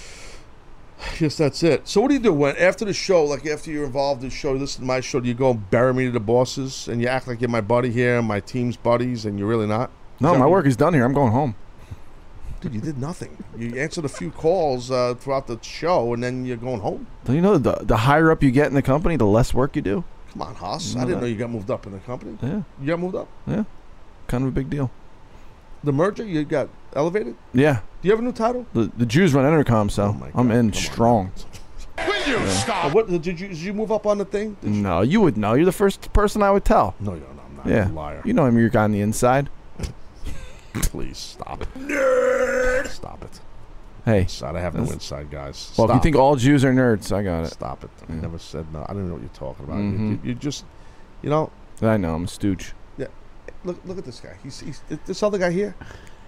I guess that's it. So what do you do when after the show, like after you're involved in the show, you listen to my show, do you go and bury me to the bosses and you act like you're my buddy here and my team's buddies and you're really not?
No, my work is done here. I'm going home.
Dude, you did nothing. You answered a few calls uh, throughout the show and then you're going home.
Don't you know that the, the higher up you get in the company, the less work you do?
Come on, Haas.
No,
I didn't
that-
know you got moved up in the company.
Yeah.
You got moved up?
Yeah. Kind of a big deal.
The merger, you got elevated?
Yeah.
Do you have a new title?
The, the Jews run Intercom, so I'm in strong.
Will you stop? What, did, you, did you move up on the thing?
No, you would know. You're the first person I would tell.
No, you're not. I'm not
yeah.
a liar.
You know I'm your guy on the inside.
Please stop it. Nerd! Stop it.
Hey.
Inside, I have no
that's-
inside, guys.
Well, if you
Stop.
think all Jews are nerds, I got it.
Stop it. I never said no. I don't know what you're talking about. You-
Mhm.
You, you just, you know,
I know. I'm a stooge.
yeah. Look, look at this guy. He's, he's this other guy here.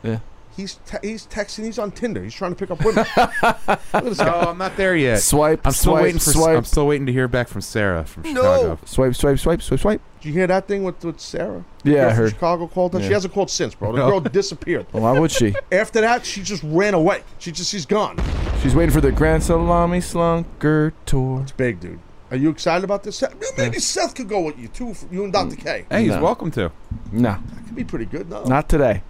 Yeah.
He's te- he's texting. He's on Tinder. He's trying to pick up women. look at this guy.
No, I'm not there yet.
Swipe,
I'm still
swipe,
waiting for.
swipe.
I'm still waiting to hear back from Sarah from
No.
Chicago.
Swipe, swipe, swipe, swipe, swipe.
Did you hear that thing with, with Sarah?
Yeah,
The girl
I
from
heard.
Chicago called. her? She
Yeah.
hasn't called since, bro. The
No.
girl disappeared.
Well, why would she?
After that, she just ran away. She just she's gone.
She's waiting for the Grand Salami Slunker Tour. It's
big, dude. Are you excited about this? Seth- Maybe Seth could go with you too. You and
Mm.
Dr. K.
Hey, he's
No.
welcome to.
No,
could be pretty good. No,
not today.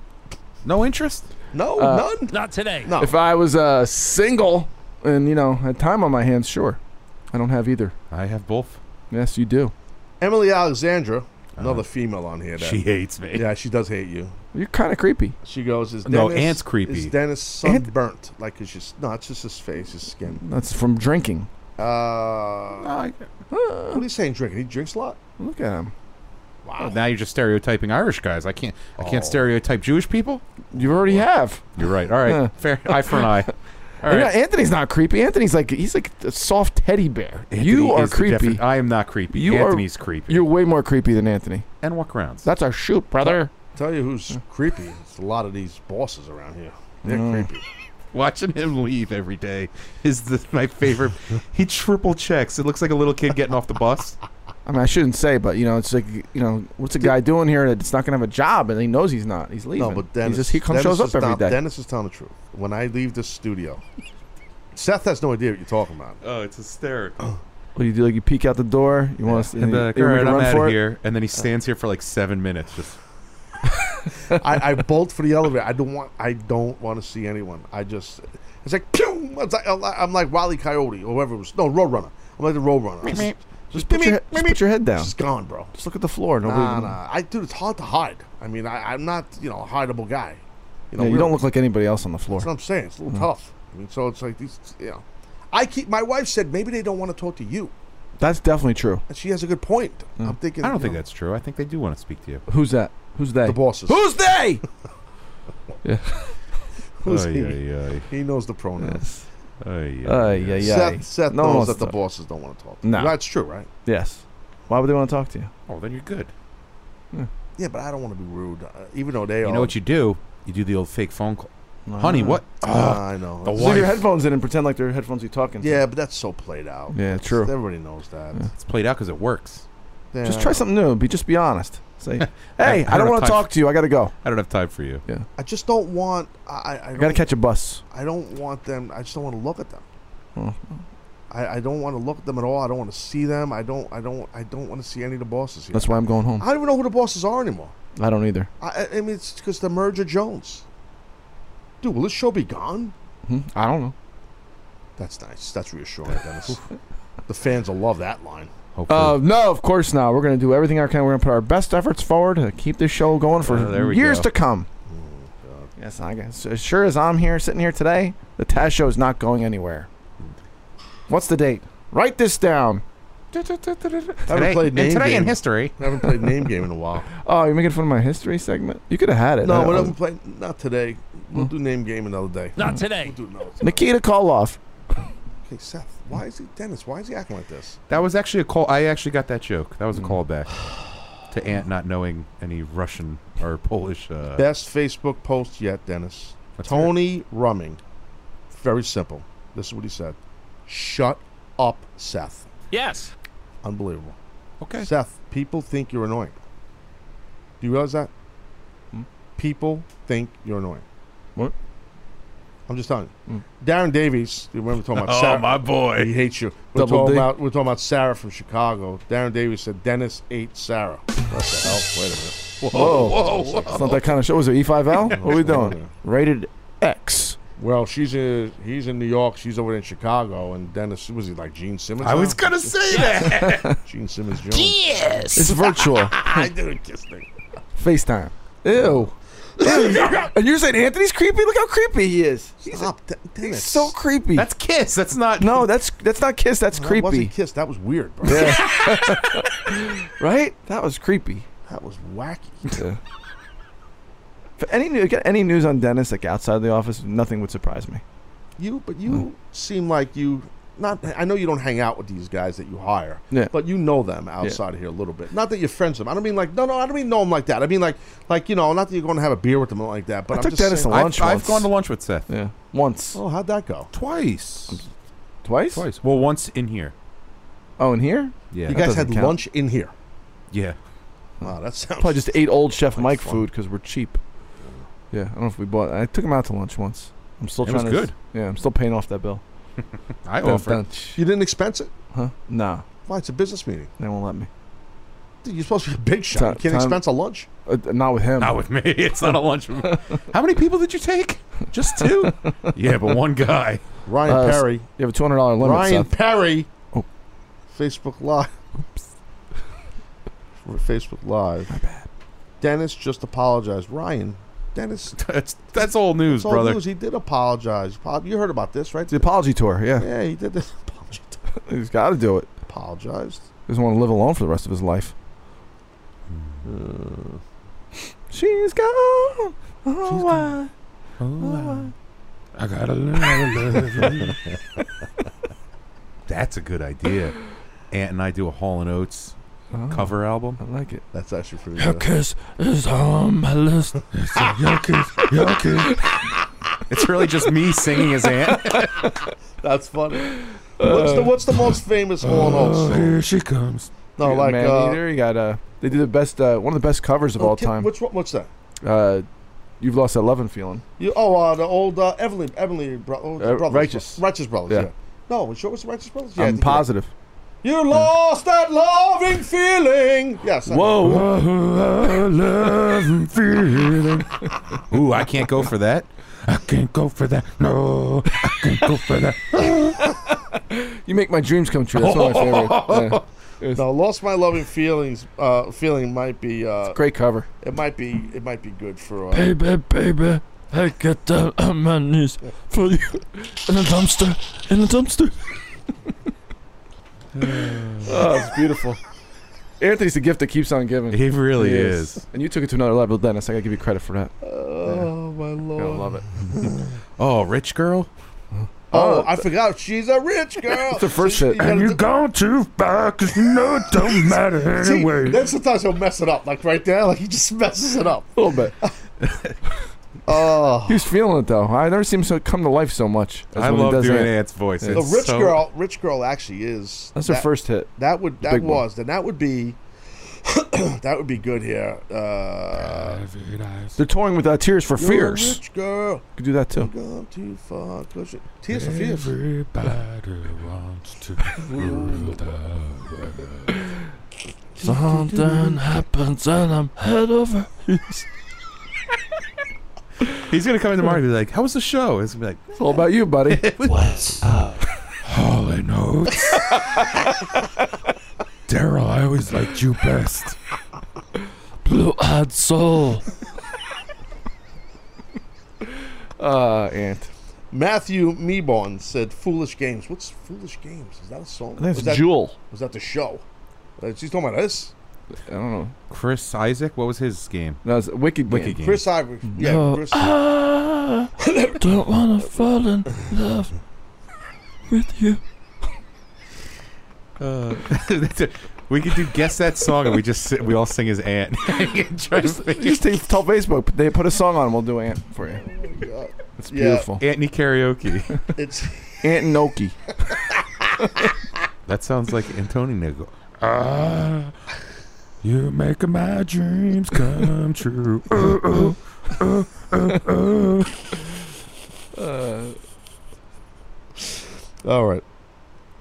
No interest.
no,
Uh,
none.
Not today.
No.
If I was uh, single, and you know, had time on my hands, sure. I don't have either.
I have both.
Yes, you do.
Emily Alexandra, another female on here. That,
Uh-huh. she hates me.
Yeah, she does hate you.
You're kind of creepy.
She goes, "Is
No,
Dennis-
Ant's creepy.
Is Dennis sunburnt? like it's just no, it's just his face, his skin.
That's from drinking.
Uh, what are you saying? Drinking? He drinks a lot.
Look at him.
Wow. Now you're just stereotyping Irish guys. I can't. I can't stereotype Jewish people.
You Oh. already have.
You're right. All right. Fair. Eye for an eye. All
You know,
right.
Anthony's not creepy. Anthony's like he's like a soft teddy bear.
Anthony
you are
is the defi-
creepy.
I am not creepy.
You are-
Anthony's creepy.
You're way more creepy than Anthony.
And what grounds?
That's our shoot, brother.
Tell you who's creepy. It's a lot of these bosses around here. They're
Mm.
creepy.
Watching him leave every day is the, my favorite. he triple checks. It looks like a little kid getting off the bus.
I mean, I shouldn't say, but you know, it's like you know, what's a guy doing here that's not gonna have a job and he knows he's not. He's leaving.
No, but
He's
Dennis,
just, he comes
Dennis
shows up
is
every
telling-
day.
Dennis is telling the truth. When I leave the studio, Seth has no idea what you're talking about.
Oh, it's hysterical.
What do you do? Like you peek out the door. You want to?
And then, like, all right, I'm out of here. And
Oh.
then he stands here for like seven minutes. Just
I, I bolt for the elevator. I don't want. I don't want to see anyone. I just. It's like pew. It's like, I'm like Wally Coyote or whoever it was. No, Roadrunner. I'm like the Roadrunner.
Meep,
Just,
meep.
just
put your,
meep,
head- just
meep,
put your head down.
She's gone, bro.
Just look at the floor. Nobody
Nah,
even-
nah. I dude, it's hard to hide. I mean, I, I'm not you know a hideable guy. You know,
Yeah, you
we're-
don't look like anybody else on the floor.
That's what I'm saying. It's a little
Mm.
tough. I mean, so it's like these. You know, I keep. My wife said maybe they don't want to talk to you,
That's definitely true. Mm.
and she has a good point. I'm thinking.
I don't
you
think
know,
that's true. I think they do want to speak to you.
Who's that? Who's they?
The bosses.
Who's they? yeah.
Who's
Ay,
he?
ay, ay.
He knows the pronouns.
Ay,
Ay,
ay,
ay,
ay.
ay.
Seth, Seth
No one
knows
wants
that the
to-
bosses don't want to talk. to
No.
him. that's true, right?
Yes. Why would they want to talk to you?
Oh, then you're good.
Yeah, but I don't want to be rude, uh, even though they are.
You know what you do? You do the old fake phone call. Honey, what?
Ah, I know.
The
Leave
Leave
wife.
your headphones in and pretend like they're headphones you're talking to.
Yeah, but that's so played out.
Yeah,
That's-
true.
Everybody knows that.
It's played out because it works.
Yeah,
Just
I
try
know.
something new. Be just be honest. Say,
I
hey, I
don't
don't want
have
to
time
talk to you. I gotta go.
I don't have time for you.
Yeah.
I just don't want. I, I, I
I
don't-
gotta catch a bus.
I don't want them. I just don't want to look at them.
Oh.
I, I don't want to look at them at all. I don't want to see them. I don't. I don't. I don't want to see any of the bosses here.
That's why I'm going home.
I don't even know who the bosses are anymore.
I don't either.
I, I- I mean, it's because the merger Jones. Dude, will this show be gone?
Hmm, I don't know.
That's nice. That's reassuring, Dennis. the fans will love that line.
Uh, no, of course not. We're gonna do everything I can. We're gonna put our best efforts forward to keep this show going for
Uh, there we
years
go. Mm,
to come. yes, I guess. As sure as I'm here, sitting here today, the Taz show is not going anywhere. What's the date? Write this down.
haven't played name
today in
game.
history.
I haven't played name game in a while.
Oh, you're making fun of my history segment? You could have had it. Hmm.
No,
I-
we
I-
haven't played. Not today. We'll do name game another day.
Not
today. We'll do another time.
Nikita Koloff.
Okay, Seth. Why is he Dennis? Why is he acting like this?
That was actually a call. I actually got that joke. That was a callback to Ant not knowing any Russian or Polish. Uh,
Best Facebook post yet, Dennis. Tony Rumming. Very simple. This is what he said. Shut up, Seth.
Yes.
Unbelievable.
Okay.
Seth, people think you're annoying. Do you realize that?
Hmm?
People think you're annoying.
What?
I'm just telling
Hmm.
you. Darren Davies, you remember talking about
Oh,
Sarah?
my boy.
He hates you. We're
Double
talking,
D.
about, we're talking about Sarah from Chicago. Darren Davies said, Dennis ate Sarah. What the hell? Wait a minute.
It's not that kind of show. Is it E5L? What are we doing? Rated X.
Well, she's in, he's in New York. She's over in Chicago. And Dennis, was he like Gene Simmons?
I was
now?
gonna say that.
Gene Simmons Jones.
Yes.
It's virtual.
I didn't kiss thing.
FaceTime. Ew. and you're saying Anthony's creepy? Look how creepy he is.
Stop, De- Dennis.
He's so creepy.
That's Kiss. That's not.
No, that's that's not kiss. That's
That
creepy.
wasn't kiss. That was weird, bro.
right? That was creepy.
That was wacky.
For any new- again, any news on Dennis like outside the office, nothing would surprise me.
You, but you seem like you. Not, I know you don't hang out with these guys that you hire,
Yeah.
but you know them outside of here a little bit. Not that you're friends with them. I don't mean like no, no. I don't mean know them like that. I mean like, like you know, not that you're going to have a beer with them like that. But
I
am
took
just
Dennis
saying,
to lunch
I've,
once.
I've gone to lunch with Seth.
Yeah, once.
Oh, how'd that go?
Twice.
Twice?
Twice. Well, once in here.
Oh, in here?
Yeah.
you
That
guys
doesn't
had
count.
lunch in here.
Yeah.
Wow, that sounds
Probably just ate old Chef
like
Mike
fun.
food because we're cheap. Yeah, I don't know if we bought. I took him out to lunch once. I'm still
It was
trying to.
good.
Yeah, I'm still paying off that bill.
I
Dun,
offered.
dun.
You didn't expense it?
Huh? Nah,
Why? It's a business meeting.
they won't let me.
Dude, you're supposed to be a big shot. You
Ti-
can't
time-
expense a lunch.
Uh, not with him.
Not with me. It's not a lunch. How many people did you take? Just two? yeah, but one guy.
Ryan
Uh,
Perry.
You have a two hundred dollar limit.
Ryan
Seth.
Perry. Oh. Facebook Live. For Facebook Live. My bad. Dennis just apologized. Ryan, Dennis.
That's that's all news,
It's all
brother.
news. He did apologize. Pop- You heard about this, right?
The apology tour. Yeah.
Yeah, he did this. Apology tour.
He's got to do it.
Apologized.
He doesn't want to live alone for the rest of his life.
Hmm.
She's gone. Oh, why? Oh,
I gotta learn how to love you. That's a good idea. Aunt and I do a Hall and Oates cover album. I
like it.
That's actually pretty
good.
is on my list. It's a your kiss, your kiss.
It's really just me singing his aunt.
That's funny. what's the What's the most famous Hall and Oates
oh,
song?
Uh, here
she comes.
No,
You got
like
Man
uh,
Eater,
you got uh, they do the best, uh, one of the best covers of
Oh,
all
Tim,
time.
Which one? What's that?
Uh, you've lost that loving feeling.
You, oh, uh, the old uh, Evelyn, Evelyn bro- oh,
Uh,
brothers,
Righteous.
Righteous Brothers.
Yeah.
Yeah. No, we sure it was Righteous Brothers. Yeah, I
I'm
think you're right.
positive.
You lost that loving feeling. Yes. I know.
Whoa. love and feeling.
Ooh, I can't go for that.
I can't go for that. No, I can't go for that.
You make my dreams come true. That's one of my favorite.
No, lost my loving feelings. Uh, feeling might be uh,
Great cover.
It might be. It might be good for. Uh,
Baby, baby, I get down on my knees for you in a dumpster, in a dumpster.
oh, it's beautiful. Anthony's the gift that keeps on giving.
He really is.
And you took it to another level, Dennis. I gotta give you credit for that.
Oh my lord!
Gotta love it.
Oh, rich girl.
Oh, I forgot. She's a rich girl.
That's the first
So you-
shit.
you gotta
And you
do-
gone too far, cause you know it don't matter
See,
anyway.
then sometimes he'll mess it up, like right there, like he just messes it up.
A little bit.
Oh.
He was feeling it though. I never seen him so come to life so much. as
I
when he
love
does
doing
that.
Ant's voice.
Yeah.
The rich girl, rich girl, actually is.
That's her first hit.
That would
The
that
big one.
was then that would be that would be good here. Uh,
They're touring with uh, Tears for
You're a
Fears.
rich girl.
Could do that too.
You've gone too far. 'cause you- Tears for fears.
Everybody wants to rule the world.
Something happens and I'm head over heels.
He's gonna come in tomorrow and be like, "How was the show?" It's gonna be like,
It's all about you, buddy.
What's
up? Holly notes. Daryl, I always liked you best.
Blue eyed soul.
Uh, Ant.
Matthew Meebon said, "Foolish games." What's foolish games? Is that a song?
I think it's
Was that-
Jewel.
Was that the show? Uh, she's talking about this.
I don't know.
Chris Isaac. What was his game?
No, it's Wicked.
Wicked game.
Chris Ivory. Yeah,
No.
Chris.
I don't want to fall in love with you.
Uh, that's it. we could do guess that song, and we just sit, we all sing his aunt. Try to
Just,
figure-
just take, tell Facebook but they put a song on. and We'll do Ant for you. It's
Yeah.
beautiful.
Antony karaoke.
It's
Ant and Oki.
that sounds like Antoni Nigel. Uh,
Ah, you make my dreams come true. Uh, Ooh, ooh, ooh, ooh, ooh.
Uh, All right.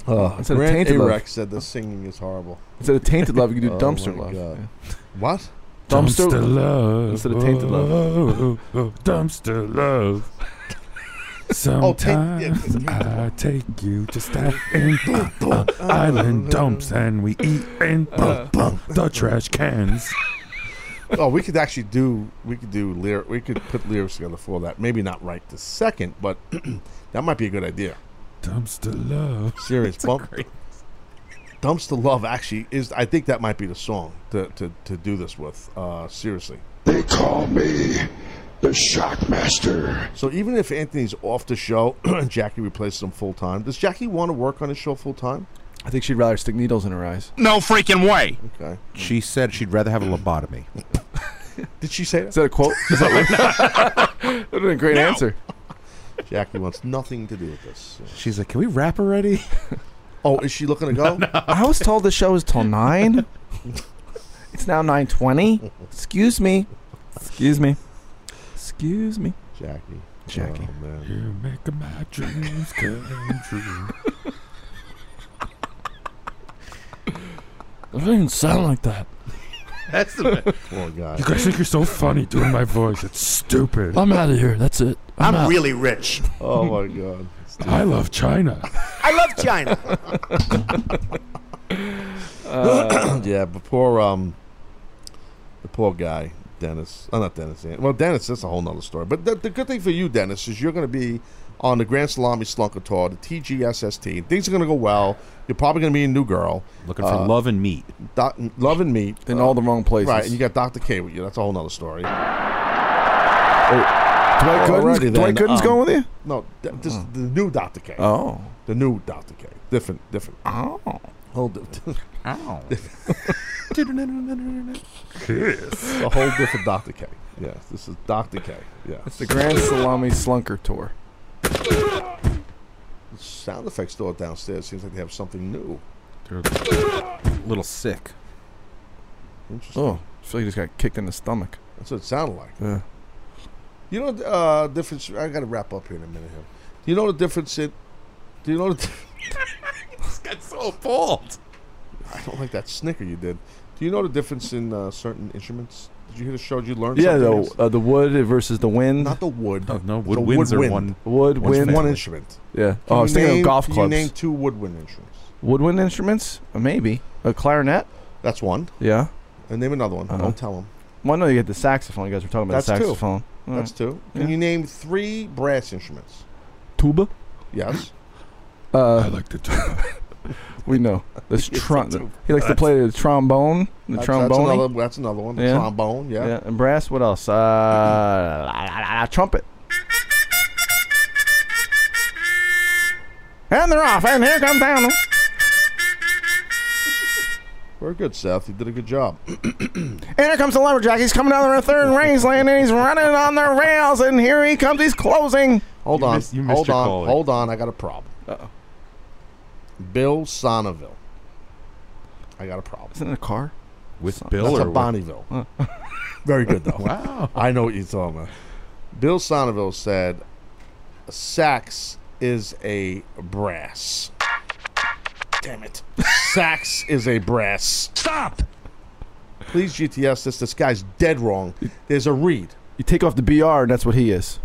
Oh,
Uh,
Instead of
Grant
tainted love.
Arek said the singing is horrible.
Instead of tainted love, you can do
Oh
dumpster
my
love.
God.
Yeah.
What?
Dumpster-
love.
Instead of tainted love.
Oh, oh, oh, dumpster love.
Oh,
Sometimes I take you to stop in island dumps and we eat in
Uh.
the trash cans.
oh, we could actually do we could do lyric we could put lyrics together for that. Maybe not right this second, but that might be a good idea.
Dumpster love.
Serious bump. Dumpster Love actually is I think that might be the song to, to, to do this with. Uh, seriously.
They call me the Shockmaster.
So even if Anthony's off the show and Jackie replaces him full time, does Jackie want to work on his show full time?
I think she'd rather stick needles in her eyes.
No freaking way.
Okay.
She said she'd rather have a lobotomy.
Did she say that?
Is that a quote? Is that what? That'd been a great
No.
answer.
Jackie wants nothing to do with this.
She's like, "Can we rap already?"
Oh, is she looking to go?
I was told the show is till nine. it's now nine twenty. Excuse me. Excuse me. Excuse me.
Jackie.
Jackie.
Oh, man.
You make my dreams come true.
It doesn't even sound like that.
That's the
Poor guy.
You guys think you're so funny doing my voice. It's stupid.
I'm out of here. That's it. I'm, out.
rich.
Oh my god. It's
I love China.
I love China.
Uh, yeah, but poor um, the poor guy, Dennis. Oh, not Dennis. An- Well, Dennis, that's a whole nother story. But the, the good thing for you, Dennis, is you're going to be on the Grand Salami Slunker Tour, the TGSST. Things are going to go well. You're probably going to be a new girl
Looking for love
and meat. Doc, love and meat in all the wrong places. Right, and you got Dr. K with you. That's a whole nother story.
Oh, Dwight Gooden's- Dwight
um,
Gooden's going with you?
No, th- this is the new Dr. K.
Oh.
the new Dr. K. Different, different. Oh, whole different.
oh.
Ow.
Yes. a whole different Dr. K. Yes, this is Dr. K. Yeah.
It's the Grand Salami Slunker Tour.
The sound effects store downstairs seems like they have something new.
They're a little sick.
Interesting.
Oh, I feel like he just got kicked in the stomach.
That's what it sounded like.
Yeah.
You know the uh, difference. I got to wrap up here in a minute. Here. Do you know the difference? It. Do you know the?
This got so appalled.
I don't like that snicker you did. Do you know the difference in uh, certain instruments? Did you hear the show? Did you learn?
Yeah,
something
though
else?
uh, the wood versus the wind.
Not the Oh, wood.
No, no,
The woodwinds are woodwind. one-
Wood,
one's
wind,
one instrument.
Yeah.
Can
oh, I was
you
thinking
name-
of golf
can
clubs.
You name two woodwind instruments.
Woodwind instruments? Uh, maybe a clarinet.
That's one.
Yeah. Uh-huh.
And name another one. Don't tell them.
Well, no, you get the saxophone. You guys were talking about
That's
the
two.
saxophone. All
That's
right.
two. Can you name three brass instruments?
Tuba.
Yes.
Uh, I like the tuba. we know. This
It's a
tron.
tuba.
He likes to play the trombone. The
That's- that's
trombone.
another- that's another one, the trombone, yeah.
And brass. What else? Uh, la, la, la, la, trumpet. And they're off. And here comes down.
Very good, Seth. You did a good job.
And here comes the lumberjack. He's coming down the third race lane, and he's running on the rails. And here he comes. He's closing.
Hold on. hold on. Hold on. I got a problem.
Uh-oh.
Bill Sonneville. I got a problem.
Isn't it a car?
With
That's
Bill
a
or with-
Bonneville. Very good though. wow. I know what you're talking about. Bill Sonneville said, "Sax is a brass." Damn it. Sax is a brass. Stop. Please GTS this. This guy's dead wrong. There's a read.
You take off the BR, and that's what he is.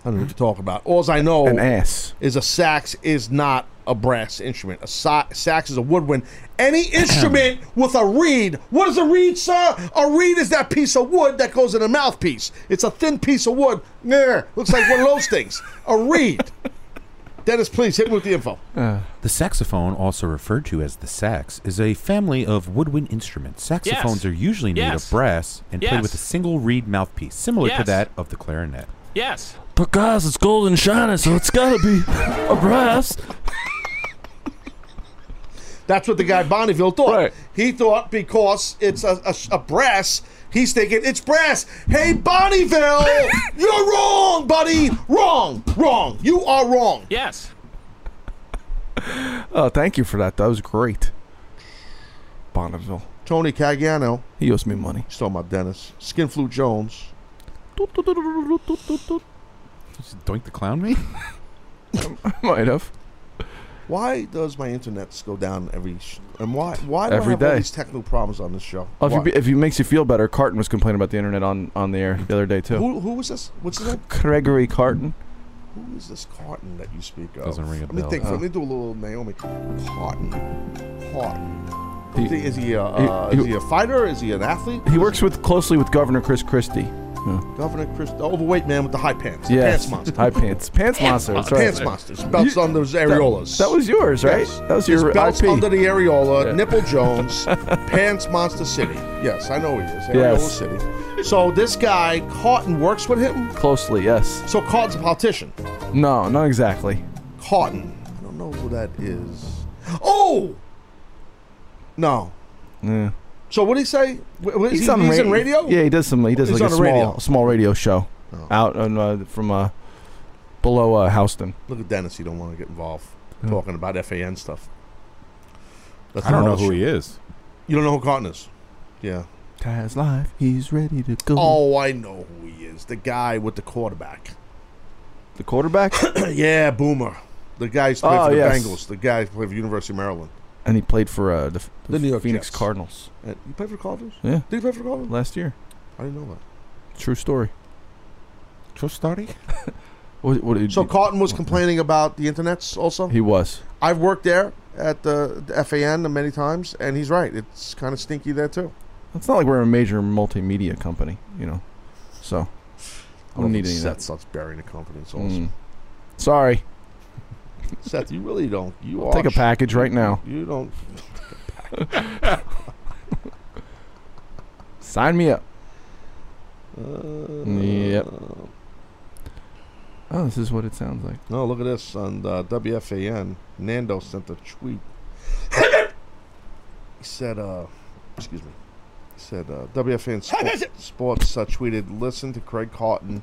I don't know what you're talking about. All I know
An ass.
is a sax is not a brass instrument. A sa- sax is a woodwind. Any instrument with a reed. What is a reed, sir? A reed is that piece of wood that goes in a mouthpiece. It's a thin piece of wood. Grr, looks like one of those things. A reed. Dennis, please hit me with the info.
Uh.
The saxophone, also referred to as the sax, is a family of woodwind instruments. Saxophones
Yes.
are usually made
Yes.
of brass and played with a
Yes.
single reed mouthpiece, similar to
Yes.
that of the clarinet.
Yes.
But guys, it's gold and shiny, so it's gotta be a brass.
That's what the guy Bonneville thought. He thought because it's a, a, a brass, he's thinking it's brass. Hey, Bonneville, you're wrong, buddy. Wrong, wrong. You are wrong.
Yes.
Oh, thank you for that. That was great. Bonneville.
Tony Cagliano.
He owes me money.
Stole my Dennis. Skin Flute Jones.
Doink the clown me?
Might have.
Why does my internet go down every sh- and why why do I
Every
have all
day.
these technical problems on this show?
Oh, if, you
Why?
be, if it makes you feel better, Carton was complaining about the internet on, on the air the other day too.
who, who was this? What's his name?
Gregory Carton.
Who is this Carton that you speak of?
Doesn't ring a
Let
bell.
me think.
Oh.
Let me do a little Naomi. Carton. Carton.
He-
is he, is he a
he-
uh,
he-
is he a fighter? Is he an athlete?
He works with closely with Governor Chris Christie. Yeah.
Governor Chris, the overweight man with the high pants. the
Yes.
Pants monster.
High pants. Pants monster, that's right.
Pants monster. Belts on those areolas.
that was yours, right?
Yes.
That was your
His belts
IP.
under the areola.
Yeah.
Nipple Jones. pants monster city. Yes, I know he is. Areola
Yes.
city. So this guy Cotton works with him.
Closely, yes.
So Cotton's a politician.
No, not exactly.
Cotton. I don't know who that is. Oh. No.
Yeah.
So what did he say? Wh- wh- he- he's in radio.
Yeah, he does some. He does
He's
like a
on
small
the radio. Oh.
small radio show out on, uh, from uh, below uh, Houston.
Look at Dennis. He don't want to get involved
Yeah.
talking about FAN stuff. That's
I don't
the
know
whole
who he
show.
is.
You don't know who Cotton is? Yeah.
Taz live. He's ready to go.
Oh, I know who he is. The guy with the quarterback.
The quarterback.
yeah, Boomer. The guy who's played
Oh,
for the
yes.
Bengals. The guy who played for University of Maryland.
and he played for uh, the,
The New York
Phoenix
Jets.
Cardinals
Uh, you played for the Cardinals?
Yeah.
Did you play for the Cardinals?
last year.
I didn't know that.
True story.
True story.
What, what did
So
you-
Cotton was complaining about the internets also?
He was.
I've worked there at the, the FAN many times, and he's right. It's kind of stinky there too.
It's not like we're a major multimedia company, you know. So I don't need any of
Seth
that.
starts burying the company. It's
Mm.
awesome.
Sorry.
Seth, you really don't. You
I'll
are
take a
sh-
package right now.
You don't.
Sign me up.
Uh,
Yep. Oh, this is what it sounds like.
No, look at this on uh, WFAN. Nando sent a tweet. he said, uh, excuse me. He said, uh, WFAN Sport, Sports uh, tweeted, listen to Craig Cotton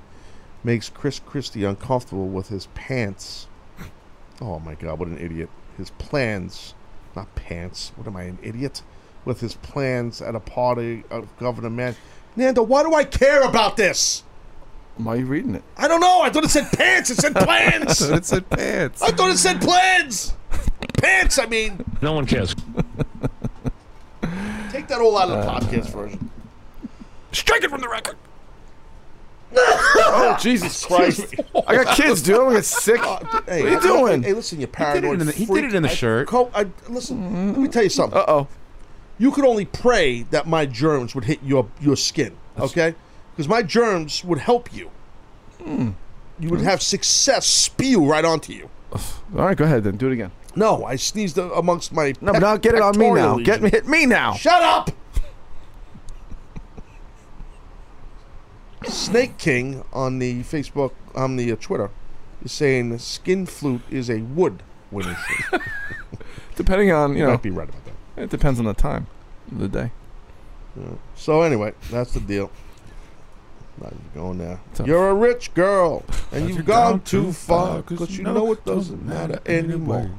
makes Chris Christie uncomfortable with his pants. Oh my God, what an idiot. His plans, not pants. What am I, an idiot? With his plans at a party of Governor Man. Nando, why do I care about this?
Why are you reading it?
I don't know. I thought it said pants. It said plans.
I thought it said pants.
I thought it said plans. Pants, I mean.
No one cares.
Take that all out of the
Uh,
podcast version.
Strike it from the record.
oh, Jesus Christ. I got kids, dude. I'm gonna get sick.
Oh, Hey,
what are you
I-
doing?
Hey, listen, you
did it
paranoid.
in the- he did
freak.
it in the
I-
shirt.
Co- I- listen, let me tell you something. Uh
oh.
You could only pray that my germs would hit your your skin, okay? Because my germs would help you.
Hmm.
You would have success spew right onto you.
All right, go ahead then. Do it again.
No, I sneezed a- amongst my.
No, but now get it on me now. Get me, hit me now.
Shut up. Snake King on the Facebook, on the uh, Twitter, is saying skin flute is a wood winning shoe.
Depending on you
You
know,
might be right about
that. It depends on the time, of the day.
so anyway, that's the deal. Not even going there. You're a rich girl, and you've gone too far, because you know it doesn't matter anymore.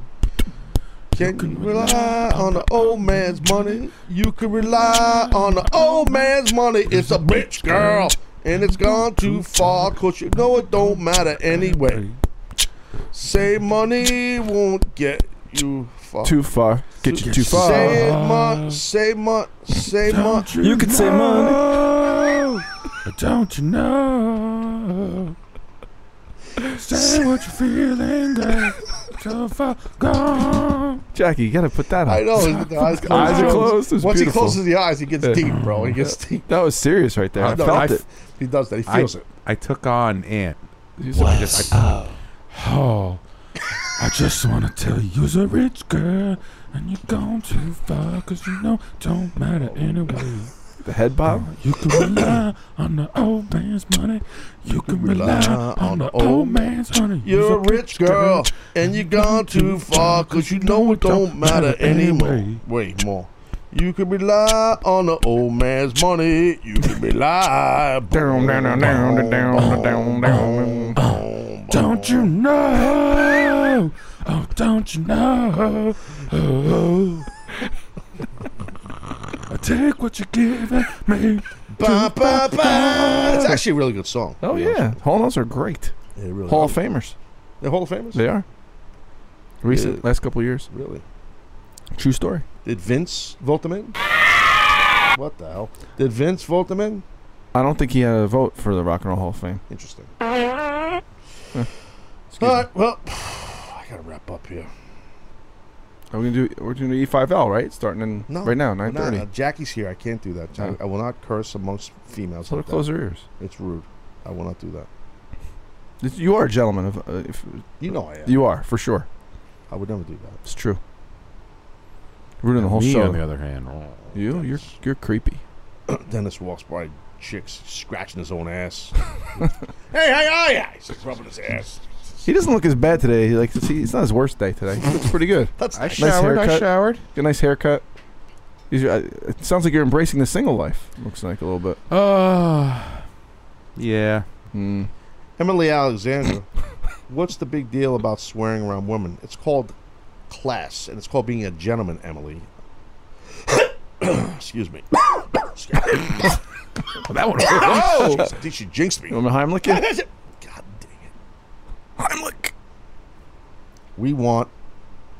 Can you rely on the old man's money? You can rely on the old man's money. It's a bitch girl, and it's gone too far, because you know it don't matter anyway. Say money won't get you far.
Too far. Get you too far.
Say money, say money, say money.
You could say
money.
Uh-huh.
Don't you know? Say what you're feeling, girl. So far gone.
Jackie, you gotta put that on.
I know. his- The eyes,
eyes are closed. It was
Once
beautiful.
he closes the eyes, he gets
Yeah.
deep, bro. He gets deep.
That was serious right there. I,
know,
felt
I-
it.
He does that. He
I,
feels it.
I took on Ant.
So
I just, I,
Oh, I just want to tell you, you're a rich girl, and you're gone too far, cause you know it don't matter anyway.
The head bob.
You can rely on the old man's money. You can rely, on the old man's money.
You're a rich girl, and you gone too far, cause you know it don't matter anymore. Wait, more. You can rely on the old man's money. You can rely. Down, down, down, down, down, down, down.
Oh, Don't you know? Oh, don't you know? Oh. I take what you're giving me.
Ba, ba, ba. It's actually a really good song.
Oh yeah, Hall notes are great.
They really
Hall
are.
of Famers.
They're Hall of Famers?
They are. Recent
Yeah.
last couple of years.
Really?
True story.
Did Vince vote them in? What the hell? Did Vince vote them in?
I don't think he had a vote for the Rock and Roll Hall of Fame.
Interesting.
Excuse
All
me.
right, well, I gotta wrap up here.
Are we gonna do? We're doing E five L right? Starting in
No,
right now,
we're
nine
not.
thirty.
Uh, Jackie's here. I can't do that. I-
No.
I, will not curse amongst
Let
females.
her
like that.
close her ears.
It's rude. I will not do that.
You are a gentleman. Of, uh, if,
You know I am.
You are for sure.
I would never do that.
It's true. Ruining the whole
Me,
show.
on the other hand, oh,
you, you're you're creepy.
Dennis walks by chicks scratching his own ass. hey, hey, hey! hey. He's rubbing his ass.
He doesn't look as bad today. He like he, it's not his worst day today. He looks pretty good.
That's
I showered, I showered.
Got a nice haircut. He's, uh, it sounds like you're embracing the single life. Looks like a little bit.
Uh, yeah.
Mm.
Emily Alexander, what's the big deal about swearing around women? It's called class, and it's called being a gentleman, Emily. Excuse me. Excuse me.
that one.
Oh! I think she jinxed me.
You want me to Heimlich
God
it?
dang it. Heimlich. We want.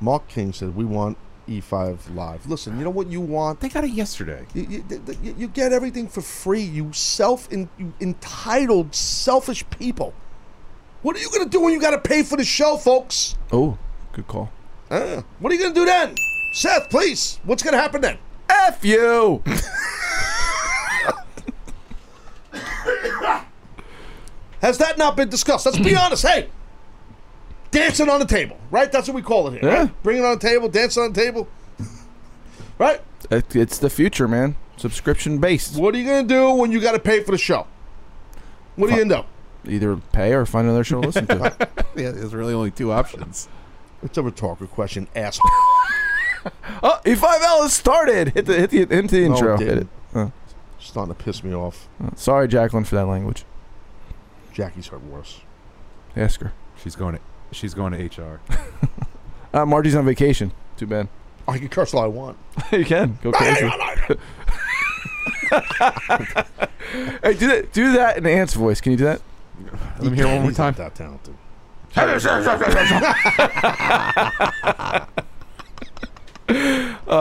Mark King said we want E5 live. Listen, you know what you want?
They got it yesterday.
You, you, th- th- you- you get everything for free. You self in, you entitled, selfish people. What are you going to do when you got to pay for the show, folks?
Oh, good call.
Uh, what are you going to do then? Seth, please. What's going to happen then?
F you.
Has that not been discussed? Let's be honest. Hey, dancing on the table, right? That's what we call it here.
Yeah.
Right? Bring it on the table, dancing on the table. Right?
It, it's the future, man. Subscription based.
What are you going to do when you got to pay for the show? What are you going to
Either pay or find another show to listen to.
do? Yeah, there's really only two options. It's a rhetorical question, asshole.
oh, E5L has started. Hit the hit the hit the
No, it
intro. hit
didn't.
it. Oh.
Starting to piss me off.
Sorry, Jacqueline, for that language.
Jackie's heard worse.
Ask her.
She's going to she's going to HR.
Uh, Margie's on vacation. Too bad.
I Oh, can curse all I want.
you can go crazy. hey, do that. Do that in Ant's voice. Can you do that?
Let me hear one more
He's not that talented.
Uh,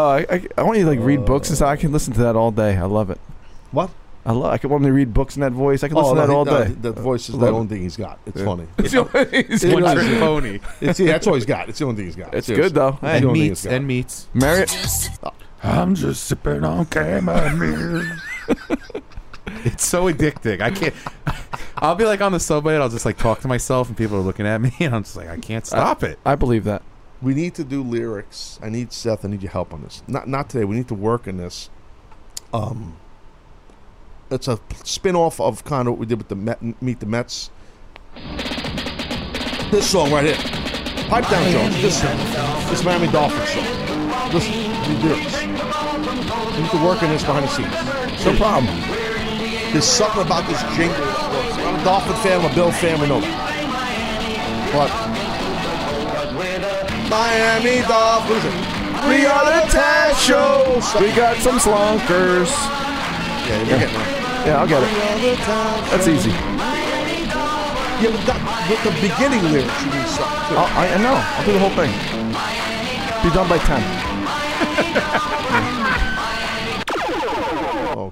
I, I- I want you to like read books and stuff. I can listen to that all day. I love it.
Uh, What?
I love. I can want me to read books in that voice. I can
Oh,
listen to
no,
that
he-
all
no,
day.
that voice is
I
the
love
only
it.
thing he's got. It's
Yeah.
funny.
It's the only thing he's
It
got.
is.
It's pony.
It's, yeah, that's all he's got. It's the only thing he's got.
It's
Seriously.
good though.
It's the only thing he's got.
meats.
Mary.
I'm just sipping on chamomile.
It's so addicting. I can't. I'll be like on the subway and I'll just like talk to myself and people are looking at me and I'm just like I can't stop it.
I believe that.
We need to do lyrics. I need Seth. I need your help on this. Not not today. We need to work on this. Um, it's a spin off of kind of what we did with the Met, Meet the Mets. This song right here, pipe down, Jones. This this Miami Dolphins song. Listen, the lyrics. We need to work on this behind the scenes. No problem. There's something about this jingle. that works. I'm a Dolphin fan. I'm a Bill fan. We know that. But Miami Dolphins.
We are the Taz Show. We got some slonkers.
Yeah, you're getting it.
Yeah, I'll get it. That's easy.
Yeah, but that, with the beginning lyrics, you need something. Too.
I'll, I, I know. I'll do the whole thing. Be done by ten.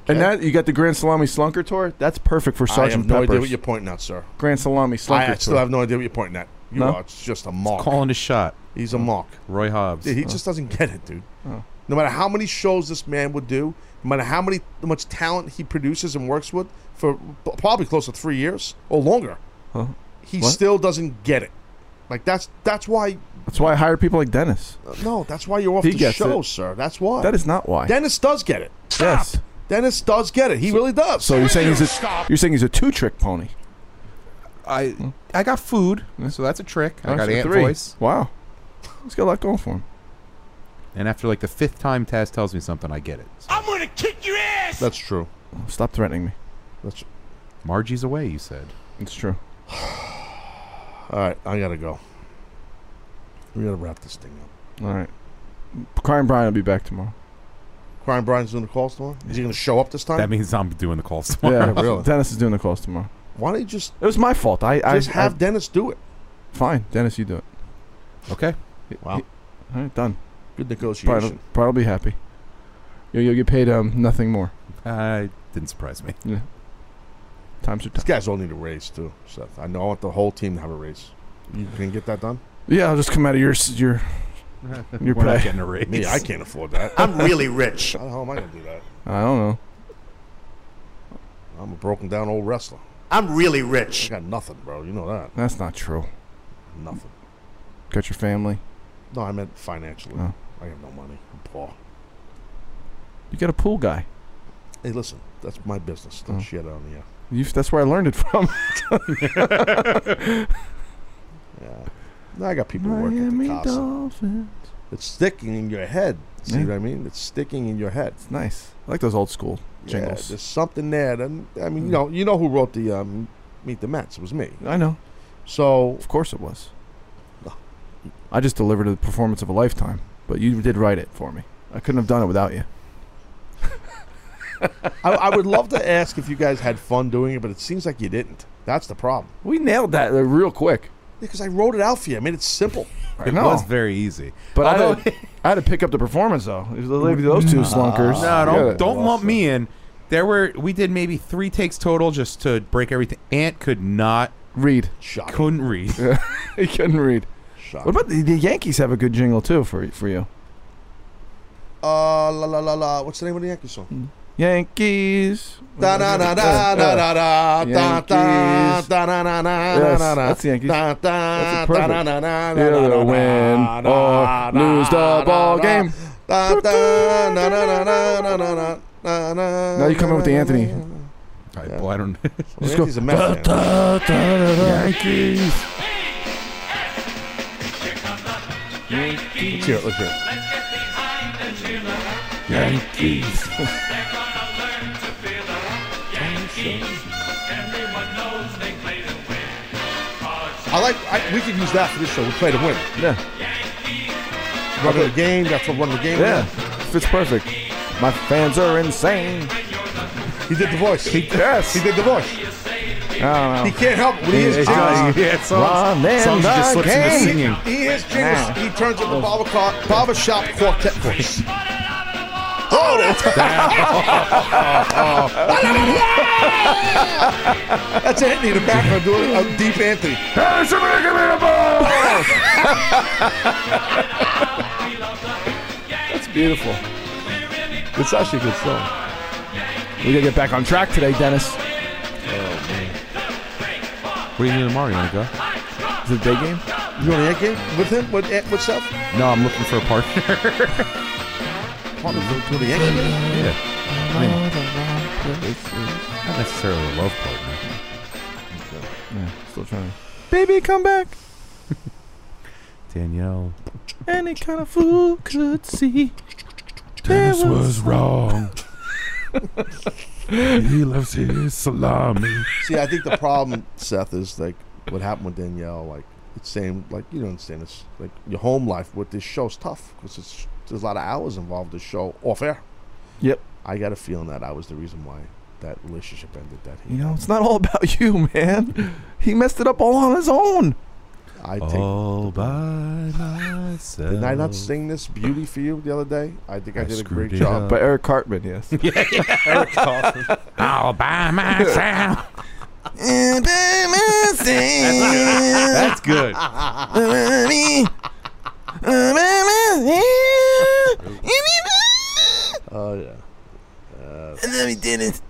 And that you got the Grand Salami Slunker tour. That's perfect for
I have
Sergeant
no
Peppers.
idea what you're pointing at, sir.
Grand Salami Slunker
I
tour.
still have no idea what you're pointing at. You
No?
are it's just a mark.
Calling a shot.
He's a mark.
Roy Hobbs. Uh,
Dude, he just doesn't get it, dude. No matter how many shows this man would do, no matter how many how much talent he produces and works with for p- probably close to three years or longer,
Huh?
he
What?
still doesn't get it. Like that's that's why.
That's why I hire people like Dennis.
No, that's why you're off
He
the
gets
show,
it.
sir. That's why.
That is not why.
Dennis does get it.
Yes.
Dennis does get it. He really does.
So you're saying he's a you're saying he's a two trick pony.
I I got food, so that's a trick. I got
Actually,
ant
three.
voice.
Wow, he's got a lot going for him.
And after like the fifth time Taz tells me something, I get it.
I'm gonna kick your ass.
That's true.
Stop threatening me.
That's
Margie's away. You said.
It's true.
all right. I gotta go. We gotta wrap this thing up.
All right. Crime Brian will be back tomorrow.
Crime Brian's doing the calls tomorrow. Is he gonna show up this time?
That means I'm doing the calls
Yeah,
tomorrow.
really.
Dennis is doing the calls tomorrow.
Why don't you just
It was my fault. I I
just have
I-
Dennis do it?
fine. Dennis, you do it.
Okay.
Wow.
All right, done.
Good
Brian,
negotiation.
will- Brian will be happy. You'll, you'll get paid um nothing more.
Uh, didn't surprise me.
Yeah. Times are
These
tough.
guys all need a raise too, Seth. I know I want the whole team to have a raise. You can get that done?
Yeah, I'll just come out of your s- your your
We're not
pay.
getting a raise.
Me, I can't afford that.
I'm really
rich. How the hell am I gonna do that?
I don't know.
I'm a broken down old wrestler. I'm really rich. I got nothing, bro. You know that.
That's not true.
Nothing.
Got your family.
No, I meant financially.
Oh.
I have no money. I'm poor.
You got a pool guy.
Hey, listen, that's my business.
Oh.
Don't shit on you.
You that's where I learned it from.
Yeah. No, I got people working at the Casa.
Dolphins.
It's sticking in your head. See
Yeah.
what I mean? It's sticking in your head.
It's nice. I like those old school
Yeah,
jingles.
there's something there. That, I mean, you know, you know who wrote the um, Meet the Mets? It was me.
I know.
So
Of course it was. I just delivered a performance of a lifetime, but you did write it for me. I couldn't have done it without you.
I, I would love to ask if you guys had fun doing it, but it seems like you didn't. That's the problem.
We nailed that uh, real quick.
Because I wrote it out for you. I made it simple.
It
No.
was very easy.
But I,
Although-
had, I had to pick up the performance though. It was the- Those two slunkers.
No,
You gotta-
don't don't lump me in. There were we did maybe three takes total just to break everything. Ant could not
read.
Shocking.
Couldn't read.
he couldn't read. What about the, the Yankees? Have a good jingle too for y- for you.
Uh, la la la la. What's the name of the Yankee
Mm.
song?
Yankees.
Da da da da da da da da da da
Uh, Yankees.
da da da da
Yes,
da da.
that's the Yankees.
Da da
That's it,
da
perfect.
da da da
You're
da
gonna
da
win
da da
or lose the
da
ball
da.
game.
Da da da da da da da da da da.
Now you come in with the Anthony.
All right, well, I don't.
Just go.
Yankees are messing.
Da, da, da, da, Yankees.
Let's hear it. Let's hear it.
Yankees.
I like. I, we could use that for this show. We play to win.
Yeah.
Run of the game. That's what run of the game.
Yeah, fits perfect. My fans are insane.
He did the voice. He,
yes.
He did the voice. He can't help it. When he is
It's
jinxed,
not-
he-
it's not- Run in
songs
the game.
He, he is jinxed.
Nah.
He turns into barber car, barbershop quartet voice. Oh, that's that's Anthony in the background doing a deep Anthony. Hey, somebody give me the
That's beautiful. It's actually a good song. We gotta get back on track today, Dennis.
What do you doing tomorrow? You want to go?
Is it a day game?
You want to game with him? With with Seth?
No, I'm looking for a partner.
Want to go to the Yankee game?
yeah. I mean, not necessarily a love partner.
Yeah, still trying. Baby, come back.
Danielle.
Any kind of fool could see. there
Dennis was wrong. he loves his salami.
See, I think the problem, Seth, is like what happened with Danielle. Like it's same, like you don't understand. It's like your home life with this show's tough because it's there's a lot of hours involved. This show off air.
Yep.
I got a feeling that I was the reason why that relationship ended. That he,
You know, it's not all about you, man. He messed it up all on his own.
I take.
All by myself.
Did I not sing this beauty for you the other day? I think I,
I
did a
screwed
great
it
job.
up.
By Eric Cartman, yes.
Eric Cartman.
All by myself.
That's
That's good.
Oh yeah. Uh,
And then we did it.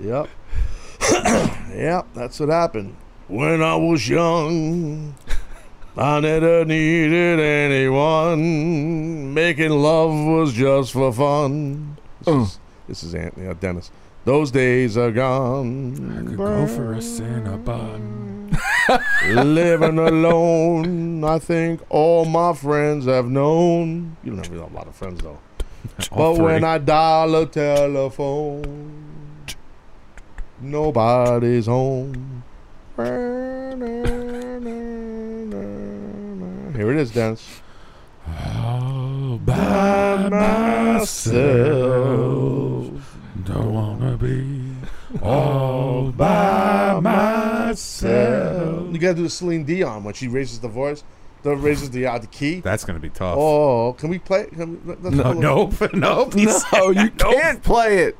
Yep. yep, that's what happened. When I was young, I never needed anyone. Making love was just for fun. This, is, this is Anthony uh, Dennis. Those days are gone. I could
Go for a Cinnabon.
Living alone, I think all my friends have known. You don't have a lot of friends though.
All
But when
three.
I dial a telephone, nobody's home. Here it is, Dennis.
All by myself. Don't wanna be all by myself.
You gotta do the Celine Dion when she raises the voice, the raises the uh, the key.
That's gonna be tough.
Oh, can we play? Can we, let- let's
No,
pull
nope,
it-
nope. he said
No, you
nope.
can't play it.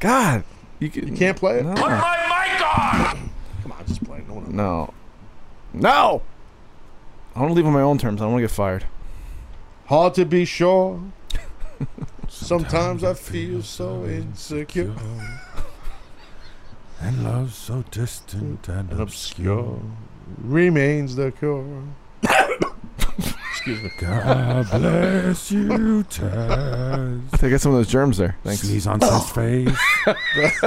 God, you, can,
You can't play it.
No.
Come on, just play. it. No one.
No. No! I want to leave on my own terms. I don't want to get fired.
Hard to be sure. Sometimes I feel so insecure.
And love so distant and obscure.
Remains the cure. Excuse me.
God bless you, Taz.
I think I got some of those germs there. Thanks. Oh.
Sneeze on Taz's face.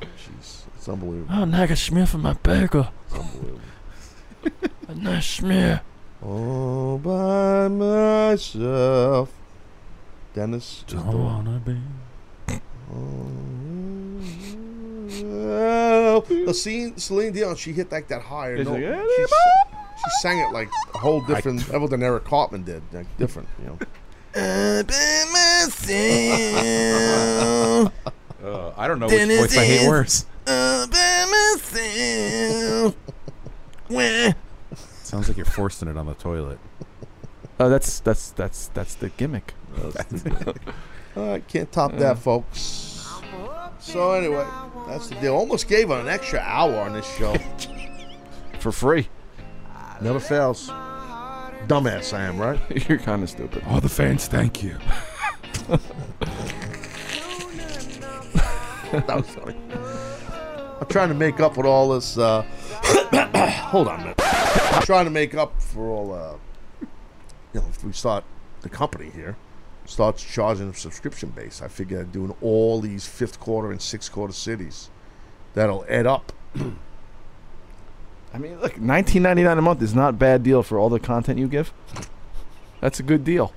Jeez, it's unbelievable.
Oh, now I got smear for my bagel.
It's unbelievable.
A nice smear.
All by myself. Dennis. is the
Don't
one.
wanna be.
Oh, the scene, Celine Dion, she hit like that higher
It's
note.
like,
she, sa- she sang it like a whole different level than Eric Cartman did. Like different, you know.
Uh, I don't know which voice I hate worse. Sounds like you're forcing it on the toilet.
Oh, that's that's that's that's the gimmick.
All right, can't top that, folks. So anyway, That's the deal. Almost gave an extra hour on this show
for free.
Never fails. Dumbass I am, right?
You're kind of stupid.
All the fans, thank you.
that was funny. I'm trying to make up with all this. Uh, hold on a minute. I'm trying to make up for all. Uh, you know, if we start the company here, starts charging a subscription base. I figure doing all these fifth quarter and sixth quarter cities, that'll add up.
I mean, look, nineteen ninety nine a month is not a bad deal for all the content you give. That's a good deal.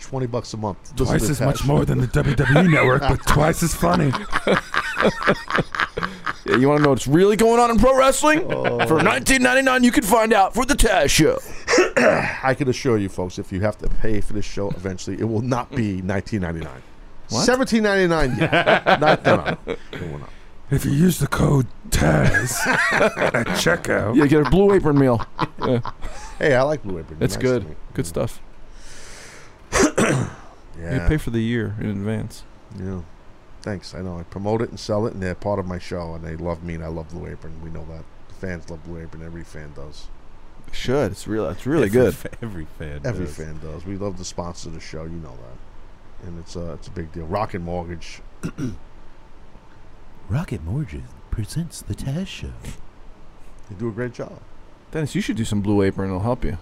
Twenty bucks a month.
twice as much more than the WWE network, but twice as funny.
Yeah, you want to know what's really going on in pro wrestling? For nineteen ninety nine, you can find out for the Taz Show.
I can assure you, folks, if you have to pay for this show eventually, it will not be 19.99.
What?
17.99. Yeah, not, no, no, no. It will not.
If you use the code TAZ at checkout,
Yeah, get a blue apron meal.
Hey, I like Blue Apron.
That's
Nice
good.
to me.
Good stuff.
Yeah.
You pay for the year in advance.
Yeah. Thanks. I know. I promote it and sell it, and they're part of my show, and they love me, and I love Blue Apron. We know that. Fans love Blue Apron. Every fan does.
Should it's real. It's really
Every
good.
fa-
every fan.
Every fan does. We love the sponsor of the show. You know that. And it's a, it's a big deal. Rocket Mortgage.
Rocket Mortgage presents the Taz Show.
They do a great job.
Dennis, you should do some blue apron. It'll help you.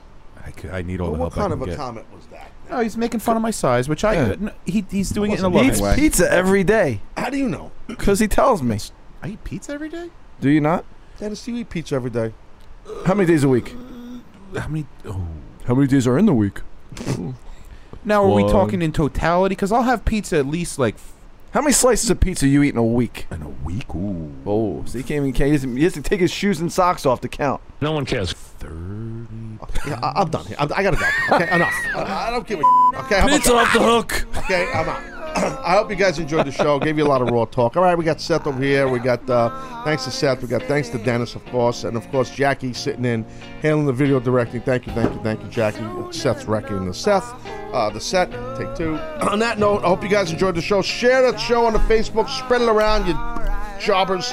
I, could, I need all
But
the
what
help I
kind
can
of a
get.
comment was that?
No, he's making fun of my size, which I
Yeah.
no, he, he's doing it in a
He
loving
eats
way.
pizza every day
How do you know?
because he tells me.
I eat pizza every day.
Do you not?
Dennis, you eat pizza every day.
How many days a week?
How many? Oh.
How many days are in the week?
Now are we
One.
talking in totality? Because I'll have pizza at least like
How many slices of pizza you eat in a week?
In a week? Ooh.
Oh, so he can't even. He, doesn't, he has to take his shoes and socks off to count.
no one cares. Thirty.
Yeah, I, I'm done here. I'm, I gotta go. Okay, enough. I, I don't give a. Okay, how about
Pizza
that?
off the hook.
Okay, I'm out. Um, I hope you guys enjoyed the show. Gave you a lot of raw talk. All right, we got Seth over here. We got uh, thanks to Seth. We got thanks to Dennis, of course, and of course Jackie sitting in, handling the video directing. Thank you, thank you, thank you, Jackie. Seth's wrecking the Seth, uh, the set. Take two. On that note, I hope you guys enjoyed the show. Share that show on the Facebook. Spread it around, you jobbers.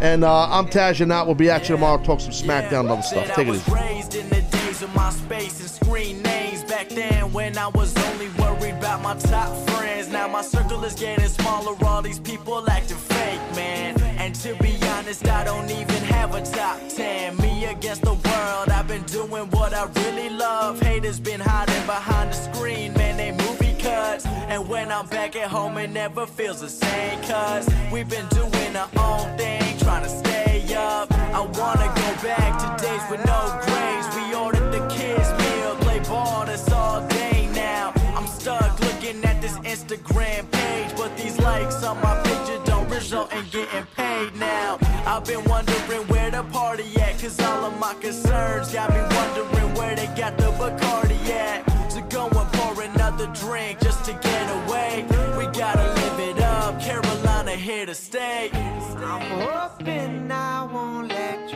And uh, I'm Taj and We'll be at you tomorrow. Talk some SmackDown and other stuff. Take it easy.
raised in the days of my space and screen names back then when I was only worried about my top friends. Now my circle is getting smaller, all these people acting fake, man. And to be honest, I don't even have a top 10. Me against the world, I've been doing what I really love. Haters been hiding behind the screen, man, they movie cuts. And when I'm back at home, it never feels the same, cuz we've been doing our own thing, trying to stay up. I wanna go back to days with no grades. We ordered the kids' meal, play ball, that's all day now. I'm stuck looking at this Instagram page, but these likes on my picture don't result in getting paid now. I've been wondering where the party at, cause all of my concerns got me wondering where they got the Bacardi at. To go and pour another drink just to get away. We gotta live it up, Carolina here to stay.
I'm hoping I won't let